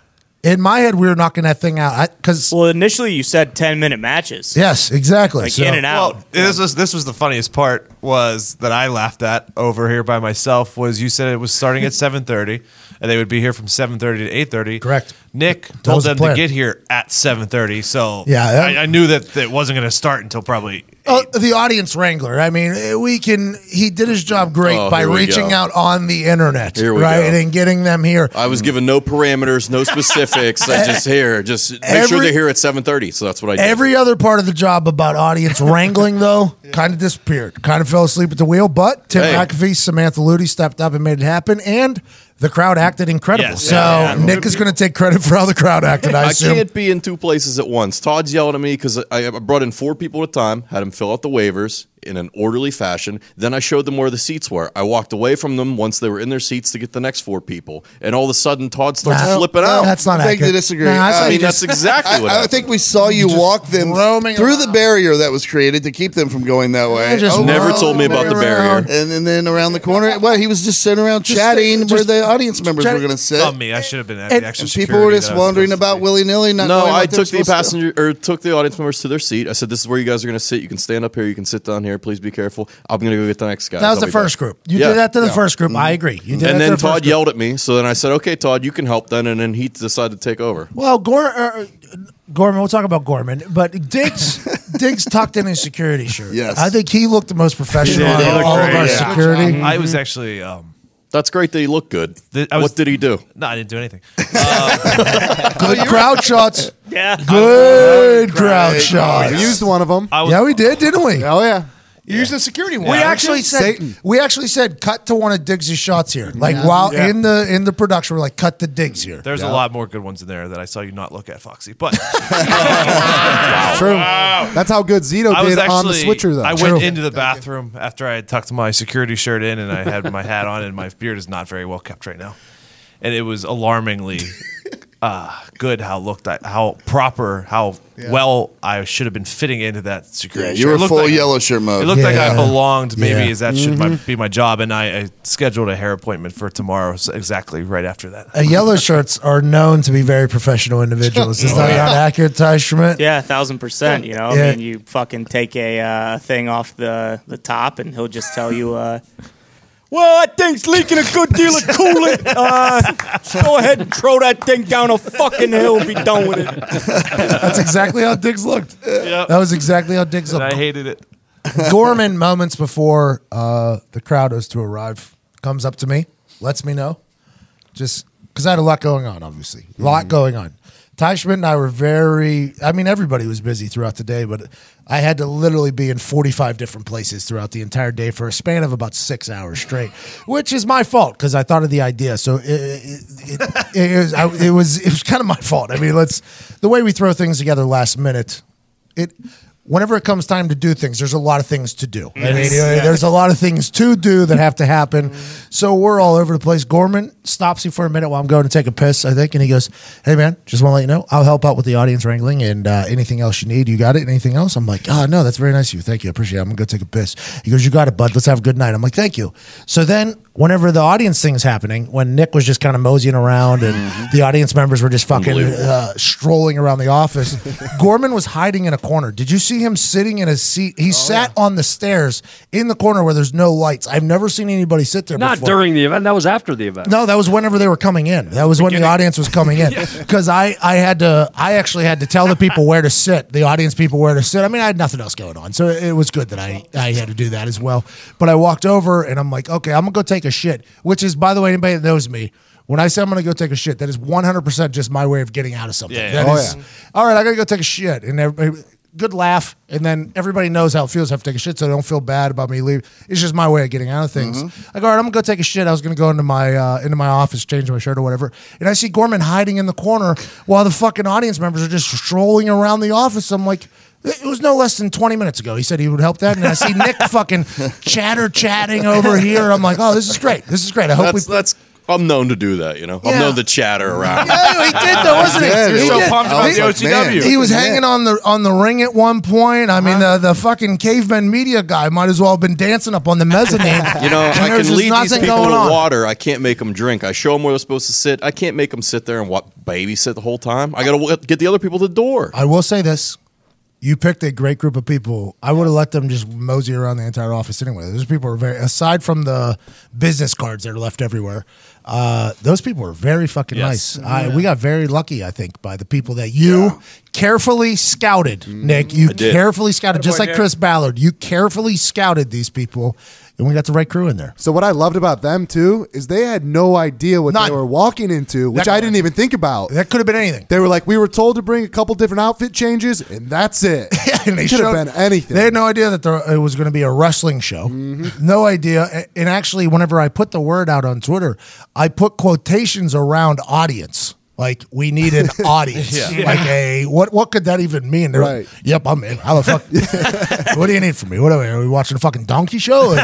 [SPEAKER 1] In my head, we were knocking that thing out because
[SPEAKER 5] well, initially you said ten minute matches.
[SPEAKER 1] yes, exactly.
[SPEAKER 5] Like, in and out.
[SPEAKER 4] Well, this was this was the funniest part was that I laughed at over here by myself was you said it was starting at seven thirty and they would be here from seven thirty to eight thirty. Correct. Nick
[SPEAKER 1] was
[SPEAKER 4] told
[SPEAKER 1] the
[SPEAKER 4] them
[SPEAKER 1] plan.
[SPEAKER 4] to get here at seven thirty, so
[SPEAKER 1] Yeah, that-
[SPEAKER 4] I, I knew that it wasn't going to start until probably
[SPEAKER 1] Uh, the audience wrangler. I mean, eh, we can. He did his job great
[SPEAKER 3] Oh,
[SPEAKER 1] by
[SPEAKER 3] here we
[SPEAKER 1] reaching
[SPEAKER 3] go.
[SPEAKER 1] out on the internet,
[SPEAKER 3] Here we
[SPEAKER 1] right,
[SPEAKER 3] go.
[SPEAKER 1] and getting them here.
[SPEAKER 3] I was given no parameters, no specifics. I just here, just make
[SPEAKER 1] Every-
[SPEAKER 3] sure they're here at seven thirty. So that's what I did.
[SPEAKER 1] Every other part of the job about audience wrangling, though, kind of disappeared. Kind of fell asleep at the wheel. But Tim
[SPEAKER 3] Hey.
[SPEAKER 1] McAfee, Samantha Luty stepped up and made it happen, and the crowd acted incredible.
[SPEAKER 3] Yes.
[SPEAKER 1] So
[SPEAKER 3] Yeah, yeah.
[SPEAKER 1] Nick is going to take credit for how the crowd acted. I,
[SPEAKER 3] I,
[SPEAKER 1] assume.
[SPEAKER 3] can't be in two places at once. Todd's yelling at me because I, I brought in four people at a time, had them fill out the waivers. in an orderly fashion. Then I showed them where the seats were. I walked away from them once they were in their seats to get the next four people. And all of a sudden, Todd starts
[SPEAKER 9] No,
[SPEAKER 3] flipping
[SPEAKER 9] no,
[SPEAKER 3] out.
[SPEAKER 9] that's not I beg to accurate. disagree. No, I
[SPEAKER 3] I,
[SPEAKER 9] thought
[SPEAKER 3] mean,
[SPEAKER 9] you just-
[SPEAKER 3] that's exactly what
[SPEAKER 9] I, I
[SPEAKER 3] happened.
[SPEAKER 9] think we saw you walk them through the barrier that was created to keep them from going that way.
[SPEAKER 3] just Never roaming told me about the around.
[SPEAKER 9] And, and then around the corner, well, he was just sitting around chatting where the audience members were going to sit.
[SPEAKER 4] It's on me. I should have been at
[SPEAKER 9] And-
[SPEAKER 4] the extra
[SPEAKER 9] and people were just wondering about willy nilly. Not
[SPEAKER 3] no,
[SPEAKER 9] knowing
[SPEAKER 3] I
[SPEAKER 9] what they were
[SPEAKER 3] took the
[SPEAKER 9] supposed to do.
[SPEAKER 3] passenger or took the audience members to their seat. I said, "This is where you guys are going to sit. You can stand up here. You can sit down here. Please be careful. I'm going to go get the next guy."
[SPEAKER 1] That was
[SPEAKER 3] I'll
[SPEAKER 1] the
[SPEAKER 3] be back."
[SPEAKER 1] first group. You
[SPEAKER 3] Yeah,
[SPEAKER 1] did that to the
[SPEAKER 3] yeah. Mm-hmm.
[SPEAKER 1] first group. I agree. You did that
[SPEAKER 3] and then
[SPEAKER 1] to the first
[SPEAKER 3] Todd
[SPEAKER 1] group.
[SPEAKER 3] yelled at me. So then I said, "Okay, Todd, you can help then." And then he decided to take over.
[SPEAKER 1] Well, Gor- er, Gorman, we'll talk about Gorman, but Diggs, Diggs tucked in his security shirt.
[SPEAKER 3] Yes.
[SPEAKER 1] I think he looked the most professional
[SPEAKER 3] He
[SPEAKER 1] out
[SPEAKER 3] did.
[SPEAKER 1] of
[SPEAKER 3] He looked
[SPEAKER 1] all of
[SPEAKER 3] great,
[SPEAKER 1] our
[SPEAKER 3] yeah.
[SPEAKER 1] security.
[SPEAKER 4] I was actually. Um,
[SPEAKER 3] That's great that he looked good.
[SPEAKER 4] I was-
[SPEAKER 3] what did he do?
[SPEAKER 4] no, I didn't do anything. Um,
[SPEAKER 1] Good crowd shots.
[SPEAKER 5] Yeah.
[SPEAKER 1] Good crowd shots.
[SPEAKER 10] We used one of them.
[SPEAKER 1] yeah, we did, didn't we?
[SPEAKER 10] Oh yeah.
[SPEAKER 1] You used the security
[SPEAKER 10] one,
[SPEAKER 1] We
[SPEAKER 10] didn't
[SPEAKER 1] actually
[SPEAKER 10] you?
[SPEAKER 1] said
[SPEAKER 10] Satan.
[SPEAKER 1] we actually said cut to one of Diggs' shots here. Like
[SPEAKER 4] Yeah.
[SPEAKER 1] while
[SPEAKER 4] Yeah.
[SPEAKER 1] in the in the production, we're like cut to Diggs here.
[SPEAKER 4] There's a lot more good ones in there that I saw you not look at, Foxy. But
[SPEAKER 10] True.
[SPEAKER 1] Uh,
[SPEAKER 10] That's how good Zito
[SPEAKER 4] I was
[SPEAKER 10] did
[SPEAKER 4] actually
[SPEAKER 10] on the switcher, though.
[SPEAKER 4] I went into the bathroom after I had tucked my security shirt in and I had my hat on, and my beard is not very well kept right now, and it was alarmingly uh, good how looked I, how proper how
[SPEAKER 9] Yeah.
[SPEAKER 4] well I should have been fitting into that
[SPEAKER 9] Yeah,
[SPEAKER 4] security.
[SPEAKER 9] you
[SPEAKER 4] shirt. It
[SPEAKER 9] were
[SPEAKER 4] looked
[SPEAKER 9] full
[SPEAKER 4] like-
[SPEAKER 9] yellow shirt mode.
[SPEAKER 4] It looked like I belonged. Maybe
[SPEAKER 9] Yeah.
[SPEAKER 4] is that should my,
[SPEAKER 9] Mhm.
[SPEAKER 4] be my job, and I, I scheduled a hair appointment for tomorrow, so exactly right after that.
[SPEAKER 1] Uh, yellow shirts are known to be very professional individuals. Is that
[SPEAKER 5] Yeah.
[SPEAKER 1] not accurate, Ty Schmidt?
[SPEAKER 5] Yeah, a thousand percent. You know,
[SPEAKER 1] Yeah.
[SPEAKER 5] I mean, you fucking take a uh, thing off the the top, and he'll just tell you. Uh,
[SPEAKER 11] Well, that thing's leaking a good deal of coolant. Uh, go ahead and throw that thing down a fucking hill and be done with it.
[SPEAKER 1] That's exactly how Diggs looked.
[SPEAKER 4] Yep.
[SPEAKER 1] That was exactly how Diggs
[SPEAKER 4] And
[SPEAKER 1] looked.
[SPEAKER 4] I hated it.
[SPEAKER 1] Gorman, moments before uh, the crowd was to arrive, comes up to me, lets me know, just because I had a lot going on, obviously. A
[SPEAKER 12] Mm-hmm.
[SPEAKER 1] lot going on. Ty Schmidt and I were very, I mean, everybody was busy throughout the day, but I had to literally be in 45 different places throughout the entire day for a span of about six hours straight, which is my fault because I thought of the idea. So it, it, it, it, was, I, it was it was kind of my fault. I mean, let's, the way we throw things together last minute, it, whenever it comes time to do things, there's a lot of things to do. I mean,
[SPEAKER 12] Yes.
[SPEAKER 1] you know,
[SPEAKER 12] Yeah.
[SPEAKER 1] there's a lot of things to do that have to happen. So we're all over the place. Gorman stops you for a minute while I'm going to take a piss, I think, and he goes, "Hey, man, just want to let you know, I'll help out with the audience wrangling and uh, anything else you need. You got it? Anything else?" I'm like, "Ah, no, that's very nice of you. Thank you. I appreciate it. I'm gonna go take a piss." He goes, "You got it, bud. Let's have a good night." I'm like, "Thank you." So then, whenever the audience thing's happening, when Nick was just kind of moseying around and the audience members were just fucking
[SPEAKER 12] Unbelievable.
[SPEAKER 1] uh, strolling around the office. Gorman was hiding in a corner. Did you see him sitting in his seat?
[SPEAKER 8] Oh,
[SPEAKER 1] He sat on the stairs in the corner where there's no lights. I've never seen anybody sit there.
[SPEAKER 8] Not
[SPEAKER 1] before.
[SPEAKER 8] during the event. That was after the event.
[SPEAKER 1] No, that was whenever they were coming in. That was when the audience was coming in. Because I, I had to, I actually had to tell the people where to sit, the audience people where to sit. I mean, I had nothing else going on, so it was good that I, I had to do that as well. But I walked over and I'm like, okay, I'm gonna go take a shit. Which is, by the way, anybody that knows me. When I say I'm going to go take a shit, that is 100% just my way of getting out of something.
[SPEAKER 12] Yeah, yeah.
[SPEAKER 1] That
[SPEAKER 12] Oh,
[SPEAKER 1] is-
[SPEAKER 12] yeah.
[SPEAKER 1] all right, I got to go take a shit. And everybody, good laugh. And then everybody knows how it feels. I have to take a shit, so they don't feel bad about me leaving. It's just my way of getting out of things. I go, all right, I'm gonna go take a shit. I was gonna go into my uh, into my office, change my shirt or whatever, and I see Gorman hiding in the corner while the fucking audience members are just strolling around the office. I'm like. It was no less than 20 minutes ago. He said he would help that. And I see Nick fucking chatter chatting over here. I'm like, oh, this is great. This is great. I hope we
[SPEAKER 3] that's, that's I'm known to do that. You know, I'm
[SPEAKER 1] Yeah.
[SPEAKER 3] known to chatter around.
[SPEAKER 1] Yeah, he did though, wasn't he?
[SPEAKER 3] Yeah,
[SPEAKER 1] He
[SPEAKER 3] you're so
[SPEAKER 1] did.
[SPEAKER 3] pumped about
[SPEAKER 1] He-
[SPEAKER 3] the OCW.
[SPEAKER 1] He was
[SPEAKER 3] Yeah.
[SPEAKER 1] hanging on the on the ring at one point. I
[SPEAKER 3] Uh-huh.
[SPEAKER 1] mean, uh, the, the fucking caveman media guy might as well have been dancing up on the mezzanine.
[SPEAKER 3] You know, I
[SPEAKER 1] And there's
[SPEAKER 3] can
[SPEAKER 1] just
[SPEAKER 3] lead these
[SPEAKER 1] nothing
[SPEAKER 3] people
[SPEAKER 1] going
[SPEAKER 3] to
[SPEAKER 1] on.
[SPEAKER 3] water. I can't make them drink. I show them where they're supposed to sit. I can't make them sit there and what babysit the whole time. I got to get the other people to the door.
[SPEAKER 1] I will say this. You picked a great group of people. I would have let them just mosey around the entire office anyway. Those people are very, aside from the business cards that are left everywhere, uh, those people are very fucking
[SPEAKER 12] Yes.
[SPEAKER 1] nice. I, we got very lucky, I think, by the people that you carefully scouted, Nick. You
[SPEAKER 12] Mm-hmm. I did.
[SPEAKER 1] carefully scouted, just
[SPEAKER 10] Attaboy,
[SPEAKER 1] like
[SPEAKER 10] Nick.
[SPEAKER 1] Chris Ballard. You carefully scouted these people, and we got the right crew in there.
[SPEAKER 10] So what I loved about them too is they had no idea what they were walking into, which I didn't even think about.
[SPEAKER 1] That could have been anything.
[SPEAKER 10] They were like, we were told to bring a couple different outfit changes, and that's it.
[SPEAKER 1] and they
[SPEAKER 10] could
[SPEAKER 1] showed-
[SPEAKER 10] have been anything. Mm-hmm.
[SPEAKER 1] They had no idea that there, it was going to be a wrestling show. No idea. A- And actually, whenever I put the word out on Twitter, I put quotations around audience. Like we need an audience.
[SPEAKER 10] Yeah.
[SPEAKER 1] Like a what? What could that even mean? They're
[SPEAKER 10] Right.
[SPEAKER 1] like, "Yep, I'm in. How the fuck? what do you need from me? What are we, are we watching a fucking donkey show?"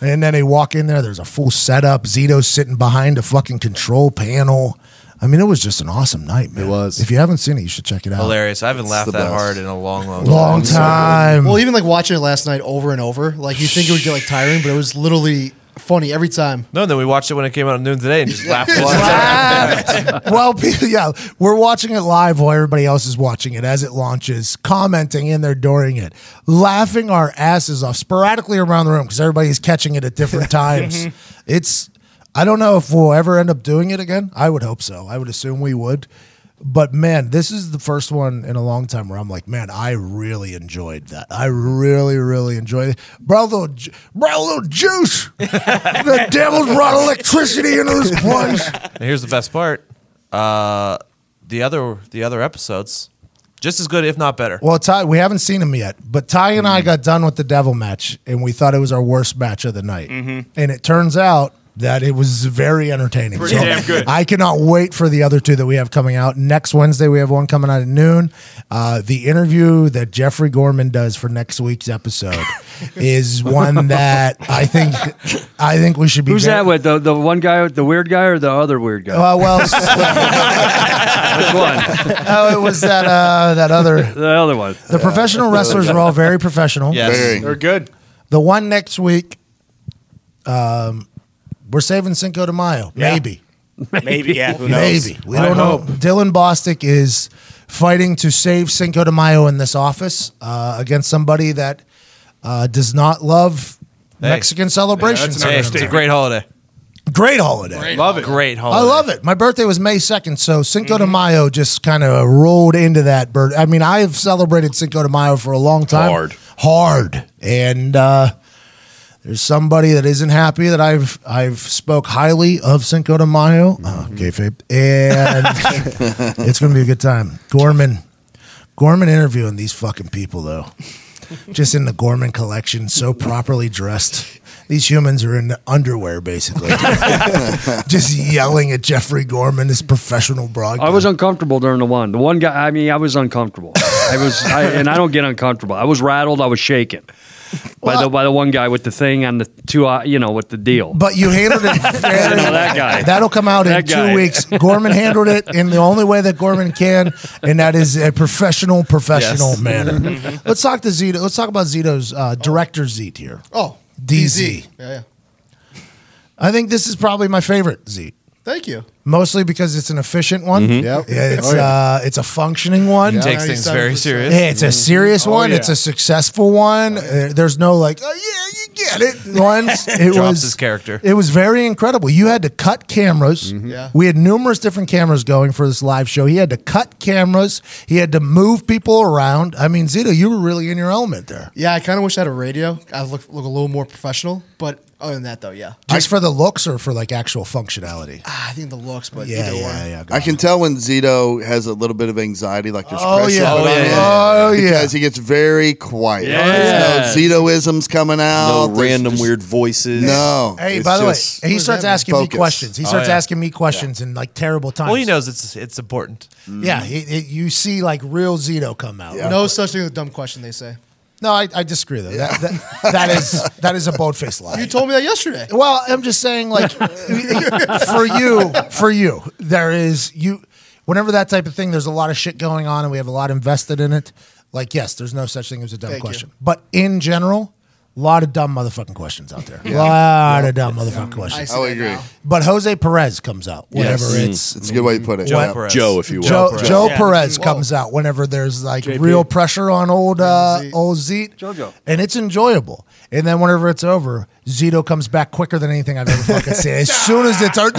[SPEAKER 1] and then they walk in there. There's a full setup. Zito's sitting behind a fucking control panel. I mean, it was just an awesome night, man. It was. If you haven't seen it, you should check it out.
[SPEAKER 4] Hilarious. I haven't laughed
[SPEAKER 1] the
[SPEAKER 4] that
[SPEAKER 1] best.
[SPEAKER 4] hard in a long, long,
[SPEAKER 1] Long time.
[SPEAKER 2] Well, even like watching it last night over and over, like you think it would get like tiring, but it was literally funny every time.
[SPEAKER 4] No, then we watched it when it came out at noon today and just laughed.
[SPEAKER 1] well, people, yeah, we're watching it live while everybody else is watching it as it launches, commenting in there during it, laughing our asses off sporadically around the room because everybody's catching it at different times.
[SPEAKER 12] Mhm.
[SPEAKER 1] It's, I don't know if we'll ever end up doing it again. I would hope so. I would assume we would. But man, this is the first one in a long time where I'm like, man, I really enjoyed that. I really, really enjoyed it. Bro, little, ju- bro, little juice. the devil brought electricity into this place.
[SPEAKER 4] And here's the best part: uh, the other the other episodes, just as good, if not better.
[SPEAKER 1] Well, Ty, we haven't seen him yet, but Ty and
[SPEAKER 12] Mm-hmm.
[SPEAKER 1] I got done with the devil match, and we thought it was our worst match of the night.
[SPEAKER 12] Mm-hmm.
[SPEAKER 4] Mhm.
[SPEAKER 1] And it turns out that it was very entertaining.
[SPEAKER 12] Pretty damn good.
[SPEAKER 1] I cannot wait for the other two that we have coming out next Wednesday. We have one coming out at noon. Uh, the interview that Jeffrey Gorman does for next week's episode is one that I think I think we should be.
[SPEAKER 8] Who's
[SPEAKER 1] very-
[SPEAKER 8] that with the the one guy, the weird guy, or the other weird guy?
[SPEAKER 1] Uh, well, oh, it was that uh, that other
[SPEAKER 8] the other one.
[SPEAKER 1] The professional wrestlers are all very professional.
[SPEAKER 8] Yes. Very. They're
[SPEAKER 1] good. The one next week, um, we're saving Cinco de Mayo.
[SPEAKER 5] Yeah.
[SPEAKER 1] Maybe.
[SPEAKER 5] Maybe, yeah, who knows?
[SPEAKER 1] Maybe. We
[SPEAKER 5] I
[SPEAKER 1] don't
[SPEAKER 5] hope.
[SPEAKER 1] know. Dylan Bostic is fighting to save Cinco de Mayo in this office uh, against somebody that uh, does not love
[SPEAKER 4] Hey.
[SPEAKER 1] Mexican celebrations.
[SPEAKER 4] Hey, it's a great holiday.
[SPEAKER 1] Great holiday.
[SPEAKER 4] love it. Great holiday.
[SPEAKER 1] I love it. My birthday was May 2nd, so Cinco de Mayo just kind of rolled into that bird. I mean, I have celebrated Cinco de Mayo for a long time.
[SPEAKER 3] Hard.
[SPEAKER 1] Hard. And uh, there's somebody that isn't happy that I've I've spoke highly of Cinco de Mayo.
[SPEAKER 2] Uh-huh.
[SPEAKER 1] Uh, kayfabe. And it's going to be a good time. Gorman. Gorman interviewing these fucking people, though. Just in the Gorman collection, so properly dressed. These humans are in underwear, basically. just yelling at Jeffrey Gorman, his professional broadcast.
[SPEAKER 8] I was uncomfortable during the one. The one guy. I mean, I was uncomfortable. I was, I, and I don't get uncomfortable. I was rattled. I was shaken by the by the one guy with the thing on the two. eye- You know, with the deal.
[SPEAKER 1] But you handled it very
[SPEAKER 8] know that guy.
[SPEAKER 1] That'll come out in
[SPEAKER 8] That
[SPEAKER 1] two
[SPEAKER 8] guy.
[SPEAKER 1] weeks. Gorman handled it in the only way that Gorman can, and that is a professional, professional
[SPEAKER 12] Yes.
[SPEAKER 1] manner.
[SPEAKER 8] Mm-hmm.
[SPEAKER 12] Mhm.
[SPEAKER 1] Let's talk to Zito. Let's talk about Zito's uh, director Zete here.
[SPEAKER 2] Oh,
[SPEAKER 1] DZ.
[SPEAKER 2] Yeah, yeah.
[SPEAKER 1] I think this is probably my favorite Zete.
[SPEAKER 2] Thank you.
[SPEAKER 1] Mostly because it's an efficient one.
[SPEAKER 2] Mhm. Yep.
[SPEAKER 1] Yeah, it's
[SPEAKER 2] Oh, yeah.
[SPEAKER 1] uh, it's a functioning one.
[SPEAKER 4] Mm-hmm. He takes things very serious.
[SPEAKER 1] Yeah,
[SPEAKER 2] Mm-hmm.
[SPEAKER 1] it's a
[SPEAKER 2] Oh,
[SPEAKER 1] serious
[SPEAKER 4] one.
[SPEAKER 1] one. It's a successful one. Uh, There's no like, oh yeah, you get it. Ones. It
[SPEAKER 4] Drops
[SPEAKER 1] was
[SPEAKER 4] his character.
[SPEAKER 1] It was very incredible. You had to cut cameras.
[SPEAKER 2] Mm-hmm.
[SPEAKER 4] Yeah.
[SPEAKER 1] We had numerous different cameras going for this live show. He had to cut cameras. He had to move people around. I mean, Zito, you were really in your element there.
[SPEAKER 2] Yeah, I kind of wish I had a radio. I look look a little more professional, but other than that, though, yeah,
[SPEAKER 1] Just for the looks or for like actual functionality?
[SPEAKER 2] Ah, I think the looks, but
[SPEAKER 1] Yeah,
[SPEAKER 2] either
[SPEAKER 1] yeah,
[SPEAKER 2] way.
[SPEAKER 1] yeah.
[SPEAKER 9] I can tell when Zito has a little bit of anxiety, like there's
[SPEAKER 1] Oh,
[SPEAKER 9] pressure
[SPEAKER 1] yeah.
[SPEAKER 9] put
[SPEAKER 1] Oh,
[SPEAKER 9] on
[SPEAKER 1] yeah,
[SPEAKER 9] him,
[SPEAKER 1] yeah, Oh, yeah.
[SPEAKER 9] because he gets very quiet.
[SPEAKER 1] Yeah.
[SPEAKER 9] There's no Zitoisms coming out.
[SPEAKER 3] No
[SPEAKER 9] There's
[SPEAKER 3] random
[SPEAKER 9] just-
[SPEAKER 3] weird voices.
[SPEAKER 9] No.
[SPEAKER 1] Hey,
[SPEAKER 9] It's
[SPEAKER 1] by the
[SPEAKER 9] just-
[SPEAKER 1] way, he starts asking me
[SPEAKER 9] Focus.
[SPEAKER 1] questions. He
[SPEAKER 9] Oh,
[SPEAKER 1] starts
[SPEAKER 9] yeah.
[SPEAKER 1] asking me questions in like terrible times.
[SPEAKER 4] Well, he knows it's it's important.
[SPEAKER 1] Mm. Yeah, it, it, you see like real Zito come out.
[SPEAKER 2] No such thing as a dumb question. They say.
[SPEAKER 1] No, I, I disagree though. That, that, that is that is a bold faced lie.
[SPEAKER 2] You told me that yesterday.
[SPEAKER 1] Well, I'm just saying, like, for you, for you, there is you. Whenever that type of thing, there's a lot of shit going on, and we have a lot invested in it. Like, yes, there's no such thing as a dumb
[SPEAKER 12] Thank you.
[SPEAKER 1] question, but in general, a lot of dumb motherfucking questions out there. A
[SPEAKER 12] Yeah.
[SPEAKER 1] lot of dumb
[SPEAKER 12] Yeah.
[SPEAKER 1] motherfucking
[SPEAKER 12] Yeah.
[SPEAKER 1] questions.
[SPEAKER 9] I would agree.
[SPEAKER 1] But Jose Perez comes out whenever
[SPEAKER 9] Yes.
[SPEAKER 1] it's
[SPEAKER 9] It's a good way to put it.
[SPEAKER 1] Joe
[SPEAKER 9] Yeah.
[SPEAKER 1] Perez. Joe, Joe Perez, comes out whenever there's like real pressure on old uh, old Zete,
[SPEAKER 8] Jojo.
[SPEAKER 1] and it's enjoyable. And then whenever it's over, Zito comes back quicker than anything I've ever fucking seen. As soon as it's over,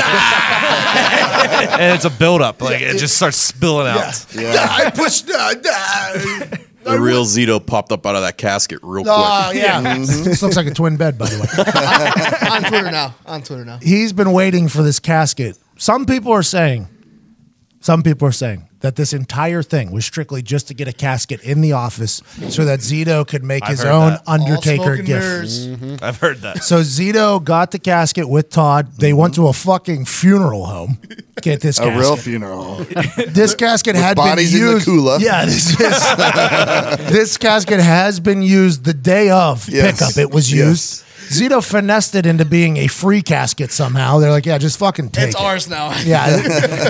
[SPEAKER 4] and it's a buildup. Like it just starts spilling out.
[SPEAKER 1] I pushed. Uh, uh,
[SPEAKER 3] The real Zito popped up out of that casket real
[SPEAKER 1] oh
[SPEAKER 3] quick.
[SPEAKER 1] yeah, this looks like a twin bed, by the way.
[SPEAKER 2] on Twitter now. On Twitter now.
[SPEAKER 1] He's been waiting for this casket. Some people are saying, some people are saying that this entire thing was strictly just to get a casket in the office so that Zito could make
[SPEAKER 4] I've
[SPEAKER 1] his
[SPEAKER 4] heard
[SPEAKER 1] own
[SPEAKER 4] that.
[SPEAKER 1] Undertaker gift. Mm-hmm.
[SPEAKER 4] I've heard that.
[SPEAKER 1] So Zito got the casket with Todd. They went to a fucking funeral home. to Get this
[SPEAKER 9] a
[SPEAKER 1] casket.
[SPEAKER 9] real funeral.
[SPEAKER 1] This casket
[SPEAKER 9] With
[SPEAKER 1] had
[SPEAKER 9] bodies
[SPEAKER 1] been
[SPEAKER 9] in the
[SPEAKER 1] used.
[SPEAKER 9] cooler.
[SPEAKER 1] Yeah, this is, this casket has been used the day of
[SPEAKER 9] Yes.
[SPEAKER 1] pickup. It was used. Zito finessed it into being a free casket somehow. They're like, yeah, just fucking take
[SPEAKER 2] It's
[SPEAKER 1] it.
[SPEAKER 2] ours now.
[SPEAKER 1] Yeah,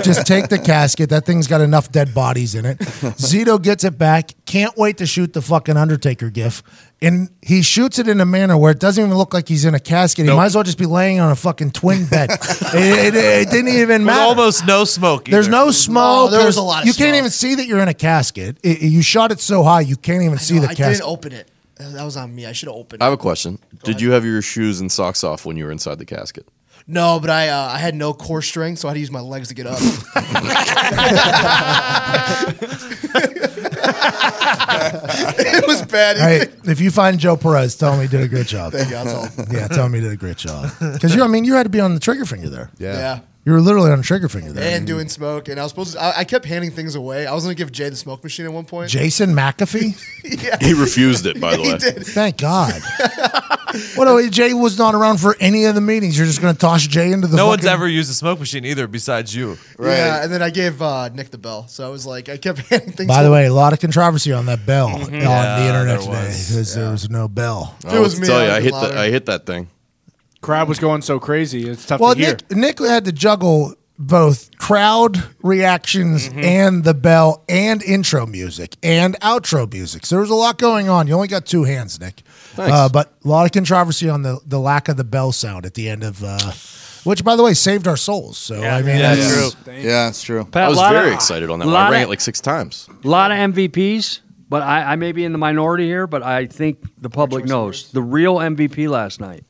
[SPEAKER 1] just take the casket. That thing's got enough dead bodies in it. Zito gets it back. Can't wait to shoot the fucking Undertaker gif. And he shoots it in a manner where it doesn't even look like he's in a casket. He
[SPEAKER 4] Nope.
[SPEAKER 1] might as well just be laying on a fucking twin bed. it, it- it didn't even
[SPEAKER 4] With
[SPEAKER 1] matter.
[SPEAKER 4] almost no smoke.
[SPEAKER 1] There's
[SPEAKER 4] either.
[SPEAKER 1] no smoke.
[SPEAKER 2] Oh, there was
[SPEAKER 1] There's-
[SPEAKER 2] a lot of
[SPEAKER 1] You can't even see that you're in a casket. It- you shot it so high you can't even see the
[SPEAKER 2] I
[SPEAKER 1] casket.
[SPEAKER 2] didn't open it. That was on me. I should have opened
[SPEAKER 3] I
[SPEAKER 2] it.
[SPEAKER 3] have a question. Did you have your shoes and socks off when you were inside the casket?
[SPEAKER 2] No, but I uh, I had no core strength, so I had to use my legs to get up. it was bad.
[SPEAKER 1] Hey, if you find Joe Perez, tell him he did a great job.
[SPEAKER 2] Thank you, that's all.
[SPEAKER 1] Yeah, tell him he did a great job. Because you, I mean, you had to be on the trigger finger there.
[SPEAKER 2] Yeah. Yeah.
[SPEAKER 1] you were literally on the trigger finger there.
[SPEAKER 2] And doing smoke, and I was supposed to. I, I kept handing things away. I was gonna give Jay the smoke machine at one point.
[SPEAKER 1] Jason McAfee.
[SPEAKER 2] yeah.
[SPEAKER 3] He refused it, by the
[SPEAKER 2] He
[SPEAKER 3] way.
[SPEAKER 2] did.
[SPEAKER 1] Thank God. what? Oh, Jay was not around for any of the meetings. You're just going to toss Jay into the.
[SPEAKER 4] no one's
[SPEAKER 1] fucking-
[SPEAKER 4] ever used a smoke machine either, besides you.
[SPEAKER 2] Yeah, and then I gave uh, Nick the bell, so I was like, I kept handing things.
[SPEAKER 1] By the
[SPEAKER 2] away.
[SPEAKER 1] way, a lot of controversy on that bell on the
[SPEAKER 4] Yeah,
[SPEAKER 1] internet
[SPEAKER 4] there
[SPEAKER 1] today
[SPEAKER 4] was.
[SPEAKER 1] because there was no bell.
[SPEAKER 2] If it was
[SPEAKER 3] I'll
[SPEAKER 2] me,
[SPEAKER 3] tell
[SPEAKER 2] I
[SPEAKER 3] you, I
[SPEAKER 2] would've
[SPEAKER 3] hit
[SPEAKER 2] been
[SPEAKER 3] that.
[SPEAKER 2] louder.
[SPEAKER 3] I hit that thing.
[SPEAKER 7] Crowd was going so crazy. It's tough
[SPEAKER 1] Well,
[SPEAKER 7] to hear.
[SPEAKER 1] Nick, Nick had to juggle both crowd reactions and the bell and intro music and outro music. So there was a lot going on. You only got two hands, Nick.
[SPEAKER 3] Thanks.
[SPEAKER 1] Uh, but a lot of controversy on the, the lack of the bell sound at the end of, uh, which, by the way, saved our souls. So, I mean,
[SPEAKER 4] Yeah,
[SPEAKER 1] that's
[SPEAKER 4] yeah.
[SPEAKER 9] Yeah, it's true.
[SPEAKER 3] I
[SPEAKER 8] Pat,
[SPEAKER 3] was
[SPEAKER 8] lotta-
[SPEAKER 3] very excited on that. one.
[SPEAKER 8] lotta-
[SPEAKER 3] I rang it like six times.
[SPEAKER 8] A lot of MVPs, but I, I may be in the minority here, but I think the public knows. The real MVP last night,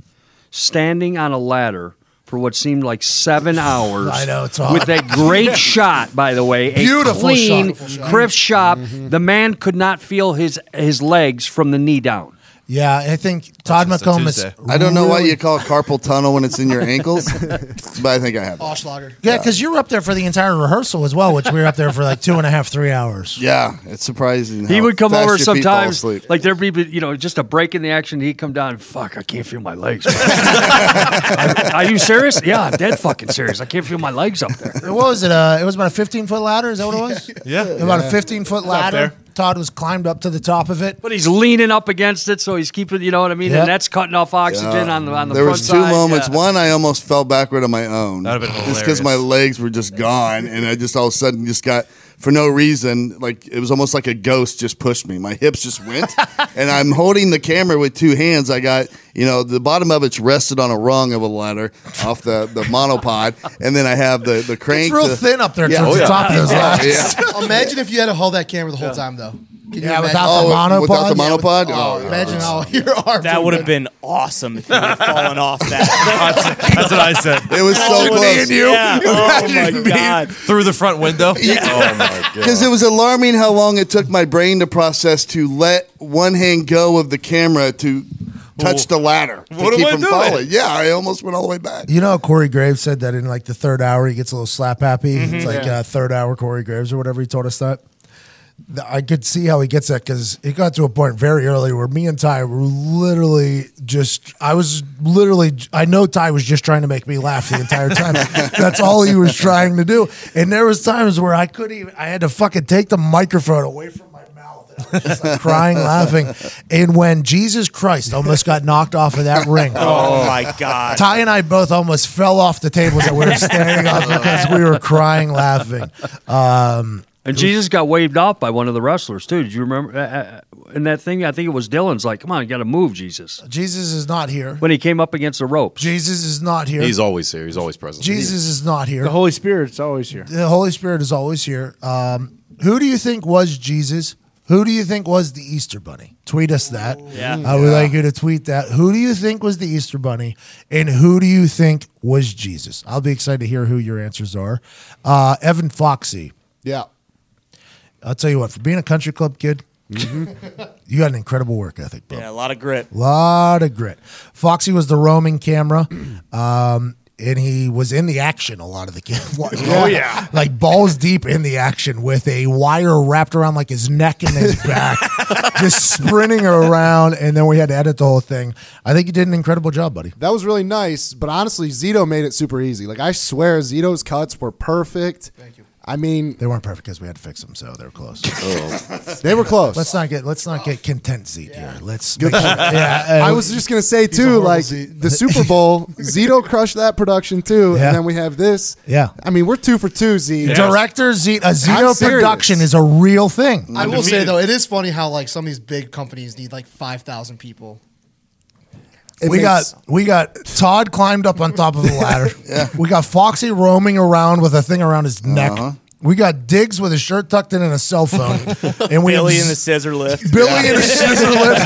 [SPEAKER 8] standing on a ladder for what seemed like seven hours.
[SPEAKER 1] I know, it's awful.
[SPEAKER 8] With that great shot, by the way. A
[SPEAKER 1] Beautiful
[SPEAKER 8] clean,
[SPEAKER 1] shot. Mm-hmm. Beautiful
[SPEAKER 8] crisp shot. The man could not feel his, his legs from the knee down.
[SPEAKER 1] yeah, I think Todd
[SPEAKER 4] just a
[SPEAKER 1] McComas.
[SPEAKER 4] Tuesday.
[SPEAKER 9] I don't know why
[SPEAKER 1] really-
[SPEAKER 9] you call it carpal tunnel when it's in your ankles, but I think I have. It.
[SPEAKER 2] Oshloger.
[SPEAKER 1] Yeah, because you were up there for the entire rehearsal as well, which we were up there for like two and a half, three hours.
[SPEAKER 9] Yeah, it's surprising.
[SPEAKER 8] He
[SPEAKER 9] how
[SPEAKER 8] would come
[SPEAKER 9] fast
[SPEAKER 8] over
[SPEAKER 9] your feet fall
[SPEAKER 8] sometimes,
[SPEAKER 9] asleep.
[SPEAKER 8] like there'd be, you know, just a break in the action. He'd come down, fuck, I can't feel my legs. are, are you serious? Yeah, I'm dead fucking serious. I can't feel my legs up there.
[SPEAKER 1] What was it? Uh, it was about a 15 foot ladder. Is that what it was?
[SPEAKER 4] Yeah.
[SPEAKER 1] About a 15 foot ladder. Todd was climbed up to the top of it.
[SPEAKER 8] But he's leaning up against it, so he's keeping, you know what I mean?
[SPEAKER 1] Yep.
[SPEAKER 8] And that's cutting off oxygen on the on the
[SPEAKER 9] there
[SPEAKER 8] front
[SPEAKER 9] was two
[SPEAKER 8] side.
[SPEAKER 9] moments.
[SPEAKER 8] yeah.
[SPEAKER 9] One, I almost fell backward on my own.
[SPEAKER 4] That'd have been
[SPEAKER 9] just because my
[SPEAKER 4] hilarious.
[SPEAKER 9] legs were just gone, and I just all of a sudden just got for no reason. Like it was almost like a ghost just pushed me. My hips just went, and I'm holding the camera with two hands. I got you know the bottom of it's rested on a rung of a ladder off the the monopod, and then I have the the crank.
[SPEAKER 1] It's real
[SPEAKER 9] to-
[SPEAKER 1] thin up there
[SPEAKER 9] Yeah.
[SPEAKER 1] towards
[SPEAKER 9] Oh,
[SPEAKER 1] the
[SPEAKER 9] yeah.
[SPEAKER 1] top of those
[SPEAKER 9] Yeah,
[SPEAKER 1] ladders.
[SPEAKER 9] yeah.
[SPEAKER 2] Imagine if you had to haul that camera the whole time, though. Can
[SPEAKER 1] Yeah,
[SPEAKER 2] imagine-
[SPEAKER 1] without the monopod?
[SPEAKER 9] Oh, Without the
[SPEAKER 1] Yeah,
[SPEAKER 2] with-
[SPEAKER 9] monopod?
[SPEAKER 2] oh,
[SPEAKER 9] yeah.
[SPEAKER 2] imagine how your arms.
[SPEAKER 5] That would have been awesome if you had fallen off that.
[SPEAKER 4] That's what I said.
[SPEAKER 9] It was so close.
[SPEAKER 5] Yeah. Oh my god.
[SPEAKER 4] Through the front window.
[SPEAKER 3] Oh my god!
[SPEAKER 9] Because it was alarming how long it took my brain to process to let one hand go of the camera to touch the ladder. to
[SPEAKER 4] What am
[SPEAKER 9] keep
[SPEAKER 4] I
[SPEAKER 9] from
[SPEAKER 4] doing?
[SPEAKER 9] falling. Yeah, I almost went all the way back.
[SPEAKER 1] You know, how Corey Graves said that in like the third hour, he gets a little slap happy.
[SPEAKER 5] Mm-hmm.
[SPEAKER 1] It's like uh, third hour Corey Graves or whatever he told us that. Th- I could see how he gets that because it got to a point very early where me and Ty were literally just, I was literally, I know Ty was just trying to make me laugh the entire time. That's all he was trying to do. And there was times where I couldn't even, I had to fucking take the microphone away from my mouth. And I was just like crying, laughing. And when Jesus Christ almost got knocked off of that ring.
[SPEAKER 5] Oh my god.
[SPEAKER 1] Ty and I both almost fell off the tables that we were standing on because we were crying laughing. Um,
[SPEAKER 8] And Jesus got waved off by one of the wrestlers too. Did you remember? Uh, uh, in that thing, I think it was Dylan's. Like, come on, you got to move, Jesus.
[SPEAKER 1] Jesus is not here.
[SPEAKER 8] When he came up against the ropes,
[SPEAKER 1] Jesus is not here.
[SPEAKER 3] He's always here. He's always present.
[SPEAKER 1] Jesus is not here.
[SPEAKER 7] the Holy Spirit's always here.
[SPEAKER 1] The Holy Spirit is always here. Um, who do you think was Jesus? Who do you think was the Easter Bunny? Tweet us that.
[SPEAKER 5] Yeah.
[SPEAKER 1] I would like you to tweet that. Who do you think was the Easter Bunny? And who do you think was Jesus? I'll be excited to hear who your answers are. Uh, Evan Foxy.
[SPEAKER 10] Yeah.
[SPEAKER 1] I'll tell you what, for being a country club kid,
[SPEAKER 5] Mm-hmm.
[SPEAKER 1] you got an incredible work ethic, bro.
[SPEAKER 5] Yeah, a lot of grit.
[SPEAKER 1] lot of grit. Foxy was the roaming camera. Um, and he was in the action a lot of the game.
[SPEAKER 12] Oh, yeah.
[SPEAKER 1] like balls deep in the action with a wire wrapped around like his neck and his back, just sprinting around. And then we had to edit the whole thing. I think you did an incredible job, buddy.
[SPEAKER 10] That was really nice, but honestly, Zito made it super easy. Like I swear, Zito's cuts were perfect. Thank you. I mean,
[SPEAKER 1] they weren't perfect because we had to fix them, so they're close. Oh.
[SPEAKER 10] they were close.
[SPEAKER 1] Let's not get let's not get content Zeke here. Let's
[SPEAKER 10] Good
[SPEAKER 1] make
[SPEAKER 10] point.
[SPEAKER 1] sure- yeah. uh,
[SPEAKER 10] I was just gonna say
[SPEAKER 1] he's a
[SPEAKER 10] too,
[SPEAKER 1] horrible
[SPEAKER 10] like
[SPEAKER 1] Zeke.
[SPEAKER 10] the Super Bowl, Zito crushed that production too,
[SPEAKER 1] Yeah.
[SPEAKER 10] and then we have this.
[SPEAKER 1] Yeah.
[SPEAKER 10] I mean, we're two for two, Z.
[SPEAKER 1] Director Z, a
[SPEAKER 10] I'm
[SPEAKER 1] Zito
[SPEAKER 10] serious.
[SPEAKER 1] production is a real thing.
[SPEAKER 2] I will say though, it is funny how like some of these big companies need like five thousand people.
[SPEAKER 1] we
[SPEAKER 2] makes-
[SPEAKER 1] got we got Todd climbed up on top of the ladder. We got Foxy roaming around with a thing around his
[SPEAKER 9] Uh-huh.
[SPEAKER 1] neck. We got Diggs with his shirt tucked in and a cell phone, and we
[SPEAKER 5] Billy
[SPEAKER 1] have
[SPEAKER 5] in the scissor lift.
[SPEAKER 1] Billy and a scissor lift,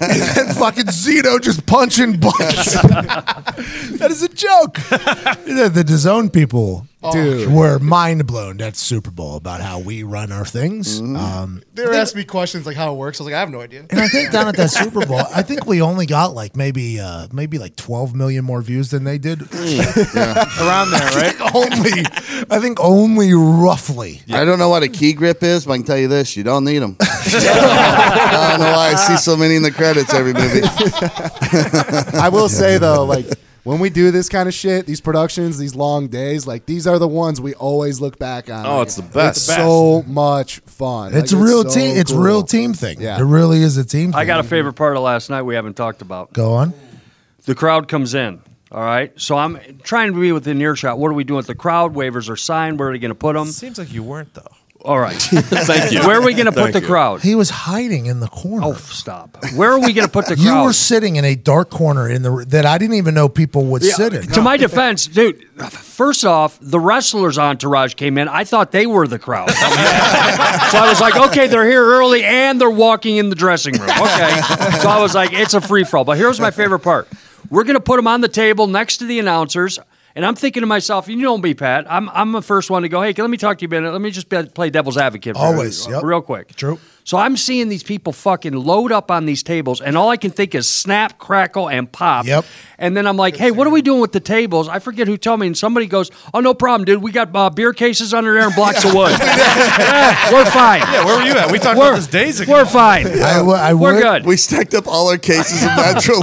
[SPEAKER 1] and then fucking Zito just punching butts. that is a joke. the, the DAZN people, dude, were mind blown at Super Bowl about how we run our things. Um,
[SPEAKER 2] They were asking me questions like how it works. I was like, I have no idea.
[SPEAKER 1] and I think down at that Super Bowl, I think we only got like maybe uh, maybe like 12 million more views than they did.
[SPEAKER 7] Around there, right?
[SPEAKER 1] only, I think only roughly.
[SPEAKER 9] I don't know what a key grip is, but I can tell you this: you don't need them. I don't know why I see so many in the credits every movie.
[SPEAKER 10] I will say though, like when we do this kind of shit, these productions, these long days, like these are the ones we always look back on.
[SPEAKER 1] Oh,
[SPEAKER 10] Like,
[SPEAKER 1] it's the best.
[SPEAKER 10] It's
[SPEAKER 1] The best.
[SPEAKER 10] so much fun.
[SPEAKER 1] It's
[SPEAKER 10] Like,
[SPEAKER 1] a real
[SPEAKER 10] so
[SPEAKER 1] team. It's a
[SPEAKER 10] cool.
[SPEAKER 1] real team thing.
[SPEAKER 10] Yeah.
[SPEAKER 1] It really is a team. Thing.
[SPEAKER 8] I got a favorite part of last night we haven't talked about.
[SPEAKER 1] Go on.
[SPEAKER 8] The crowd comes in. All right. So I'm trying to be within earshot. What are we doing with the crowd? Waivers are signed. Where are they going to put them?
[SPEAKER 4] Seems like you weren't though.
[SPEAKER 8] All right.
[SPEAKER 4] Thank you.
[SPEAKER 8] Where are we going to put
[SPEAKER 4] Thank
[SPEAKER 8] the
[SPEAKER 4] you.
[SPEAKER 8] crowd?
[SPEAKER 1] He was hiding in the corner. Oh,
[SPEAKER 8] stop. Where are we going to put the crowd?
[SPEAKER 1] You were sitting in a dark corner in the that I didn't even know people would
[SPEAKER 8] Yeah,
[SPEAKER 1] sit in.
[SPEAKER 8] To my defense, dude, first off, the wrestlers' entourage came in. I thought they were the crowd. so I was like, okay, they're here early and they're walking in the dressing room. Okay. So I was like, it's a free for all. But here's my favorite part we're going to put them on the table next to the announcers. And I'm thinking to myself, you know me, Pat. I'm, I'm the first one to go, hey, let me talk to you a minute. Let me just be- play devil's advocate for
[SPEAKER 1] Always,
[SPEAKER 8] you,
[SPEAKER 1] yep.
[SPEAKER 8] real quick.
[SPEAKER 1] True.
[SPEAKER 8] So I'm seeing these people fucking load up on these tables, and all I can think is snap, crackle, and pop. Yep. And then I'm like, hey, what are we doing with the tables? I forget who told me, and somebody goes, oh, no problem, dude. We got uh, beer cases under there and blocks of wood. Yeah, we're fine.
[SPEAKER 4] Yeah, where were you at? We talked about this days ago.
[SPEAKER 8] We're fine.
[SPEAKER 1] I w- I
[SPEAKER 8] we're
[SPEAKER 1] would-
[SPEAKER 8] good.
[SPEAKER 9] We stacked up all our cases of natural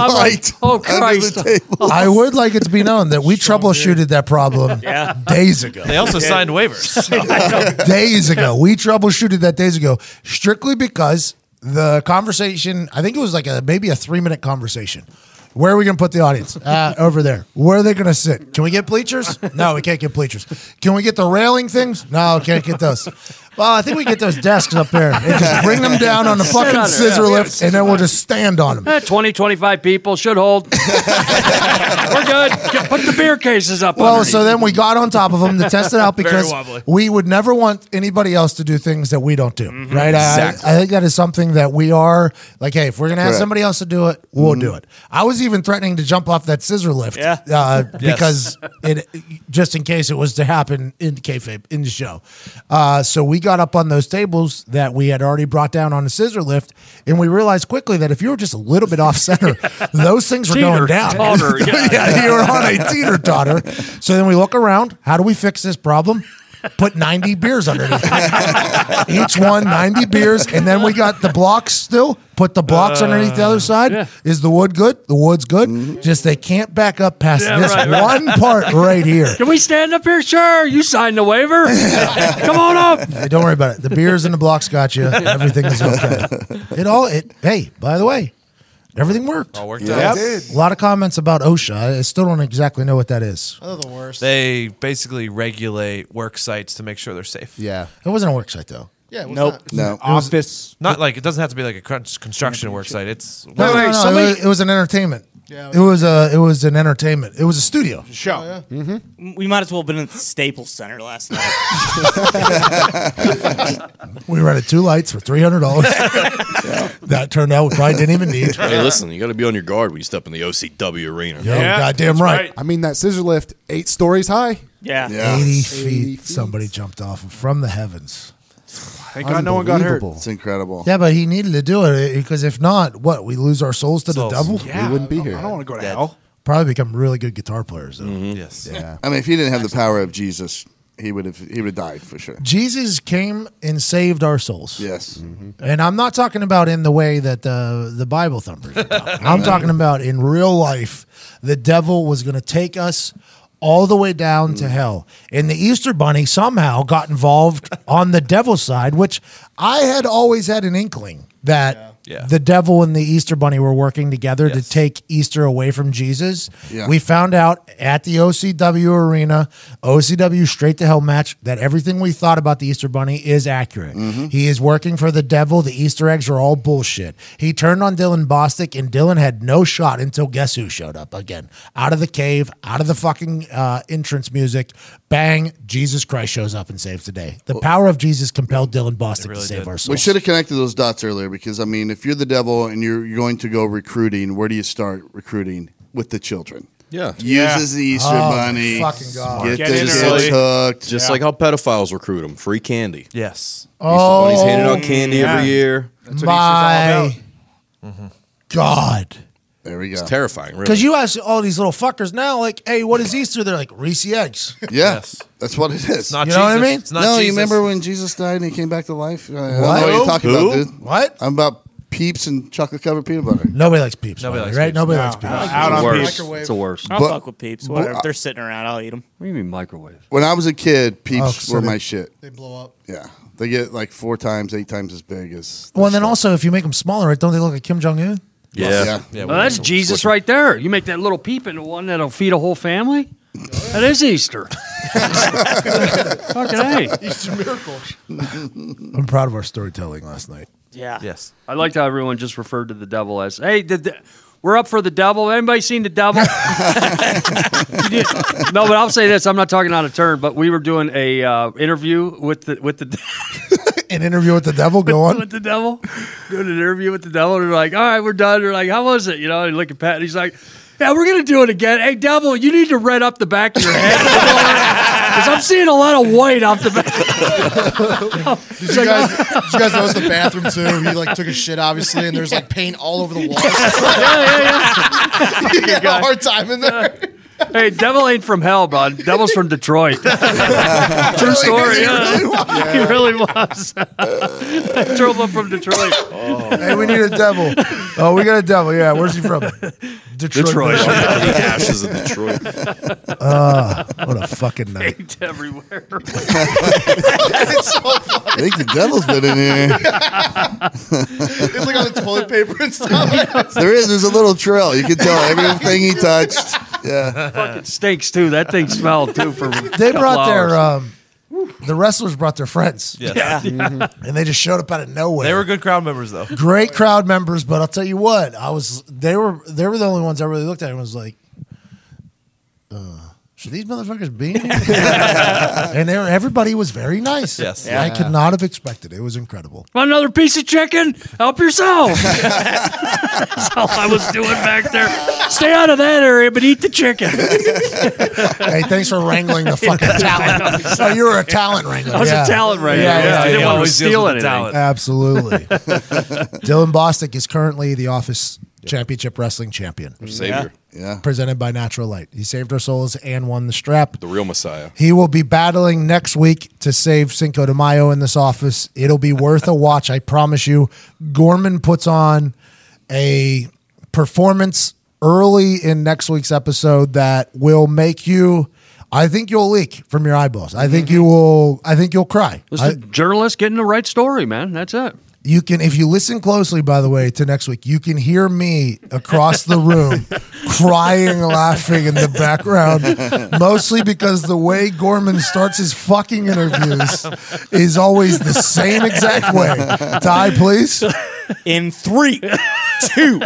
[SPEAKER 1] I'm like,
[SPEAKER 9] light.
[SPEAKER 8] oh,
[SPEAKER 9] under the
[SPEAKER 8] Christ.
[SPEAKER 9] table.
[SPEAKER 1] I would like it to be known that we troubleshooted that problem days ago.
[SPEAKER 4] They also signed waivers.
[SPEAKER 1] days ago. We troubleshooted that days ago strictly because the conversation, I think it was like a maybe a three minute conversation. Where are we going to put the audience? Uh, over there. Where are they going to sit? Can we get bleachers? No, we can't get bleachers. Can we get the railing things? No, can't get those. Well, I think we get those desks up there and just bring them down on the
[SPEAKER 8] Sit
[SPEAKER 1] fucking
[SPEAKER 8] on it.
[SPEAKER 1] scissor
[SPEAKER 8] Yeah,
[SPEAKER 1] lift, and then we'll just stand on them.
[SPEAKER 8] Eh, 20, 25 people should hold. we're good. Get- Put the beer cases up.
[SPEAKER 1] Well,
[SPEAKER 8] underneath.
[SPEAKER 1] so then we got on top of them to test it out
[SPEAKER 8] Very
[SPEAKER 1] because
[SPEAKER 8] wobbly.
[SPEAKER 1] we would never want anybody else to do things that we don't do, right? I-
[SPEAKER 9] Exactly.
[SPEAKER 1] I, I think that is something that we are like, hey, if we're gonna have
[SPEAKER 9] Correct.
[SPEAKER 1] somebody else to do it,
[SPEAKER 10] Mm-hmm.
[SPEAKER 1] we'll
[SPEAKER 9] Mhm.
[SPEAKER 10] Mm.
[SPEAKER 1] do it. I was even threatening to jump off that scissor lift,
[SPEAKER 5] Yeah.
[SPEAKER 1] uh,
[SPEAKER 9] Yes.
[SPEAKER 1] because it just in case it was to happen in kayfabe in the show. Uh, so we got up on those tables that we had already brought down on a scissor lift, and we realized quickly that if you were just a little bit off center, those things were
[SPEAKER 8] Teeter
[SPEAKER 1] going down.
[SPEAKER 8] totter, yeah.
[SPEAKER 1] yeah, you were on a teeter totter. So then we look around. How do we fix this problem? Put 90 beers underneath. it. Each one, 90 beers. And then we got the blocks still. Put the
[SPEAKER 8] Uh,
[SPEAKER 1] blocks underneath the other side. Is the wood good? The wood's good.
[SPEAKER 4] Mm-hmm.
[SPEAKER 1] Just they can't back up past
[SPEAKER 8] Yeah,
[SPEAKER 1] this
[SPEAKER 8] right, right.
[SPEAKER 1] one part right here.
[SPEAKER 8] Can we stand up here? Sure. You signed the waiver. Come on up.
[SPEAKER 1] Hey, don't worry about it. The beers and the blocks got you. Everything is okay. It all, it, hey, by the way, everything worked.
[SPEAKER 4] All worked
[SPEAKER 1] Yeah,
[SPEAKER 4] out.
[SPEAKER 1] A lot of comments about OSHA. I I still don't exactly know what that is.
[SPEAKER 4] They basically regulate work sites to make sure they're safe.
[SPEAKER 10] Yeah.
[SPEAKER 1] It wasn't a work site, though.
[SPEAKER 2] Yeah,
[SPEAKER 4] Nope.
[SPEAKER 9] No.
[SPEAKER 7] Office.
[SPEAKER 4] Not like it doesn't have to be like a crunch- construction work site. It's
[SPEAKER 1] No, no, no, no, it was- It, was an entertainment. it was a. It was an entertainment. It was a studio.
[SPEAKER 7] Show.
[SPEAKER 9] Oh, Mm-hmm.
[SPEAKER 5] We might as well have been in the Staples Center last night.
[SPEAKER 1] We rented two lights for three hundred dollars. That turned out we probably didn't even need.
[SPEAKER 3] Hey, listen, you got to be on your guard when you step in the OCW arena.
[SPEAKER 1] Yo, Oh, goddamn right.
[SPEAKER 10] I mean, that scissor lift, eight stories high.
[SPEAKER 5] Yeah.
[SPEAKER 1] Eighty feet. Somebody jumped off of from the heavens.
[SPEAKER 7] Thank God no one got hurt.
[SPEAKER 10] Unbelievable.
[SPEAKER 9] It's incredible.
[SPEAKER 1] Yeah, but he eh, needed to do it because if not, what we lose our souls to the devil.
[SPEAKER 7] Yeah.
[SPEAKER 10] We wouldn't be
[SPEAKER 7] I
[SPEAKER 10] here.
[SPEAKER 7] don't want to go to hell.
[SPEAKER 1] probably become really good guitar players. Though.
[SPEAKER 9] Yes. Yeah. I mean, if he didn't have the power of Jesus, he would have he would have died for sure.
[SPEAKER 1] Jesus came and saved our souls.
[SPEAKER 9] Yes.
[SPEAKER 1] And I'm not talking about in the way that the the Bible thumpers. are talking. I'm talking about in real life. The devil was going to take us all the way down
[SPEAKER 12] Mm.
[SPEAKER 1] to hell, and the Easter Bunny somehow got involved on the devil's side, which I had always had an inkling that.
[SPEAKER 12] Yeah.
[SPEAKER 1] The devil and the Easter Bunny were working together to take Easter away from Jesus.
[SPEAKER 12] Yeah.
[SPEAKER 1] We found out at the OCW arena, OCW straight to hell match, that everything we thought about the Easter Bunny is accurate. He is working for the devil. The Easter eggs are all bullshit. He turned on Dylan Bostic, and Dylan had no shot until guess who showed up again? Out of the cave, out of the fucking uh, entrance music, bang, Jesus Christ shows up and saves the day. The power of Jesus compelled Dylan Bostic to save our
[SPEAKER 9] We
[SPEAKER 1] souls.
[SPEAKER 9] should have connected those dots earlier because I mean, if you're the devil and you're you're going to go recruiting, where do you start recruiting with the children?
[SPEAKER 3] Yeah.
[SPEAKER 9] Uses the Easter
[SPEAKER 3] Oh,
[SPEAKER 9] Bunny.
[SPEAKER 3] fucking
[SPEAKER 1] God.
[SPEAKER 9] Get,
[SPEAKER 3] Get
[SPEAKER 9] the
[SPEAKER 3] in
[SPEAKER 9] kids
[SPEAKER 3] early.
[SPEAKER 9] hooked.
[SPEAKER 3] Just like how pedophiles recruit them, free candy.
[SPEAKER 4] Yes.
[SPEAKER 1] Oh,
[SPEAKER 3] he's handing out candy
[SPEAKER 1] yeah.
[SPEAKER 3] every year.
[SPEAKER 1] My God.
[SPEAKER 9] There we go.
[SPEAKER 3] It's terrifying, really.
[SPEAKER 1] Because you ask all these little fuckers now, like, hey, what is Easter? They're like, Reese eggs.
[SPEAKER 9] Yes. That's what it is.
[SPEAKER 1] It's not You know what I Jesus. mean? It's not
[SPEAKER 9] no, you
[SPEAKER 1] Jesus.
[SPEAKER 9] remember when Jesus died and he came back to life? Uh, I don't know
[SPEAKER 1] What?
[SPEAKER 9] what you're talking
[SPEAKER 1] Who?
[SPEAKER 9] about, dude.
[SPEAKER 1] What?
[SPEAKER 9] I'm about peeps and chocolate covered peanut butter.
[SPEAKER 1] Nobody likes peeps.
[SPEAKER 9] Nobody
[SPEAKER 1] by the
[SPEAKER 9] likes
[SPEAKER 1] way, right?
[SPEAKER 9] peeps.
[SPEAKER 1] Nobody
[SPEAKER 9] No.
[SPEAKER 1] likes peeps.
[SPEAKER 9] Out
[SPEAKER 5] Out
[SPEAKER 9] It's
[SPEAKER 5] on
[SPEAKER 9] worse.
[SPEAKER 5] peeps.
[SPEAKER 9] It's the worst.
[SPEAKER 5] I'll
[SPEAKER 9] But-
[SPEAKER 5] fuck with peeps.
[SPEAKER 9] but-
[SPEAKER 5] Whatever. if they're sitting around, I'll eat them.
[SPEAKER 8] What do you mean microwave?
[SPEAKER 9] When I was a kid, peeps
[SPEAKER 1] Oh, so
[SPEAKER 9] were
[SPEAKER 1] they-
[SPEAKER 9] my shit. They
[SPEAKER 2] blow up.
[SPEAKER 9] Yeah. They get like four times, eight times as big as.
[SPEAKER 1] Well, and then also, if you make them smaller, right, don't they look like Kim Jong Un?
[SPEAKER 9] Yeah.
[SPEAKER 8] well, that's Jesus right there. You make that little peep into one that'll feed a whole family. That is Easter. Fucking hey.
[SPEAKER 2] Easter miracle.
[SPEAKER 1] I'm proud of our storytelling last night.
[SPEAKER 5] Yeah.
[SPEAKER 4] Yes.
[SPEAKER 8] I liked how everyone just referred to the devil as, hey, the, de- we're up for the devil. Anybody seen the devil? no, but I'll say this. I'm not talking out of turn, but we were doing a uh, interview with the with the
[SPEAKER 1] An interview with the devil. Go on.
[SPEAKER 8] with the devil, doing an interview with the devil. And they're like, all right, we're done. They're like, how was it? You know, and look at Pat. And he's like, yeah, we're going to do it again. Hey, devil, you need to red up the back of your head. Because I'm seeing a lot of white off the back.
[SPEAKER 2] Did you, guys, did you guys notice the bathroom too? He like took his shit obviously, and there's like paint all over the walls. yeah, yeah, yeah. he had a hard time in there.
[SPEAKER 8] hey, devil ain't from hell, bro. Devil's from Detroit. True story. Yeah. He really was. Drove up from Detroit.
[SPEAKER 1] Hey, we need a devil. Oh, we got a devil. Yeah, where's he from? Detroit.
[SPEAKER 8] Detroit.
[SPEAKER 1] Michigan.
[SPEAKER 8] The ashes of Detroit.
[SPEAKER 1] Ah, what a fucking night.
[SPEAKER 8] Paint everywhere.
[SPEAKER 2] it's so funny.
[SPEAKER 9] I think the devil's been in here.
[SPEAKER 2] It's like on the toilet paper and stuff.
[SPEAKER 9] there is. There's a little trail. You can tell everything he touched. Yeah.
[SPEAKER 8] Fucking stinks too. That thing smelled too for. a
[SPEAKER 1] They
[SPEAKER 8] couple
[SPEAKER 1] brought
[SPEAKER 8] hours.
[SPEAKER 1] their um, the wrestlers brought their friends.
[SPEAKER 4] Yes.
[SPEAKER 1] and they just showed up out of nowhere.
[SPEAKER 4] They were good crowd members though.
[SPEAKER 1] great crowd members, but I'll tell you what, I was they were they were the only ones I really looked at and was like, uh, should these motherfuckers be? in here? and they were, everybody was very nice.
[SPEAKER 8] Yes.
[SPEAKER 1] I
[SPEAKER 8] Yeah.
[SPEAKER 1] could not have expected it. It was incredible.
[SPEAKER 8] Want another piece of chicken? Help yourself. That's all I was doing back there. Stay out of that area, but eat the chicken.
[SPEAKER 1] hey, thanks for wrangling the fucking talent. oh, you were a talent wrangler.
[SPEAKER 8] I was a talent wrangler, yeah. I didn't want to
[SPEAKER 1] always
[SPEAKER 8] steal
[SPEAKER 1] deals with the
[SPEAKER 8] anything.
[SPEAKER 1] Absolutely. Dylan Bostic is currently the office championship wrestling champion.
[SPEAKER 3] Savior.
[SPEAKER 9] Yeah.
[SPEAKER 1] Presented by Natural Light. He saved our souls and won the strap.
[SPEAKER 3] The real Messiah.
[SPEAKER 1] He will be battling next week to save Cinco de Mayo in this office. It'll be worth a watch, I promise you. Gorman puts on a performance early in next week's episode that will make you I think you'll leak from your eyeballs. I think you will I think you'll cry.
[SPEAKER 8] Just
[SPEAKER 1] I-
[SPEAKER 8] a journalist getting the right story, man. That's it.
[SPEAKER 1] you can if you listen closely by the way to next week, you can hear me across the room crying laughing in the background mostly because the way Gorman starts his fucking interviews is always the same exact way. Die please.
[SPEAKER 5] In three, two,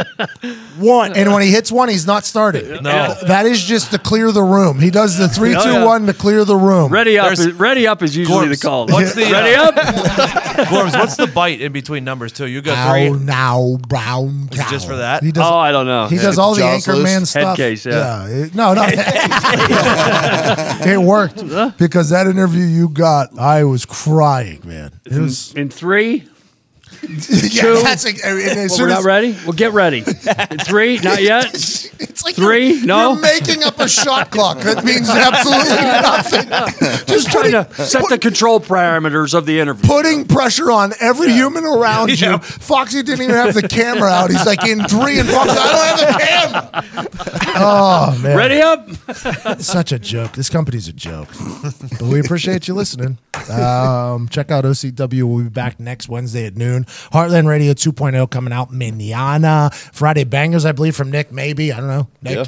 [SPEAKER 5] one.
[SPEAKER 1] And when he hits one, he's not starting.
[SPEAKER 8] No.
[SPEAKER 1] That is just to clear the room. He does the three, two,
[SPEAKER 8] Oh,
[SPEAKER 1] one
[SPEAKER 8] yeah.
[SPEAKER 1] to clear the room.
[SPEAKER 8] Ready up. Is, ready up is usually the call.
[SPEAKER 4] What's the
[SPEAKER 8] ready
[SPEAKER 4] uh,
[SPEAKER 8] up?
[SPEAKER 4] Gorms, what's the bite in between numbers too? You got
[SPEAKER 1] Ow,
[SPEAKER 4] three.
[SPEAKER 1] now, brown
[SPEAKER 4] Is it
[SPEAKER 1] cow.
[SPEAKER 4] just for that?
[SPEAKER 1] He does-
[SPEAKER 8] oh, I don't know.
[SPEAKER 1] He does all the Anchorman stuff.
[SPEAKER 8] Headcase, yeah.
[SPEAKER 1] it- no, no. it worked because that interview you got, I was crying, man. It was
[SPEAKER 8] In three,
[SPEAKER 1] Yeah,
[SPEAKER 8] Two.
[SPEAKER 1] that's a- and as
[SPEAKER 8] Well,
[SPEAKER 1] soon
[SPEAKER 8] we're not
[SPEAKER 1] as-
[SPEAKER 8] ready. Well, get ready. Three, not yet. It's
[SPEAKER 1] like
[SPEAKER 8] three. no,
[SPEAKER 1] You're making up a shot clock that means absolutely nothing. Just
[SPEAKER 8] trying to set the control parameters of the interview.
[SPEAKER 1] Putting pressure on every human around
[SPEAKER 8] Yeah.
[SPEAKER 1] you. Foxy didn't even have the camera out. He's like in three and Foxy, I don't have the camera. Oh man.
[SPEAKER 8] Ready up?
[SPEAKER 1] Such a joke. This company's a joke. but we appreciate you listening. Um, check out OCW. We'll be back next Wednesday at noon. Heartland Radio 2.0 coming out manana. Friday Bangers, I believe, from Nick, maybe. I don't know. Nick,
[SPEAKER 3] Yeah,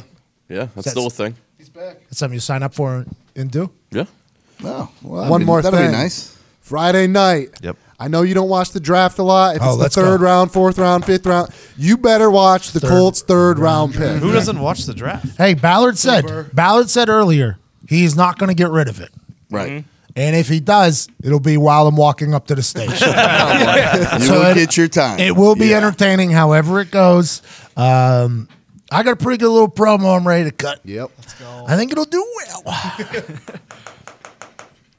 [SPEAKER 3] yeah, that's
[SPEAKER 1] That's-
[SPEAKER 3] still a thing.
[SPEAKER 1] that's something you sign up for and- and do?
[SPEAKER 3] Yeah.
[SPEAKER 1] No.
[SPEAKER 10] One more
[SPEAKER 9] that'd be
[SPEAKER 10] thing.
[SPEAKER 9] nice.
[SPEAKER 10] Friday night.
[SPEAKER 3] Yep.
[SPEAKER 10] I know you don't watch the draft a lot. If
[SPEAKER 9] Oh,
[SPEAKER 10] it's the
[SPEAKER 9] let's go.
[SPEAKER 10] third round, fourth round, fifth round, you better watch the Colts' third round pick.
[SPEAKER 4] Who doesn't watch the draft?
[SPEAKER 1] Hey, Ballard said, Ballard said earlier, he's not going to get rid of it.
[SPEAKER 9] Right.
[SPEAKER 1] And if he does, it'll be while I'm walking up to the stage.
[SPEAKER 9] You
[SPEAKER 1] So
[SPEAKER 9] will
[SPEAKER 1] it-
[SPEAKER 9] get your time.
[SPEAKER 1] It will be entertaining, however it goes. Um, I got a pretty good little promo. I'm ready to cut.
[SPEAKER 10] Yep.
[SPEAKER 1] I think it'll do well.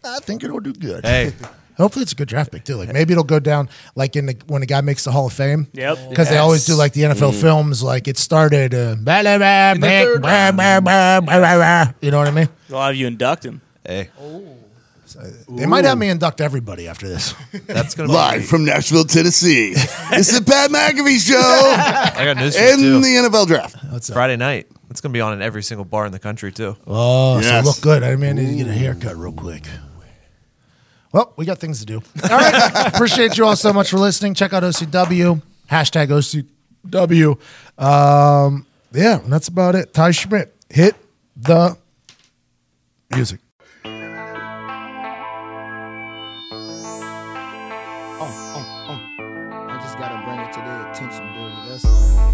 [SPEAKER 1] I think it'll do good.
[SPEAKER 4] Hey.
[SPEAKER 1] Hopefully it's a good draft pick too. Like maybe it'll go down like in the when a guy makes the Hall of Fame.
[SPEAKER 5] Yep.
[SPEAKER 1] Because they always do
[SPEAKER 5] Yes.
[SPEAKER 1] like the NFL
[SPEAKER 5] Mm.
[SPEAKER 1] films. Like it started. Uh, blah, blah, blah,
[SPEAKER 5] In the
[SPEAKER 1] blah,
[SPEAKER 5] third
[SPEAKER 1] blah, blah, blah, blah, blah, blah. You know what I mean?
[SPEAKER 5] They'll have you induct him.
[SPEAKER 4] Hey.
[SPEAKER 9] Oh.
[SPEAKER 1] They might have me induct everybody after this.
[SPEAKER 4] That's gonna
[SPEAKER 9] Live from Nashville, Tennessee. this is Pat McAfee show.
[SPEAKER 4] I got news for you
[SPEAKER 9] In
[SPEAKER 4] too.
[SPEAKER 9] the NFL draft.
[SPEAKER 4] Friday night. It's gonna be on in every single bar in the country too.
[SPEAKER 1] Oh, so look good. I mean, I need to get a haircut real quick. Well, we got things to do. All right. Appreciate you all so much for listening. Check out OCW, hashtag OCW. Um, yeah, and that's about it. Ty Schmidt, hit the music.
[SPEAKER 12] I just gotta bring it to their attention, dirty. That's all.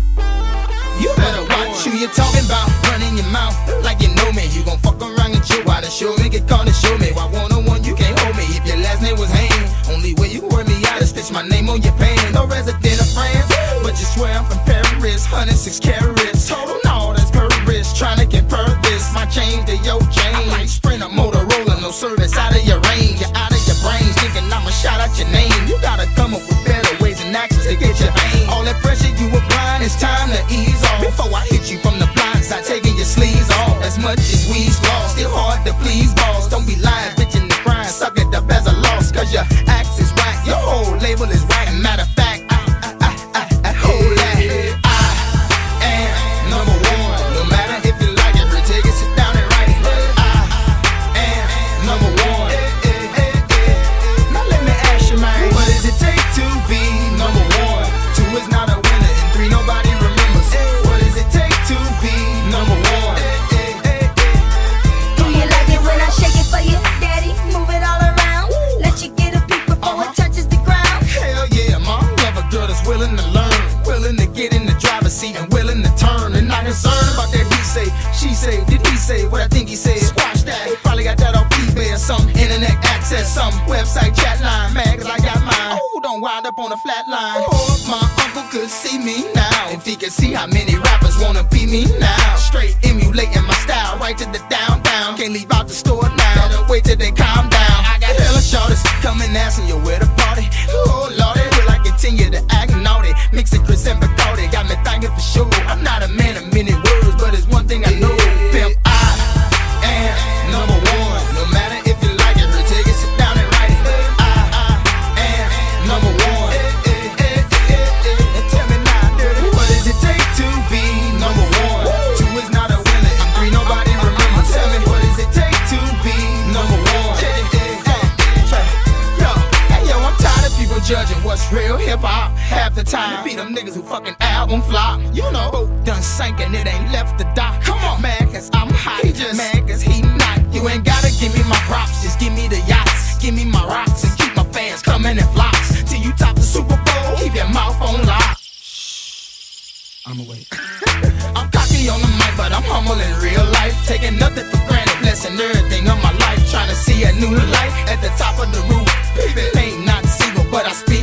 [SPEAKER 12] You better watch who you're talking about. Running your mouth like you know me. You gon' fuck around and chill while the show me get called and show me. Why one on one you can't hold me if your last name was Hain. Only way you wear me out is stitch my name on your pan. No resident of France, but you swear I'm from Paris. 106 carats total. No, that's Paris. Tryna get purpose. My change to your change. Like Sprinter, Motorola, no service out of your range. You're out of your brains, thinking I'ma shout out your name. You gotta come up with better ways and actions to get your aim. All that pressure you applying, it's time to ease off. Before I hit you from the blind side, taking your sleeves off. As much as we lost, still hard to please, boss. Don't be lying, bitching the grind, suck it up as a loss. Cause your axe is whack, your whole label is whack. Matter of fact, I, I, I, I, I hold that. I am number one. No matter if you like it, retake it, sit down and write it. I am number one. Now let me ask you, man, what does it take to be number one? Two is not a winner, and three nobody remembers. What does it take to be number one?
[SPEAKER 13] Do you like it when I shake it for you, daddy? Move it all around. Let you get a peek before it touches the ground.
[SPEAKER 12] Hell yeah, mom. Love a girl that's willing to learn, willing to get in the driver's seat and willing to turn. And not concerned about that he say, she say, did he say what I think he said? Squash that. He probably got that off eBay or some internet access, some website chat line. Mad 'cause I got mine. Oh, don't wind up on a flat line. Oh, if my uncle could see me now. If he could see how many rappers wanna be me now. Straight emulating my style, right to the down down. Can't leave out the store now. Better wait till they calm down. I got hella shortest coming asking you where to party. Oh lordy, will I continue to act naughty? Mix it Chris and Bacardi, got me thinking for sure. I'm not a man of many words, but it's one thing I know. Pimp, I am number one. No matter if you like it, or take it, sit down and write it. I, I am number one. And tell me now, dirty, what does it take to be number one? Two is not a winner, and three nobody remembers. Tell me, what does it take to be number one? Yo, hey yo, I'm tired of people judging what's real hip hop half the time. Be them niggas who fucking album flop. You know, boat done sank and it ain't left the dock. Come on, man, cause I'm hot. He just mad cause he not. You ain't gotta give me my props, just give me the yachts, give me my rocks, and keep my fans coming in flocks. Till you top the Super Bowl, keep your mouth on lock. I'm awake. I'm cocky on the mic, but I'm humble in real life. Taking nothing for granted, blessing everything of my life. Trying to see a new light at the top of the roof. People ain't not single, but I speak Ah,